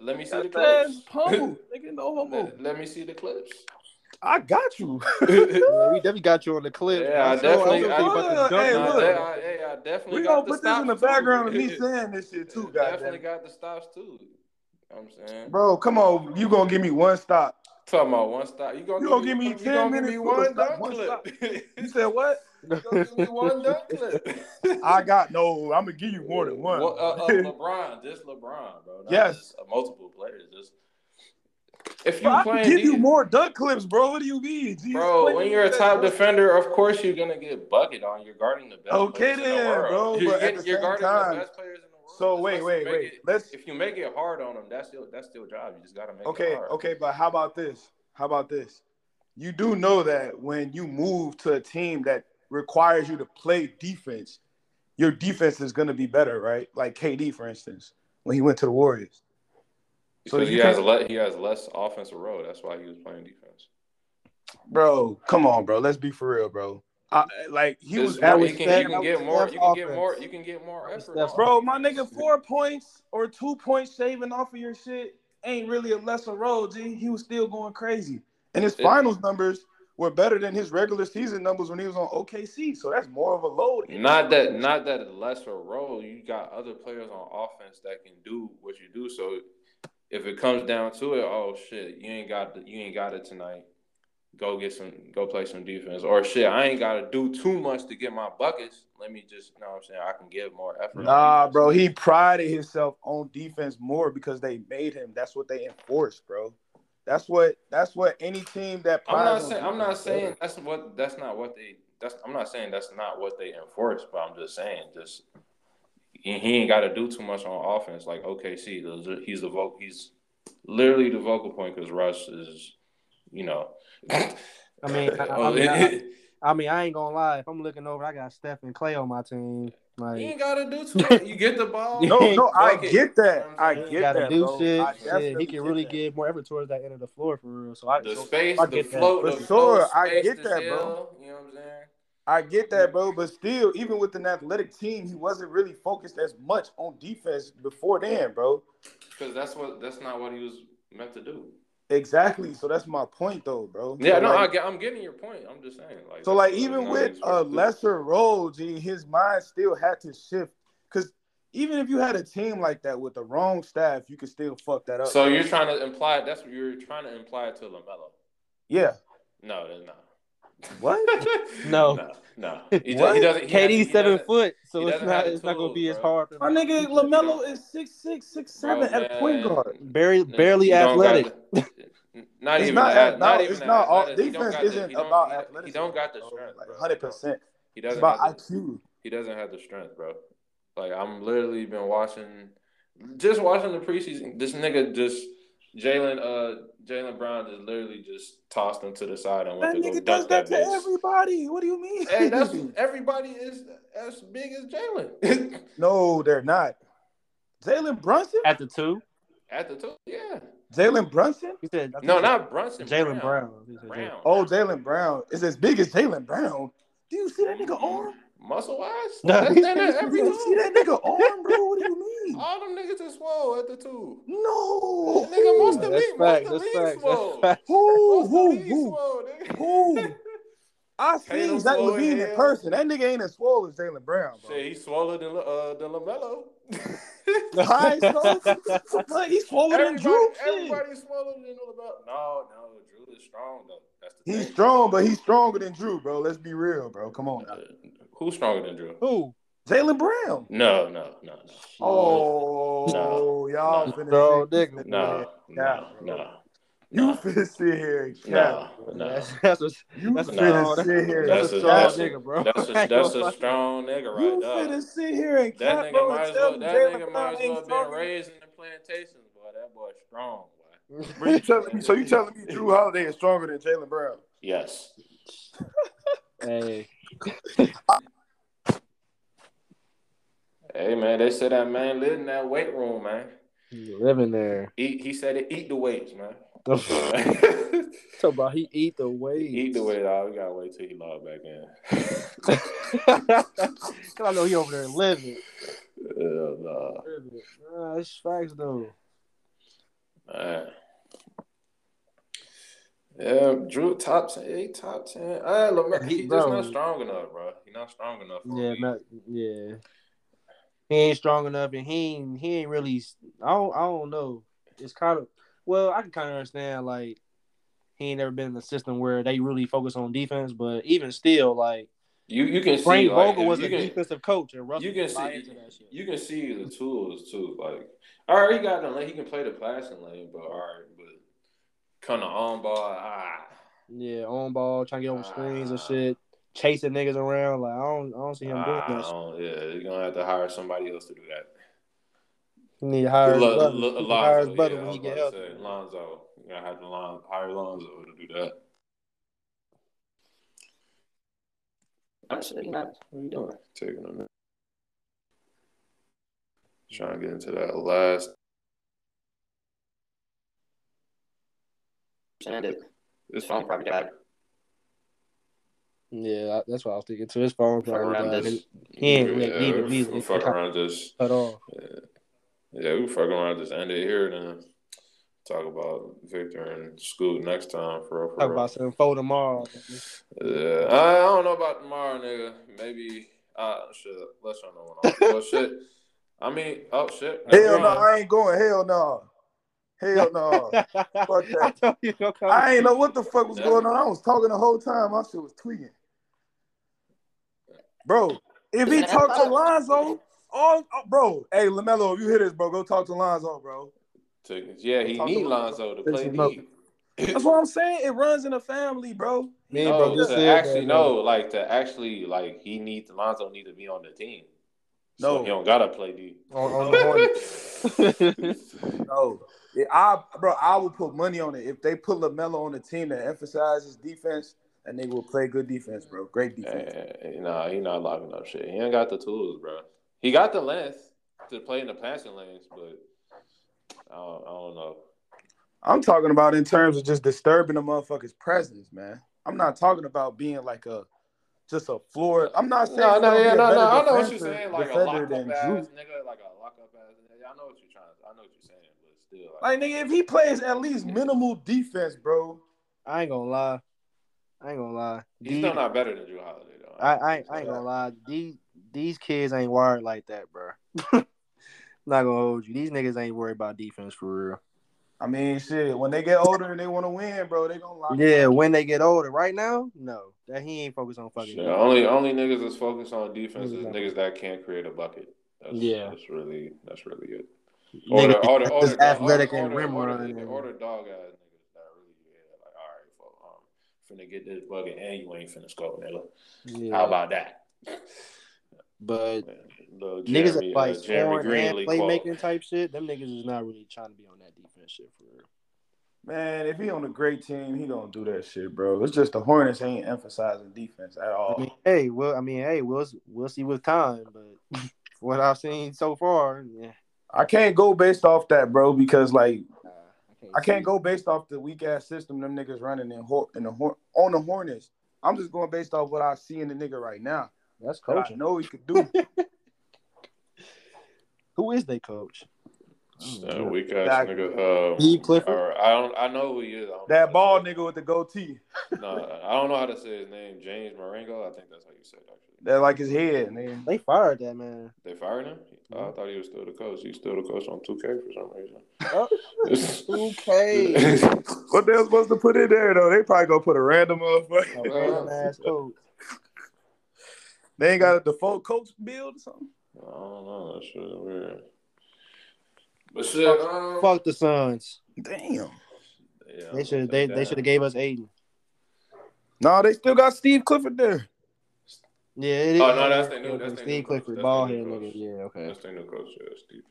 Speaker 1: let me see the
Speaker 4: Got that ass
Speaker 1: clips.
Speaker 4: pummeled. Nigga, no homo.
Speaker 1: Let, let me see the clips.
Speaker 4: I got you.
Speaker 2: Yeah, we definitely got you on the clip.
Speaker 1: Yeah, I
Speaker 2: I'm
Speaker 1: definitely-
Speaker 2: I'm
Speaker 1: I-
Speaker 2: about to dunk
Speaker 4: Hey,
Speaker 1: Nah,
Speaker 2: on
Speaker 4: look.
Speaker 1: that-
Speaker 2: that.
Speaker 1: I, hey, I definitely
Speaker 4: We
Speaker 1: got
Speaker 4: gonna
Speaker 1: the
Speaker 4: put this in the
Speaker 1: stops, too.
Speaker 4: background of me saying this shit too,
Speaker 1: Definitely
Speaker 4: goddamn.
Speaker 1: got the stops too. You know what I'm saying,
Speaker 4: Bro, come on. You gonna give me one stop?
Speaker 1: talking about one stop. You gonna,
Speaker 4: You gonna give me
Speaker 1: you
Speaker 4: 10
Speaker 1: gonna
Speaker 4: minutes
Speaker 1: give me
Speaker 4: for the
Speaker 1: one
Speaker 4: stop,
Speaker 1: dunk
Speaker 4: one
Speaker 1: clip?
Speaker 4: You said what?
Speaker 1: Go give me one dunk clip.
Speaker 4: I got no. I'm gonna give you more than one.
Speaker 1: Well, uh, uh, LeBron, just LeBron, bro. Not
Speaker 4: Yes.
Speaker 1: just, uh, multiple players. Just if you
Speaker 4: Bro, I can
Speaker 1: playing,
Speaker 4: give you
Speaker 1: defense-
Speaker 4: more dunk clips, bro. What do you mean? Jesus,
Speaker 1: bro,
Speaker 4: play
Speaker 1: when
Speaker 4: me
Speaker 1: you're a
Speaker 4: with
Speaker 1: top
Speaker 4: that, bro.
Speaker 1: defender, of course you're gonna get bucket on. You're guarding the best.
Speaker 4: Okay
Speaker 1: players in the
Speaker 4: then,
Speaker 1: world.
Speaker 4: bro,
Speaker 1: You're,
Speaker 4: but at
Speaker 1: getting-
Speaker 4: the
Speaker 1: you're
Speaker 4: same
Speaker 1: guarding
Speaker 4: time-
Speaker 1: the best players in the world.
Speaker 4: So
Speaker 1: That's
Speaker 4: wait,
Speaker 1: why you
Speaker 4: wait,
Speaker 1: make
Speaker 4: wait.
Speaker 1: it-
Speaker 4: Let's
Speaker 1: if you make it hard on them, that's still that's still job. You just gotta make
Speaker 4: okay,
Speaker 1: it hard.
Speaker 4: okay, but how about this? How about this? You do know that when you move to a team that requires you to play defense, your defense is gonna be better, right? Like KD, for instance, when he went to the Warriors. So
Speaker 1: Because
Speaker 4: you
Speaker 1: he has
Speaker 4: can't-
Speaker 1: le- he has less offensive role. That's why he was playing defense.
Speaker 4: Bro, come on, bro. Let's be for real, bro. I, like he
Speaker 1: This
Speaker 4: was
Speaker 1: is why
Speaker 4: average.
Speaker 1: you can,
Speaker 5: Steph-
Speaker 1: you
Speaker 5: that
Speaker 1: can get
Speaker 5: was
Speaker 1: more.
Speaker 5: Steph's
Speaker 1: You can get
Speaker 5: offense.
Speaker 1: more. You can get more
Speaker 5: That was
Speaker 1: effort,
Speaker 5: Steph's
Speaker 1: on
Speaker 4: Bro, my
Speaker 1: defense.
Speaker 4: nigga, four points or two points shaving off of your shit ain't really a lesser role, G. He was still going crazy. And his
Speaker 1: It-
Speaker 4: finals numbers were better than his regular season numbers when he was on OKC. So that's more of a load.
Speaker 1: Not that, not that a lesser role. You got other players on offense that can do what you do. So if it comes down to it, oh shit, you ain't got the, you ain't got it tonight. Go get some, go play some defense, or shit, I ain't got to do too much to get my buckets. Let me just, you know what I'm saying, I can give more effort. on
Speaker 4: Nah,
Speaker 1: defense.
Speaker 4: bro. He prided himself on defense more because they made him. That's what they enforced, bro. That's what that's what any team that
Speaker 1: I'm not
Speaker 4: prides on
Speaker 1: saying I'm not
Speaker 4: defense does.
Speaker 1: saying that's what that's not what they that's I'm not saying that's not what they enforce, but I'm just saying just he he ain't got to do too much on offense like OKC. those- He's the vocal he's literally the vocal point because Russ is you know.
Speaker 2: I mean, I, I
Speaker 1: Oh,
Speaker 2: mean, I,
Speaker 1: he
Speaker 2: I mean, I ain't gonna lie. If I'm looking over, I got Steph and Clay on my team. Like,
Speaker 1: ain't got to do too much. You get the ball.
Speaker 4: No, no, I
Speaker 1: Bucket.
Speaker 4: get that.
Speaker 1: You know what
Speaker 4: I
Speaker 1: I'm saying?
Speaker 4: get
Speaker 2: he gotta
Speaker 4: that,
Speaker 2: do
Speaker 4: bro.
Speaker 2: shit.
Speaker 4: I
Speaker 2: Yeah,
Speaker 4: definitely
Speaker 2: he can really
Speaker 4: that.
Speaker 2: give more effort towards that end of the floor for real. So I,
Speaker 1: The
Speaker 2: so,
Speaker 1: space,
Speaker 2: I
Speaker 1: the
Speaker 2: get that.
Speaker 1: flow,
Speaker 4: For
Speaker 1: the flow
Speaker 4: sure, I
Speaker 1: spaced
Speaker 4: get
Speaker 1: as
Speaker 4: that, bro.
Speaker 1: hell, You know what I'm saying?
Speaker 4: I get that, bro. But still, even with an athletic team, he wasn't really focused as much on defense before then, bro.
Speaker 1: Because that's what that's not what he was meant to do.
Speaker 4: Exactly. So that's my point, though, bro.
Speaker 1: Yeah,
Speaker 4: so
Speaker 1: no, I
Speaker 4: like,
Speaker 1: get, I'm getting your point. I'm just saying, like,
Speaker 4: so
Speaker 1: that's
Speaker 4: like
Speaker 1: what
Speaker 4: even
Speaker 1: no
Speaker 4: with
Speaker 1: one's
Speaker 4: uh, a
Speaker 1: supposed to do.
Speaker 4: lesser role, G, his mind still had to shift. Cause even if you had a team like that with the wrong staff, you could still fuck that up.
Speaker 1: So you're trying to imply that's what you're trying to imply to Lamelo.
Speaker 4: yeah,
Speaker 1: No, that's not.
Speaker 4: What?
Speaker 2: No.
Speaker 1: no, no. He,
Speaker 4: What?
Speaker 1: does, he doesn't. He
Speaker 2: KD
Speaker 1: doesn't- he
Speaker 2: seven
Speaker 1: doesn't-
Speaker 2: foot, so
Speaker 1: he
Speaker 2: it's
Speaker 1: doesn't have
Speaker 2: not
Speaker 1: the
Speaker 2: it's not gonna be
Speaker 1: tools,
Speaker 2: as
Speaker 1: bro.
Speaker 2: hard. for
Speaker 4: my
Speaker 2: him.
Speaker 4: nigga Lamelo is six six, six seven
Speaker 1: Bro,
Speaker 4: at point
Speaker 1: man.
Speaker 4: guard.
Speaker 2: barely
Speaker 1: No,
Speaker 2: barely
Speaker 1: he don't got
Speaker 2: athletic.
Speaker 1: the- Not
Speaker 4: It's
Speaker 1: even
Speaker 4: not
Speaker 1: the ath- not
Speaker 4: at- no,
Speaker 1: even
Speaker 4: it's
Speaker 1: the
Speaker 4: not all-
Speaker 1: athletics. He don't
Speaker 4: defense
Speaker 1: got the-
Speaker 4: isn't
Speaker 1: he don't-
Speaker 4: about
Speaker 1: he- He
Speaker 4: athleticism,
Speaker 1: don't got the
Speaker 4: bro.
Speaker 1: strength,
Speaker 4: Like
Speaker 1: bro.
Speaker 4: hundred percent.
Speaker 1: He
Speaker 4: It's
Speaker 1: doesn't
Speaker 4: about
Speaker 1: have the-
Speaker 4: IQ.
Speaker 1: he doesn't have the strength, bro. Like I'm literally been watching, just watching the preseason. This nigga just Jalen, uh, Jalen Brown just literally just tossed him to the side and
Speaker 4: That
Speaker 1: went to go
Speaker 4: nigga does
Speaker 1: dunk
Speaker 4: that
Speaker 1: that,
Speaker 4: to
Speaker 1: bitch.
Speaker 4: everybody. What do you mean?
Speaker 1: Hey, that's everybody is as big as Jalen
Speaker 4: no, they're not. Jalen Brunson?
Speaker 2: At the two,
Speaker 1: at the two. Yeah,
Speaker 4: Jalen Brunson?
Speaker 2: you said
Speaker 1: no, not Brunson.
Speaker 2: Jalen Brown. He said Jalen-
Speaker 1: Brown.
Speaker 4: Oh, Jalen Brown is as big as Jalen Brown. Do you see that nigga arm?
Speaker 1: Muscle wise,
Speaker 2: No.
Speaker 1: that's that at
Speaker 4: Do
Speaker 1: every
Speaker 4: you see
Speaker 1: level.
Speaker 4: that nigga arm, bro? What do you mean?
Speaker 1: All them niggas is swole at the two.
Speaker 4: No.
Speaker 1: Nigga, most of the
Speaker 2: Yeah,
Speaker 1: league, most
Speaker 2: that's facts.
Speaker 1: of the
Speaker 2: That's
Speaker 1: league
Speaker 2: facts. That's
Speaker 1: swole.
Speaker 2: facts.
Speaker 4: Who?
Speaker 1: Most of
Speaker 4: Who?
Speaker 1: the league
Speaker 4: Who?
Speaker 1: swole, nigga.
Speaker 4: Who? I seen
Speaker 1: Tatum
Speaker 4: Zach
Speaker 1: swole
Speaker 4: Levine in
Speaker 1: as hell.
Speaker 4: person. That nigga ain't as swole as Jalen Brown, bro.
Speaker 1: Shit, he swallowed the uh the Lamelo.
Speaker 4: All right, so but he's swollen than
Speaker 1: everybody,
Speaker 4: Drew. shit.
Speaker 1: everybody swallowed the Lamelo. No, no, Drew is strong though. That's the
Speaker 4: He's
Speaker 1: thing.
Speaker 4: strong, but he's stronger than Drew, bro. Let's be real, bro. Come on, now.
Speaker 1: Who's stronger than Drew?
Speaker 2: Who?
Speaker 4: Jalen Brown.
Speaker 1: No, no, no, no.
Speaker 4: Oh, y'all
Speaker 1: No.
Speaker 4: finna
Speaker 2: Bro,
Speaker 4: sit-
Speaker 2: nigga,
Speaker 1: No, no,
Speaker 4: Yeah, bro.
Speaker 1: no.
Speaker 4: You
Speaker 1: No,
Speaker 4: finna sit here and cap.
Speaker 1: no, no.
Speaker 2: That's, that's a
Speaker 4: You
Speaker 2: That's a
Speaker 4: finna
Speaker 1: strong-
Speaker 4: sit here and
Speaker 1: That's
Speaker 2: that's
Speaker 1: a,
Speaker 2: a
Speaker 4: cap.
Speaker 1: that's
Speaker 2: strong
Speaker 1: a,
Speaker 2: nigga, bro.
Speaker 1: that's a, that's a strong nigga right
Speaker 4: you
Speaker 1: there.
Speaker 4: finna sit here and
Speaker 1: That
Speaker 4: cap,
Speaker 1: nigga
Speaker 4: bro.
Speaker 1: might
Speaker 4: And
Speaker 1: as
Speaker 4: tell
Speaker 1: well.
Speaker 4: me
Speaker 1: That
Speaker 4: Jalen
Speaker 1: nigga might
Speaker 4: Brown
Speaker 1: as well
Speaker 4: ain't
Speaker 1: been
Speaker 4: strong.
Speaker 1: raised in the plantations, boy. That boy strong, boy.
Speaker 4: Bro, you telling me? So you telling me Drew Holiday is stronger than Jalen Brown?
Speaker 1: Yes.
Speaker 2: Hey,
Speaker 1: Hey man, they said that man lived in that weight room, man.
Speaker 2: you living there.
Speaker 1: Eat, he said it. Eat the weights, man.
Speaker 2: Talk about he eat the weight.
Speaker 1: eat the weight. Dog. We gotta wait till he log back in.
Speaker 2: Cause I know he over there living.
Speaker 1: Hell nah.
Speaker 2: living. Nah, that's facts though.
Speaker 1: Man. Yeah, Drew top ten, eight top ten. I Lamar, he,
Speaker 2: He-
Speaker 1: just
Speaker 2: bro.
Speaker 1: not strong enough, bro. He not strong enough. for
Speaker 2: Yeah,
Speaker 1: me.
Speaker 2: not yeah. He ain't strong enough, and he ain't he ain't really. I don't I don't know. It's kind of well, I can kind of understand like he ain't never been in a system where they really focus on defense, but even still, like
Speaker 1: You you can
Speaker 2: Frank
Speaker 1: see
Speaker 2: Vogel
Speaker 1: like,
Speaker 2: was
Speaker 1: you
Speaker 2: a
Speaker 1: can,
Speaker 2: defensive coach, and Russell
Speaker 1: you can
Speaker 2: was
Speaker 1: see-
Speaker 2: lying to that shit.
Speaker 1: you can see the tools too. Like, all right, he got the lane. He can play the passing lane, but all right, but kind of on ball. Ah,
Speaker 2: Yeah, on ball, trying to get over screens and
Speaker 1: Ah.
Speaker 2: shit, chasing niggas around. Like I don't, I don't see him
Speaker 1: ah,
Speaker 2: doing that. Shit.
Speaker 1: oh, yeah, you're gonna have to hire somebody else to do that.
Speaker 2: He need to hire his
Speaker 1: Lo-
Speaker 2: brother.
Speaker 1: Lo-
Speaker 2: He need to hire his
Speaker 1: Lonzo,
Speaker 2: brother
Speaker 1: yeah, I
Speaker 2: when
Speaker 1: was
Speaker 2: he get
Speaker 1: about to
Speaker 2: healthy.
Speaker 1: say, Lonzo. You're gonna have to Lon- hire Lonzo to do that.
Speaker 6: Honestly, not. What you doing?
Speaker 1: Taking a minute. Trying to get into that last.
Speaker 6: Send it.
Speaker 1: This
Speaker 6: phone probably died.
Speaker 2: Yeah, I- that's what I was thinking. To his phone,
Speaker 6: Fuck around
Speaker 2: probably
Speaker 6: this.
Speaker 2: his hand yeah,
Speaker 1: yeah,
Speaker 2: neither, neither.
Speaker 1: we fuck around just
Speaker 2: cut off.
Speaker 1: yeah, we fuck around just end it here and talk about Victor and Scoot next time for real. For
Speaker 2: Talk
Speaker 1: real.
Speaker 2: about some four tomorrow.
Speaker 1: Yeah, I, I don't know about tomorrow, nigga. Maybe uh shit. Let's not know what I'm. well, shit. I mean, oh shit.
Speaker 4: Hell no,
Speaker 1: Never mind.
Speaker 4: I ain't going. Hell no. Hell no. Fuck that.
Speaker 2: I told you, no comment.
Speaker 4: I ain't know what the fuck was going on. I was talking the whole time. My shit was tweaking. Bro, if he talked to Lonzo, all oh, bro, hey Lamelo, if you hear this, bro, go talk to Lonzo, bro.
Speaker 1: To- Yeah, he
Speaker 4: Talk
Speaker 1: need
Speaker 4: about-
Speaker 1: Lonzo to play
Speaker 2: Listen,
Speaker 1: D.
Speaker 4: That's what I'm saying. It runs in the family, bro.
Speaker 2: Me and
Speaker 1: No,
Speaker 2: bro just
Speaker 1: Oh, to
Speaker 2: said
Speaker 1: actually
Speaker 2: that,
Speaker 1: no, like to actually like he needs Lonzo need to be on the team. So
Speaker 4: No.
Speaker 1: he don't gotta play D.
Speaker 2: On, on the horn.
Speaker 4: No, Yeah, I bro, I would put money on it if they put Lamelo on the team that emphasizes defense, and they will play good defense, bro. Great defense.
Speaker 1: Eh, nah, he not locking up shit. He ain't got the tools, bro. He got the length to play in the passing lanes, but I don't, I don't know.
Speaker 4: I'm talking about in terms of just disturbing the motherfucker's presence, man. I'm not talking about being like a just a floor. I'm not saying
Speaker 1: No, no,
Speaker 4: he's gonna be
Speaker 1: yeah,
Speaker 4: a
Speaker 1: no, no.
Speaker 4: better
Speaker 1: I know what you're
Speaker 4: defender-
Speaker 1: saying. Like a
Speaker 4: defender
Speaker 1: lock up ass
Speaker 4: than Drew.
Speaker 1: nigga, like a lock up ass nigga. I know what you're trying to. I know what you're saying, but still, like,
Speaker 4: Like nigga, if he plays at least minimal defense, bro.
Speaker 2: I ain't gonna lie. I ain't gonna lie.
Speaker 1: he's still not better than Drew Holiday though.
Speaker 2: I, I, I ain't gonna lie. These these kids ain't wired like that, bro. not gonna hold you. These niggas ain't worried about defense for
Speaker 4: I mean, shit. When they get older and they want to win, bro, they gonna lock.
Speaker 2: real. Yeah, when they get older. Right now, no. That he ain't focused on fucking.
Speaker 1: Shit, only only niggas that's focused on defense is
Speaker 2: Yeah.
Speaker 1: niggas that can't create a bucket. That's,
Speaker 2: Yeah.
Speaker 1: that's really that's really it. Or the
Speaker 2: Niggas
Speaker 1: or the
Speaker 2: that's
Speaker 1: or
Speaker 2: just
Speaker 1: the
Speaker 2: athletic
Speaker 1: or the-
Speaker 2: and
Speaker 1: or the-
Speaker 2: rim
Speaker 1: or the-
Speaker 2: running. and-
Speaker 1: or the dog ass niggas that really yeah, like all right, fuck, um, finna get this bucket and you ain't finna score, nigga.
Speaker 2: Yeah.
Speaker 1: How about that?
Speaker 2: but
Speaker 1: Little
Speaker 2: niggas
Speaker 1: Jeremy,
Speaker 2: that like
Speaker 1: uh, Jeremy
Speaker 2: scoring and
Speaker 1: Greenlee
Speaker 2: playmaking
Speaker 1: quote.
Speaker 2: type shit, them niggas is not really trying to be on that defense shit for real.
Speaker 4: Man, if he on a great team, he gonna do that shit, bro. It's just the Hornets ain't emphasizing defense at all.
Speaker 1: Oh.
Speaker 2: I mean, hey, well, I mean, hey, we'll we'll see with time, but from what I've seen so far, yeah,
Speaker 4: I can't go based off that, bro, because like
Speaker 2: uh,
Speaker 4: I
Speaker 2: see.
Speaker 4: can't go based off the weak ass system them niggas running in, Hor- in the Hor- on the Hornets. I'm just going based off what I see in the nigga right now.
Speaker 2: That's
Speaker 4: that I
Speaker 2: coaching.
Speaker 4: know he could do.
Speaker 2: Who is they coach?
Speaker 1: Uh, weak ass
Speaker 4: Exactly.
Speaker 1: nigga. Um,
Speaker 2: Oh, Steve Clifford?
Speaker 1: or I don't. I know who he is. I don't
Speaker 4: that
Speaker 1: know
Speaker 4: ball
Speaker 1: how to say-
Speaker 4: nigga with the goatee,
Speaker 1: No, I don't know how to say his name. James Marengo. I think that's how you say it. Actually,
Speaker 4: that like his head, man.
Speaker 2: They fired that man.
Speaker 1: they fired him.
Speaker 2: Mm-hmm.
Speaker 1: I thought he was still the coach. He's still the coach on 2K for some reason.
Speaker 2: Oh, okay.
Speaker 1: What
Speaker 4: What they was supposed to put in there though? They probably gonna put a random motherfucker.
Speaker 2: Random ass coach.
Speaker 4: They ain't got a default coach build or something.
Speaker 1: I don't know. That shit is weird. But shit, um,
Speaker 2: Fuck the Suns.
Speaker 4: Damn.
Speaker 1: yeah,
Speaker 2: They should they they should have gave us Aiden.
Speaker 4: No, they still got Steve Clifford there.
Speaker 2: Yeah, it is.
Speaker 1: Oh, no, that's their new- that's their new
Speaker 2: Steve
Speaker 1: coach.
Speaker 2: Clifford,
Speaker 1: That's
Speaker 2: ball
Speaker 1: their
Speaker 2: head
Speaker 1: new
Speaker 2: nigga.
Speaker 1: coach.
Speaker 2: Yeah, okay.
Speaker 1: That's their new coach. Yeah, Steve.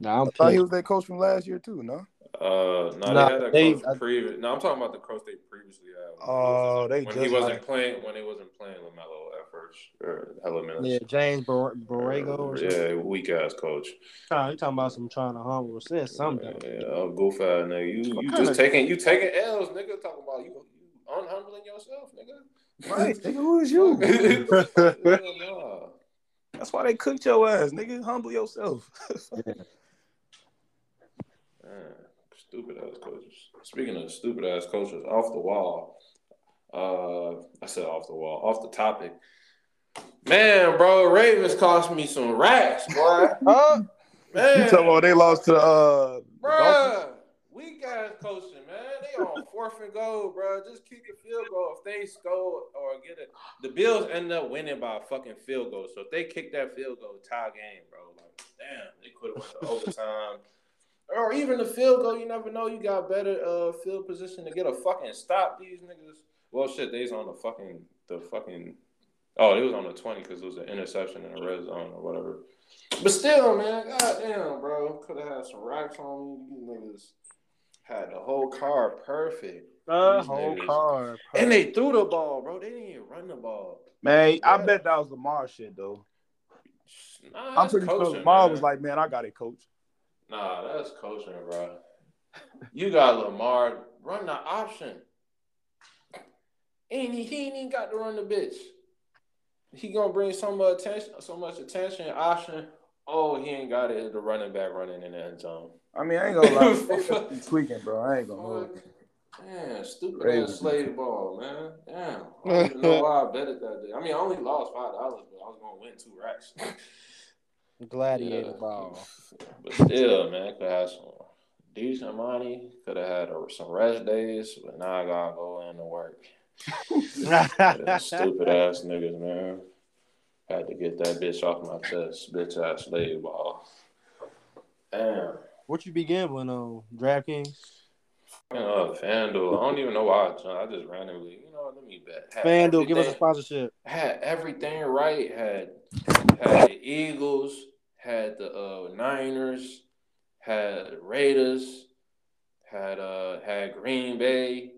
Speaker 2: Nah, I'm
Speaker 4: I thought he
Speaker 2: pissed.
Speaker 4: was their coach from last year too. No.
Speaker 1: Uh, no,
Speaker 2: Nah,
Speaker 1: they had that
Speaker 2: they-
Speaker 1: coach previous. No, I'm talking about the coach they previously had.
Speaker 4: Oh, they
Speaker 1: when
Speaker 4: just
Speaker 1: he wasn't
Speaker 4: hired-
Speaker 1: playing when he wasn't playing Lamelo at first or hella
Speaker 2: Yeah,
Speaker 1: minutes.
Speaker 2: James Bar- Borrego or something.
Speaker 1: yeah, weak ass coach.
Speaker 2: Nah, you talking about some trying to humble said something.
Speaker 1: Yeah, oh, goof ass nigga. You
Speaker 4: What
Speaker 1: you
Speaker 4: kinda-
Speaker 1: just taking you taking L's, nigga. Talking about you you unhumbling yourself, nigga.
Speaker 4: Right, nigga, who is you?
Speaker 1: Hell no.
Speaker 4: That's why they cooked your ass, nigga. Humble yourself.
Speaker 1: Man, stupid ass coaches. Speaking of stupid ass coaches, off the wall. Uh, I said off the wall, off the topic. Man, bro, Ravens cost me some rats, boy.
Speaker 2: Oh,
Speaker 1: Man,
Speaker 4: You talking about they lost to uh, the Dolphins?
Speaker 1: Bruh. We guys coaching, man. They on fourth and goal, bro. Just kick a field goal. If they score or get it, the Bills end up winning by a fucking field goal. So if they kick that field goal, tie game, bro. Like, damn, they could have went to overtime. Or even the field goal, you never know. You got better uh, field position to get a fucking stop. These niggas. Well, shit, they was on the fucking the fucking. Oh, it was on the twenty because it was an interception in the red zone or whatever. But still, man, goddamn, bro, could have had some racks on me. These niggas had the whole car perfect,
Speaker 2: The
Speaker 1: These
Speaker 2: whole
Speaker 1: niggas.
Speaker 2: car.
Speaker 1: and they threw the ball, bro. They didn't even run the ball.
Speaker 4: Man, I bet that was Lamar shit though.
Speaker 1: Nah,
Speaker 4: I'm
Speaker 1: that's
Speaker 4: pretty sure
Speaker 1: coaching,
Speaker 4: Lamar
Speaker 1: man.
Speaker 4: was like, "Man, I got it, coach."
Speaker 1: Nah, that's coaching, bro. You got Lamar run the option, and he, he ain't even got to run the bitch. He gonna bring so much attention, so much attention, option. Oh, he ain't got it. The running back running in the end zone.
Speaker 4: I mean, I ain't gonna lie, they must be tweaking, bro. I ain't gonna hold.
Speaker 1: Fuck.
Speaker 4: you.
Speaker 1: Damn, stupid
Speaker 4: Crazy.
Speaker 1: ass slave ball, man. Damn. I don't even know why I bet it that day. I mean, I only lost five dollars, but I was gonna win two racks.
Speaker 2: Gladiator
Speaker 1: Yeah.
Speaker 2: ball.
Speaker 1: But still, man, could have some decent money. Could have had a, some rest days, but now I gotta go in to work. Them stupid ass niggas, man. Had to get that bitch off my chest, bitch ass slave ball. Damn.
Speaker 2: What you be gambling on? DraftKings?
Speaker 1: Uh, FanDuel. I don't even know why I jumped. I just randomly, you know, what, let me bet. Had
Speaker 2: FanDuel, give us a
Speaker 1: everything-
Speaker 2: sponsorship.
Speaker 1: had everything right. Had had the Eagles, had the uh, Niners, had Raiders, had uh had Green Bay.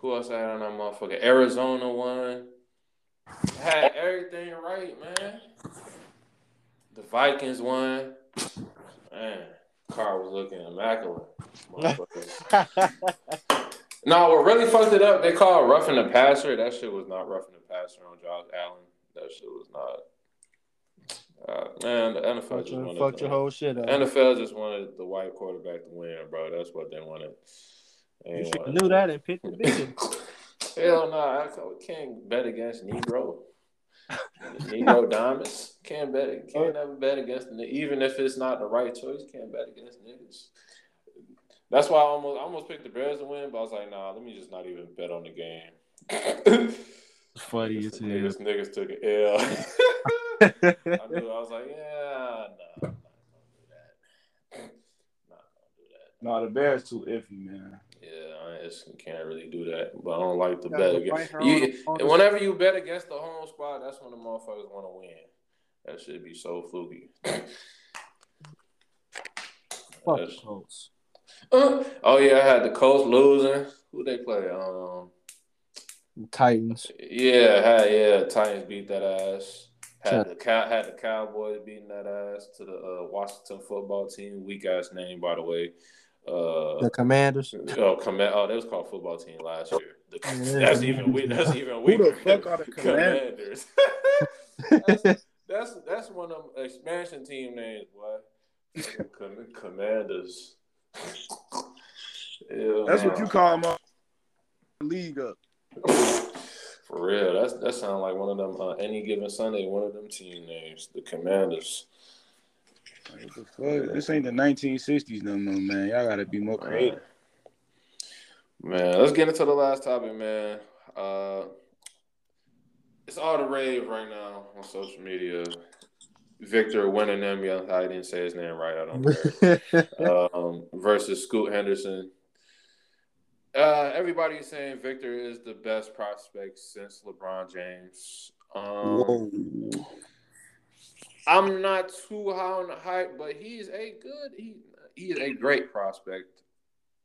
Speaker 1: Who else had on that motherfucker? Arizona won. Had everything right, man. The Vikings won. Man, car was looking immaculate. Motherfucker. No, what really fucked it up, they called roughing the passer. That shit was not roughing the passer on Josh Allen. That shit was not. Uh, man, the NFL
Speaker 2: Fuck
Speaker 1: just
Speaker 2: your,
Speaker 1: wanted
Speaker 2: fuck
Speaker 1: the,
Speaker 2: your whole shit up.
Speaker 1: NFL just wanted the white quarterback to win, bro. That's what they wanted. They
Speaker 2: You should have
Speaker 1: wanted-
Speaker 2: knew that and picked the bitch.
Speaker 1: Hell no, nah, I ca- can't bet against Negro. Negro Diamonds can't bet. Can't ever bet against ni- even if it's not the right choice. Can't bet against niggas. That's why I almost I almost picked the Bears to win, but I was like, nah, let me just not even bet on the game.
Speaker 2: Funny
Speaker 1: Niggas- niggas, niggas took an L. I knew. I was like, yeah, nah, I'm not gonna do that. Not gonna do that.
Speaker 4: No, the Bears too iffy, man.
Speaker 1: Yeah, I just can't really do that. But I don't like to
Speaker 2: Yeah,
Speaker 1: bet
Speaker 2: but
Speaker 1: against.
Speaker 2: right now,
Speaker 1: You,
Speaker 2: on the-
Speaker 1: and whenever you bet against the home squad, that's when the motherfuckers want to win. That should be so fluky.
Speaker 2: Fuck
Speaker 1: That's-
Speaker 2: the Colts.
Speaker 1: Uh, oh yeah, I had the Colts losing. Who they play? Um,
Speaker 2: Titans.
Speaker 1: yeah, had, yeah, Titans beat that ass. Had the cow, had the Cowboys beating that ass to the uh, Washington football team. Weak ass name, by the way. Uh,
Speaker 2: The Commanders.
Speaker 1: Oh, command. Oh, that was called football team last year. The,
Speaker 2: Yeah.
Speaker 1: that's even weird. That's even weird.
Speaker 9: the fuck are the
Speaker 1: commanders?
Speaker 9: Commanders?
Speaker 1: that's, that's that's one of them expansion team names, boy. Fucking Com- commanders. Yeah,
Speaker 9: That's what
Speaker 1: man.
Speaker 9: you call my league up.
Speaker 1: For real, that's that sounds like one of them. Uh, any given Sunday, one of them team names, the Commanders.
Speaker 9: Like, what the fuck?
Speaker 4: This ain't the 1960s no more, man. Y'all gotta be more creative.
Speaker 1: Man, let's get into the last topic, man. Uh, it's all the rave right now on social media. Victor Wembanyama, I didn't say his name right. I don't care. um, versus Scoot Henderson. Uh, everybody's saying Victor is the best prospect since LeBron James. Um, I'm not too high on the hype, but he's a good he he is a great prospect.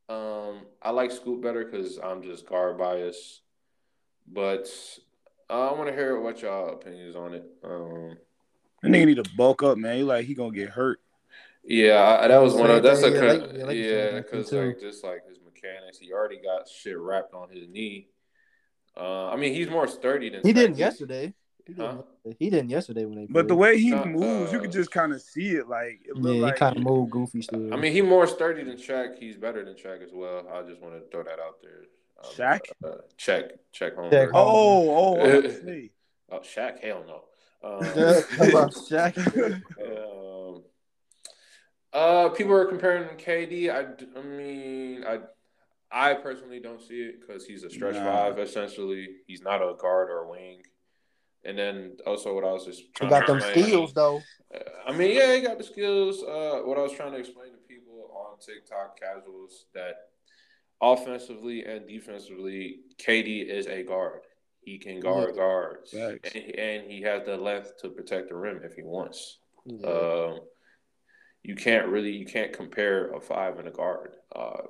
Speaker 1: Um, I like Scoop better because I'm just guard biased, but I want to hear what y'all opinions on it. Um,
Speaker 4: That nigga need to bulk up, man. He like he gonna get hurt.
Speaker 1: yeah, I, that was
Speaker 2: Same
Speaker 1: one of that's a
Speaker 2: thing, yeah, like- yeah,
Speaker 1: con-
Speaker 2: like you
Speaker 1: yeah,
Speaker 2: said, like
Speaker 1: because
Speaker 2: you too.
Speaker 1: like just like his mechanics, he already got shit wrapped on his knee. Uh, I mean, he's more sturdy than
Speaker 2: He didn't
Speaker 1: Tatum.
Speaker 2: yesterday. He didn't,
Speaker 1: Huh?
Speaker 2: he didn't yesterday when they
Speaker 9: But the
Speaker 2: played.
Speaker 9: way he
Speaker 1: Uh,
Speaker 9: moves, you
Speaker 1: uh,
Speaker 9: could just kind of see it. Like it
Speaker 2: yeah,
Speaker 9: looked like
Speaker 2: he kind of moved goofy still.
Speaker 1: I mean, he more sturdy than Shaq. He's better than Shaq as well. I just want to throw that out there. Um,
Speaker 9: Shaq?
Speaker 1: Uh, check, check home.
Speaker 2: Shaq.
Speaker 1: Oh,
Speaker 9: Oh, oh, I see.
Speaker 1: oh, Shaq? Hell no. Um,
Speaker 2: Shaq.
Speaker 1: um, Uh, people are comparing him to KD. I, d- I mean, I, I personally don't see it because he's a stretch
Speaker 9: Nah.
Speaker 1: five essentially. He's not a guard or a wing. And then also what I was just
Speaker 2: He
Speaker 1: trying
Speaker 2: got
Speaker 1: to
Speaker 2: them
Speaker 1: explain-
Speaker 2: skills though.
Speaker 1: Uh, I mean, yeah, he got the skills. Uh, what I was trying to explain to people on TikTok casuals that offensively and defensively, KD is a guard. He can guard guards,
Speaker 9: Facts.
Speaker 1: and, and he has the length to protect the rim if he wants.
Speaker 2: Yeah.
Speaker 1: Um, you can't really you can't compare a five and a guard. Uh,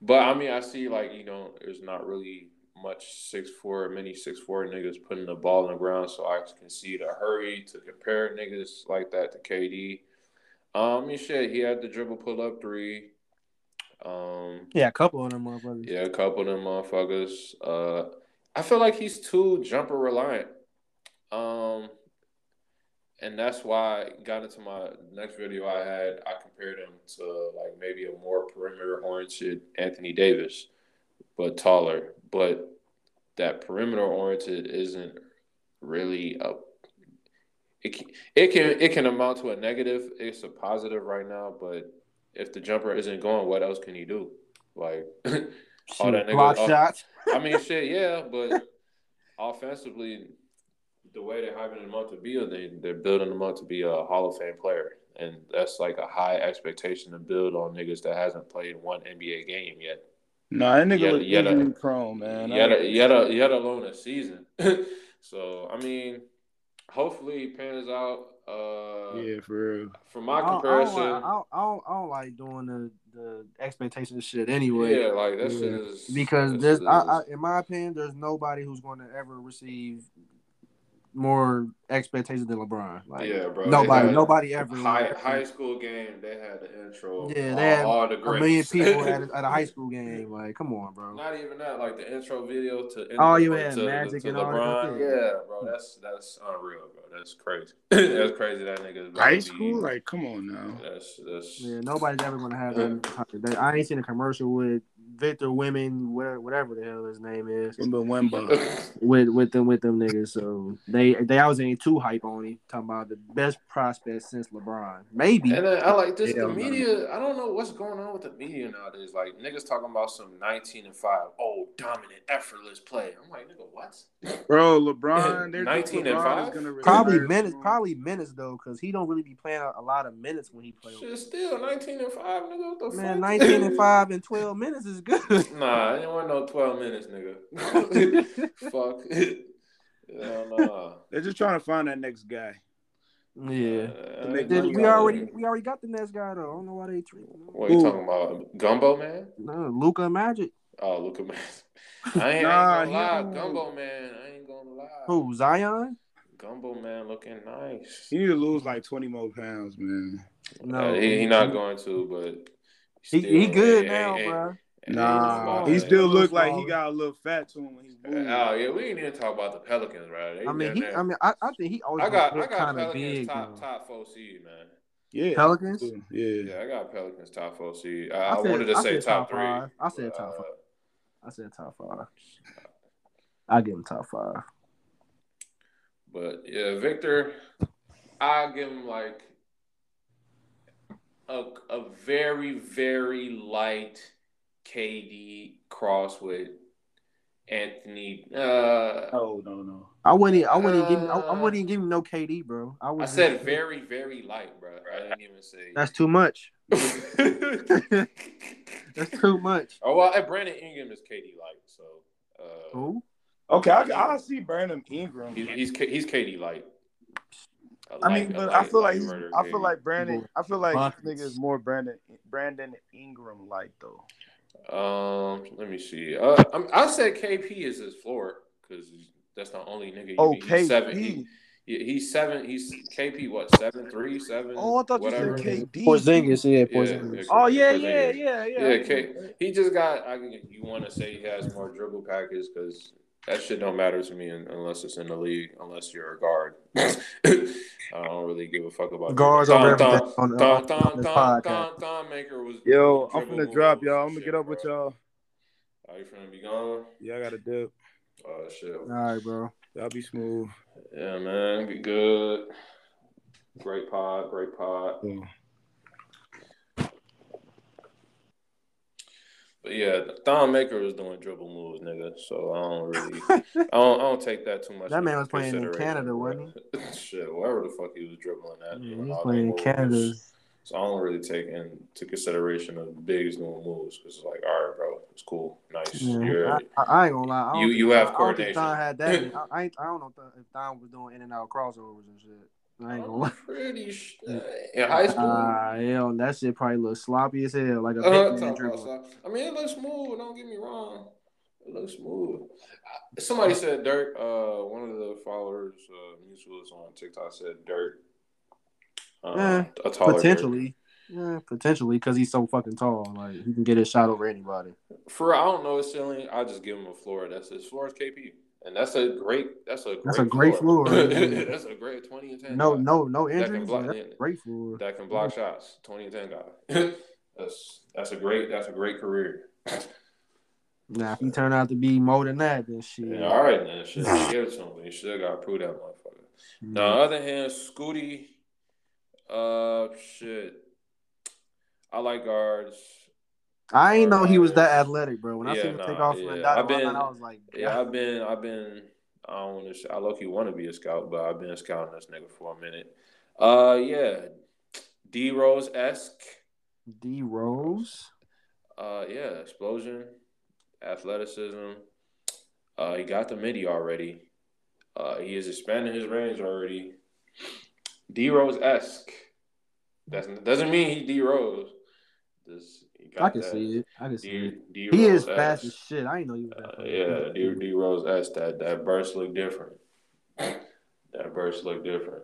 Speaker 1: but I mean, I see like you know, there's not really much six four, many six four niggas putting the ball on the ground, so I can see the hurry to compare niggas like that to KD. Um, and shit, he had the dribble pull up three. Um,
Speaker 2: yeah, a couple of them motherfuckers.
Speaker 1: yeah, a couple of them motherfuckers. Uh, I feel like he's too jumper reliant. Um, and that's why I got into my next video I had. I compared him to like maybe a more perimeter oriented Anthony Davis, but taller. But that perimeter oriented isn't really a. It can, it can it can amount to a negative. It's a positive right now, but if the jumper isn't going, what else can he do? Like All that nigga-
Speaker 2: block
Speaker 1: all-
Speaker 2: shots.
Speaker 1: I mean, shit, yeah, but offensively, the way they're hyping him up to be, they they're building him up to be a Hall of Fame player, and that's like a high expectation to build on niggas that hasn't played one NBA game yet.
Speaker 9: Nah, that nigga
Speaker 1: Yeah,
Speaker 9: look
Speaker 1: yeah, that-
Speaker 9: injury prone, man. I-
Speaker 1: yet, yet, yet alone a season. so I mean, hopefully it pans out. Uh,
Speaker 9: yeah, for real.
Speaker 1: For
Speaker 2: I
Speaker 1: my
Speaker 2: don't, I, don't,
Speaker 1: comparison,
Speaker 2: like- I, don't, I, don't, I don't like doing the, the expectation shit anyway.
Speaker 1: yeah, like that shit
Speaker 2: Yeah.
Speaker 1: is
Speaker 2: Because
Speaker 1: that
Speaker 2: there's,
Speaker 1: shit
Speaker 2: I,
Speaker 1: is-
Speaker 2: I, in my opinion, there's nobody who's going to ever receive more expectations than LeBron. Like
Speaker 1: yeah, bro, they
Speaker 2: nobody,
Speaker 1: had-
Speaker 2: nobody ever.
Speaker 1: High high school game, they had the intro.
Speaker 2: Yeah,
Speaker 1: Yeah,
Speaker 2: they had
Speaker 1: all, the
Speaker 2: a
Speaker 1: greats.
Speaker 2: million people at a, at a high school game. Like, come on, bro.
Speaker 1: Not even that, like the intro video to
Speaker 2: Oh, you
Speaker 1: to-
Speaker 2: had
Speaker 1: to,
Speaker 2: Magic
Speaker 1: to
Speaker 2: and all that
Speaker 1: LeBron.
Speaker 2: shit.
Speaker 1: yeah, bro, that's that's unreal, bro. That's crazy. that's crazy. That nigga is about to
Speaker 9: High
Speaker 1: be-
Speaker 9: school? Like, come on now.
Speaker 1: That's that's
Speaker 2: Yeah, nobody's ever gonna have that. They- I ain't seen a commercial with Victor Women, whatever, whatever the hell his name is,
Speaker 9: Wimba Wimba.
Speaker 2: with with them with them niggas. So they they always ain't too hype on him. Talking about the best prospect since LeBron, maybe.
Speaker 1: And then I like this.
Speaker 9: Hell
Speaker 1: the
Speaker 9: no.
Speaker 1: media, I don't know what's going on with the media nowadays. Like niggas talking about some nineteen and five, oh dominant, effortless play. I'm like, nigga, what?
Speaker 9: Bro, LeBron, they're
Speaker 1: 19
Speaker 9: 19
Speaker 1: and
Speaker 9: LeBron
Speaker 1: five?
Speaker 9: is gonna retire
Speaker 2: Probably
Speaker 9: soon.
Speaker 2: minutes, probably minutes though, because he don't really be playing a, a lot of minutes when he plays.
Speaker 1: Shit, still nineteen and five, nigga. What the fuck?
Speaker 2: Man, nineteen and five and twelve minutes is good.
Speaker 1: Nah, I didn't want no 12 minutes, nigga. Fuck. Hell nah.
Speaker 9: They're just trying to find that next guy.
Speaker 2: yeah,
Speaker 1: Uh,
Speaker 9: They
Speaker 2: Did-
Speaker 9: money
Speaker 2: we
Speaker 9: out
Speaker 2: already we already got the next guy though. I don't know why they treat him.
Speaker 1: What you
Speaker 9: Who?
Speaker 1: talking about? um, Gumbo Man?
Speaker 2: No, Luca Magic.
Speaker 1: Oh, look at man. I ain't,
Speaker 9: Nah,
Speaker 1: I ain't
Speaker 9: he
Speaker 1: gonna lie.
Speaker 9: don't-
Speaker 1: Gumbo Man. I ain't gonna lie.
Speaker 2: Who Zion?
Speaker 1: Gumbo Man looking nice.
Speaker 9: He need to lose like 20 more pounds, man.
Speaker 1: Uh, he, he not going to, but still,
Speaker 2: He, he good
Speaker 1: eh,
Speaker 2: now,
Speaker 1: eh,
Speaker 2: bro.
Speaker 1: eh,
Speaker 2: Nah,
Speaker 1: eh,
Speaker 9: he
Speaker 1: eh,
Speaker 9: still
Speaker 1: eh.
Speaker 9: look like he got a little fat to him when he's moving.
Speaker 1: Oh yeah, we didn't even talk about the Pelicans, right? They
Speaker 2: I mean,
Speaker 1: down
Speaker 2: he,
Speaker 1: there.
Speaker 2: I mean, I, I think he always
Speaker 1: I got, I
Speaker 2: looked
Speaker 1: got
Speaker 2: kinda
Speaker 1: Pelicans
Speaker 2: big,
Speaker 1: top,
Speaker 2: though.
Speaker 1: top four seed, man.
Speaker 9: Yeah.
Speaker 2: Pelicans.
Speaker 9: Yeah.
Speaker 1: Yeah, I got Pelicans top four seed. I,
Speaker 2: I
Speaker 1: I
Speaker 2: said-
Speaker 1: wanted to
Speaker 2: I
Speaker 1: say
Speaker 2: said
Speaker 1: top,
Speaker 2: top
Speaker 1: three.
Speaker 2: five. I said
Speaker 1: but,
Speaker 2: top
Speaker 1: uh,
Speaker 2: I said top five. I give him top five.
Speaker 1: But yeah, Victor, I give him like a a very very light KD cross with Anthony. Uh,
Speaker 9: Oh no no.
Speaker 2: I wouldn't. e, I wouldn't give. him- I, I
Speaker 1: Uh,
Speaker 2: wouldn't give him no KD, bro. I,
Speaker 1: I
Speaker 2: wouldn't-
Speaker 1: said very very light, bro. I didn't even say.
Speaker 2: That's too much. That's
Speaker 1: oh
Speaker 2: too much.
Speaker 1: well, and Brandon Ingram is KD light, so uh,
Speaker 2: Who?
Speaker 9: Okay, I, I see Brandon Ingram.
Speaker 1: he's he's K- he's KD light. A
Speaker 9: I
Speaker 1: light-
Speaker 9: mean,
Speaker 1: a
Speaker 9: but I
Speaker 1: light
Speaker 9: feel like he's,
Speaker 1: murder
Speaker 9: I
Speaker 1: KD.
Speaker 9: feel like Brandon. I feel like
Speaker 2: Buckets.
Speaker 9: nigga is more Brandon Brandon Ingram like though.
Speaker 1: Um, let me see. Uh, I'm, I said KP is his floor because that's the only nigga. You,
Speaker 9: Oh,
Speaker 1: he's seven.
Speaker 9: KD.
Speaker 1: He, yeah, he's seven. He's KP. What seven three seven?
Speaker 9: Oh, I thought
Speaker 1: whatever.
Speaker 9: you said KD.
Speaker 2: Porzingis, yeah,
Speaker 1: Yeah,
Speaker 2: Porzingis.
Speaker 9: Oh yeah,
Speaker 1: Porzingis.
Speaker 9: yeah, yeah, yeah.
Speaker 1: Yeah, K, he just got. I mean, you want to say he has more dribble package because that shit don't matter to me un- unless it's in the league. Unless you're a guard, I don't really give a fuck about
Speaker 2: Guards
Speaker 1: dribble.
Speaker 2: over
Speaker 1: Thon-
Speaker 2: everything on the-
Speaker 1: Thon-
Speaker 2: on
Speaker 1: Thon-
Speaker 2: this
Speaker 1: Thon-
Speaker 2: podcast.
Speaker 1: Thon- Thon Maker was.
Speaker 9: Yo, I'm
Speaker 1: dribble
Speaker 9: finna drop
Speaker 1: moves
Speaker 9: y'all. I'm gonna
Speaker 1: and shit,
Speaker 9: get up with
Speaker 1: bro.
Speaker 9: y'all.
Speaker 1: Are you finna be gone?
Speaker 9: Yeah, I gotta dip.
Speaker 1: Oh shit.
Speaker 2: All right, bro.
Speaker 9: Y'all be smooth.
Speaker 1: Yeah, man. Be good. Great pod. Great pod.
Speaker 9: Yeah.
Speaker 1: But yeah, Thon Maker was doing dribble moves, nigga. So I don't really, I don't, I don't take that too much.
Speaker 2: That man
Speaker 1: into
Speaker 2: was playing in
Speaker 1: consideration,
Speaker 2: Canada,
Speaker 1: bro.
Speaker 2: wasn't
Speaker 1: Shit, wherever the fuck he was dribbling at.
Speaker 2: he? Yeah,
Speaker 1: doing
Speaker 2: he's
Speaker 1: all
Speaker 2: playing in
Speaker 1: them
Speaker 2: Canada.
Speaker 1: moves. So I don't really take into consideration of bigs doing moves because it's like, all right, bro, it's cool, nice. You're,
Speaker 2: Yeah, I, I ain't gonna lie. I don't
Speaker 1: You-
Speaker 2: think
Speaker 1: you
Speaker 2: Thon-
Speaker 1: have
Speaker 2: I don't think Thon
Speaker 1: coordination.
Speaker 2: had that. in- I, I, ain't- I don't know if Thon- if Don was doing in and out crossovers and shit. I ain't gonna lie.
Speaker 1: I'm pretty sure in high school.
Speaker 2: Ah, hell, that shit probably looked sloppy as hell, like a
Speaker 1: Uh,
Speaker 2: uh,
Speaker 1: I'm talking about
Speaker 2: dribble.
Speaker 1: stuff. I mean, it looks smooth. Don't get me wrong. It looks smooth. Somebody said Dirk. Uh, one of the followers, uh, mutuals on TikTok said Dirk. Um,
Speaker 2: Eh,
Speaker 1: a taller Dirk.
Speaker 2: Potentially, yeah, potentially, because he's so fucking tall, like he can get his shot over anybody.
Speaker 1: For I don't know his ceiling. I just give him a floor. That's his floor is KP, and that's a great. That's a great.
Speaker 2: That's a great floor.
Speaker 1: that's a great twenty and ten.
Speaker 2: No,
Speaker 1: guy.
Speaker 2: no, no
Speaker 1: That can
Speaker 2: injuries.
Speaker 1: block-
Speaker 2: yeah, that's great for.
Speaker 1: that can block shots. Twenty and ten guy. that's that's a great. That's a great career.
Speaker 2: Now, if he turn out to be more than that, then shit.
Speaker 1: Yeah, all right, then. Shit, give it to him. You still got to prove that motherfucker. Now, on the other hand, Scooty, uh, shit. I like guards.
Speaker 2: I ain't know he was that
Speaker 1: Alright.
Speaker 2: athletic, bro. When I
Speaker 1: Yeah,
Speaker 2: seen him
Speaker 1: nah,
Speaker 2: take off
Speaker 1: yeah.
Speaker 2: from the
Speaker 1: I've
Speaker 2: dotted
Speaker 1: been-
Speaker 2: line, I was like,
Speaker 1: Yeah, I've been, I've been. I don't want to. I low key want to be a scout, but I've been scouting this nigga for a minute. Uh, yeah, D Rose esque.
Speaker 2: D Rose.
Speaker 1: Uh, yeah, explosion, athleticism. Uh, he got the midi already. Uh, he is expanding his range already. D Rose esque. Doesn't doesn't mean he D Rose. Just he got
Speaker 2: I can
Speaker 1: that
Speaker 2: see it. I can see
Speaker 1: D
Speaker 2: it.
Speaker 1: D
Speaker 2: He is
Speaker 1: Rose-esque.
Speaker 2: fast as shit. I ain't know he was that.
Speaker 1: Uh,
Speaker 2: fast.
Speaker 1: yeah, D D Rose esque. That that burst look different. that burst look different.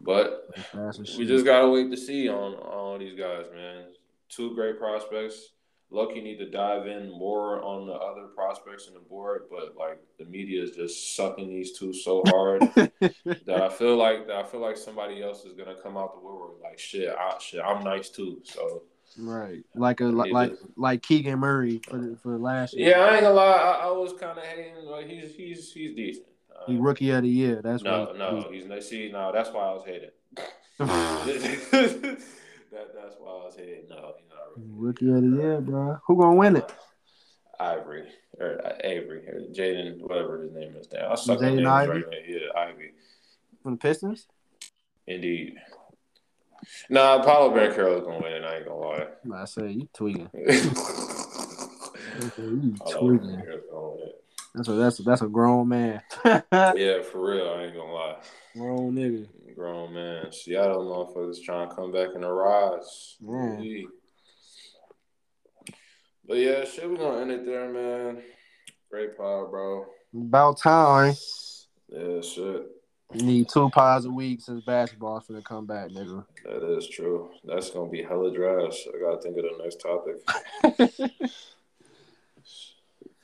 Speaker 1: But
Speaker 2: Fast as shit.
Speaker 1: we just gotta wait to see on on all these guys, man. Two great prospects. Lucky need to dive in more on the other prospects in the board, but like the media is just sucking these two so hard that I feel like that I feel like somebody else is gonna come out the woodwork like shit, I, shit, I'm nice too. So
Speaker 2: right, like a like
Speaker 1: Yeah,
Speaker 2: like,
Speaker 1: just-
Speaker 2: like Keegan Murray for the, for last year.
Speaker 1: yeah, I ain't gonna lie, I, I was kind of hating. Like he's he's he's decent. Uh,
Speaker 2: he rookie of the year. That's
Speaker 1: no,
Speaker 2: what.
Speaker 1: no, he's no. See, no, that's why I was hating. that that's why I was hating. No, he's not. really.
Speaker 2: Rookie of the year, bro. Who gonna win it?
Speaker 1: Ivory or uh, Avery or Jaden, whatever his name is. Now I suck at
Speaker 2: Jaden
Speaker 1: names
Speaker 2: Ivey?
Speaker 1: right now. Yeah, Ivy.
Speaker 2: From the Pistons?
Speaker 1: Indeed. Nah, Apollo Banquero is gonna win, and I ain't gonna lie.
Speaker 2: I say you tweaking.
Speaker 1: Apollo
Speaker 2: You tweaking.
Speaker 1: Banquero's gonna win it.
Speaker 2: That's a that's a, that's a grown man.
Speaker 1: Yeah, for real, I ain't gonna lie.
Speaker 2: grown nigga.
Speaker 1: Grown man, Seattle motherfuckers trying to come back in the rise.
Speaker 2: Yeah.
Speaker 1: Indeed. But yeah, shit, we gonna end it there, man. Great pod, bro.
Speaker 2: About time.
Speaker 1: Yeah, shit.
Speaker 2: Need two pods a week since basketball's finna come back, nigga.
Speaker 1: That is true. That's gonna be hella dry. So I gotta think of the next topic.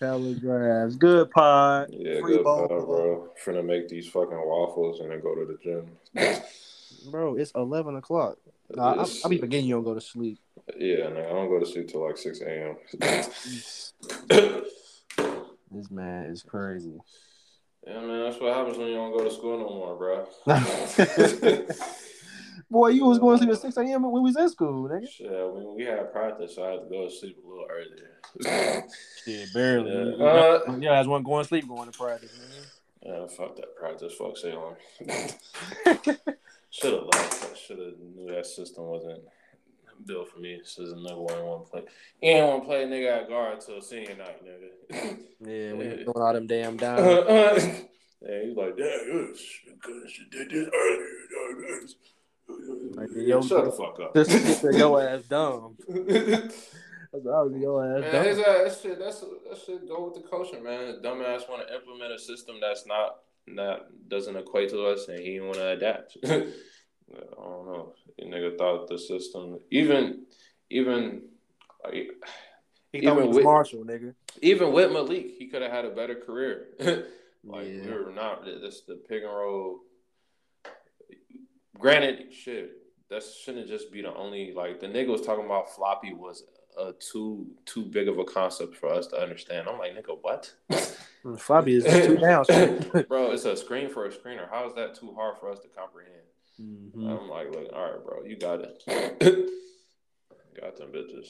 Speaker 2: Hella drafts. Good pod.
Speaker 1: Yeah,
Speaker 2: Free
Speaker 1: good pod,
Speaker 2: bowl.
Speaker 1: bro. Finna make these fucking waffles and then go to the gym.
Speaker 2: Bro, it's eleven o'clock. Nah, I, I be forgetting you don't go to sleep.
Speaker 1: Yeah, nigga, I don't go to sleep till like six a.m.
Speaker 2: This man is crazy.
Speaker 1: yeah, man, that's what happens when you don't go to school no more, bro.
Speaker 2: Boy, you was going to sleep at six a.m. when we was in school, nigga.
Speaker 1: Shit, when we had practice, so I had to go to sleep a little earlier.
Speaker 2: Yeah, barely.
Speaker 1: Yeah. Uh,
Speaker 2: yeah, that's one going to sleep, going to practice,
Speaker 1: yeah, fuck that practice. Fuck Salem. Should have left. I should have knew that system wasn't built for me. This is another one I want to play. He ain't want to play nigga at guard till senior night, nigga.
Speaker 2: Yeah, we
Speaker 1: Yeah.
Speaker 2: doing all them damn
Speaker 1: uh,
Speaker 2: dimes.
Speaker 1: uh, yeah, he's like, damn, you could have did this earlier.
Speaker 2: Like, yo,
Speaker 1: Shut the fuck up.
Speaker 2: This nigga, your ass dumb.
Speaker 1: man,
Speaker 2: That's obviously your ass dumb.
Speaker 1: his ass, that uh, shit, that's, that shit go with the coaching, man. The dumbass want to implement a system that's not, that doesn't equate to us, and he want to adapt. I don't know. The nigga thought the system, even, even, like,
Speaker 2: He
Speaker 1: Even
Speaker 2: thought it was
Speaker 1: with-
Speaker 2: Marshall, nigga.
Speaker 1: even with Malik, he could have had a better career. Like
Speaker 2: yeah.
Speaker 1: we were not this the pick and roll. Granted, shit, that shouldn't just be the only like the nigga was talking about floppy was uh too too big of a concept for us to understand. I'm like, nigga, what?
Speaker 2: Mm, Floppy is two downs.
Speaker 1: bro, it's a screen for a screener. How is that too hard for us to comprehend?
Speaker 2: Mhm.
Speaker 1: I'm like, look, all right, bro, you got it. got them bitches.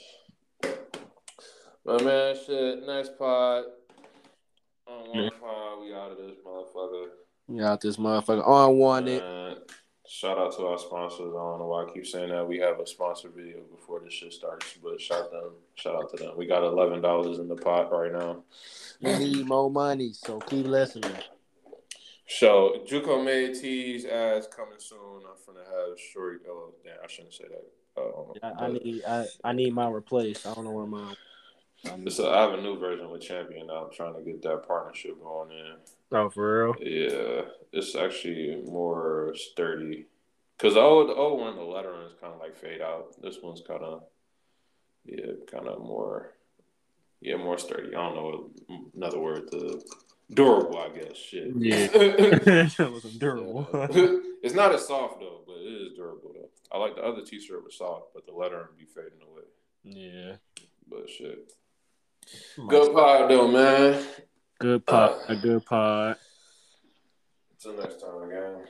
Speaker 1: But man, shit. Next pod. On one pod, we out of this motherfucker.
Speaker 2: You out this motherfucker on one it.
Speaker 1: Uh, shout out to our sponsors. I don't know why I keep saying that. We have a sponsor video before this shit starts, but shout them. Shout out to them. We got eleven dollars in the pot right now.
Speaker 2: You need more money, so keep listening.
Speaker 1: So Juco made tees as coming soon. I'm finna have short. Oh damn, I shouldn't say that. Um,
Speaker 2: I, I
Speaker 1: but-
Speaker 2: need I, I need mine replaced. I don't know where mine.
Speaker 1: So I have a new version with Champion. Now. I'm trying to get that partnership going in.
Speaker 2: Oh, for real?
Speaker 1: Yeah, it's actually more sturdy. Cause the old the old one, the lettering is kind of like fade out. This one's kind of yeah, kind of more yeah, more sturdy. I don't know another word to durable. I guess shit.
Speaker 2: Yeah. that was
Speaker 1: it's not as soft though, but it is durable though. I like the other T-shirt was soft, but the lettering be fading away.
Speaker 2: yeah.
Speaker 1: But shit, good pod though, man.
Speaker 2: Good pod. A good pod.
Speaker 1: Until next time, again.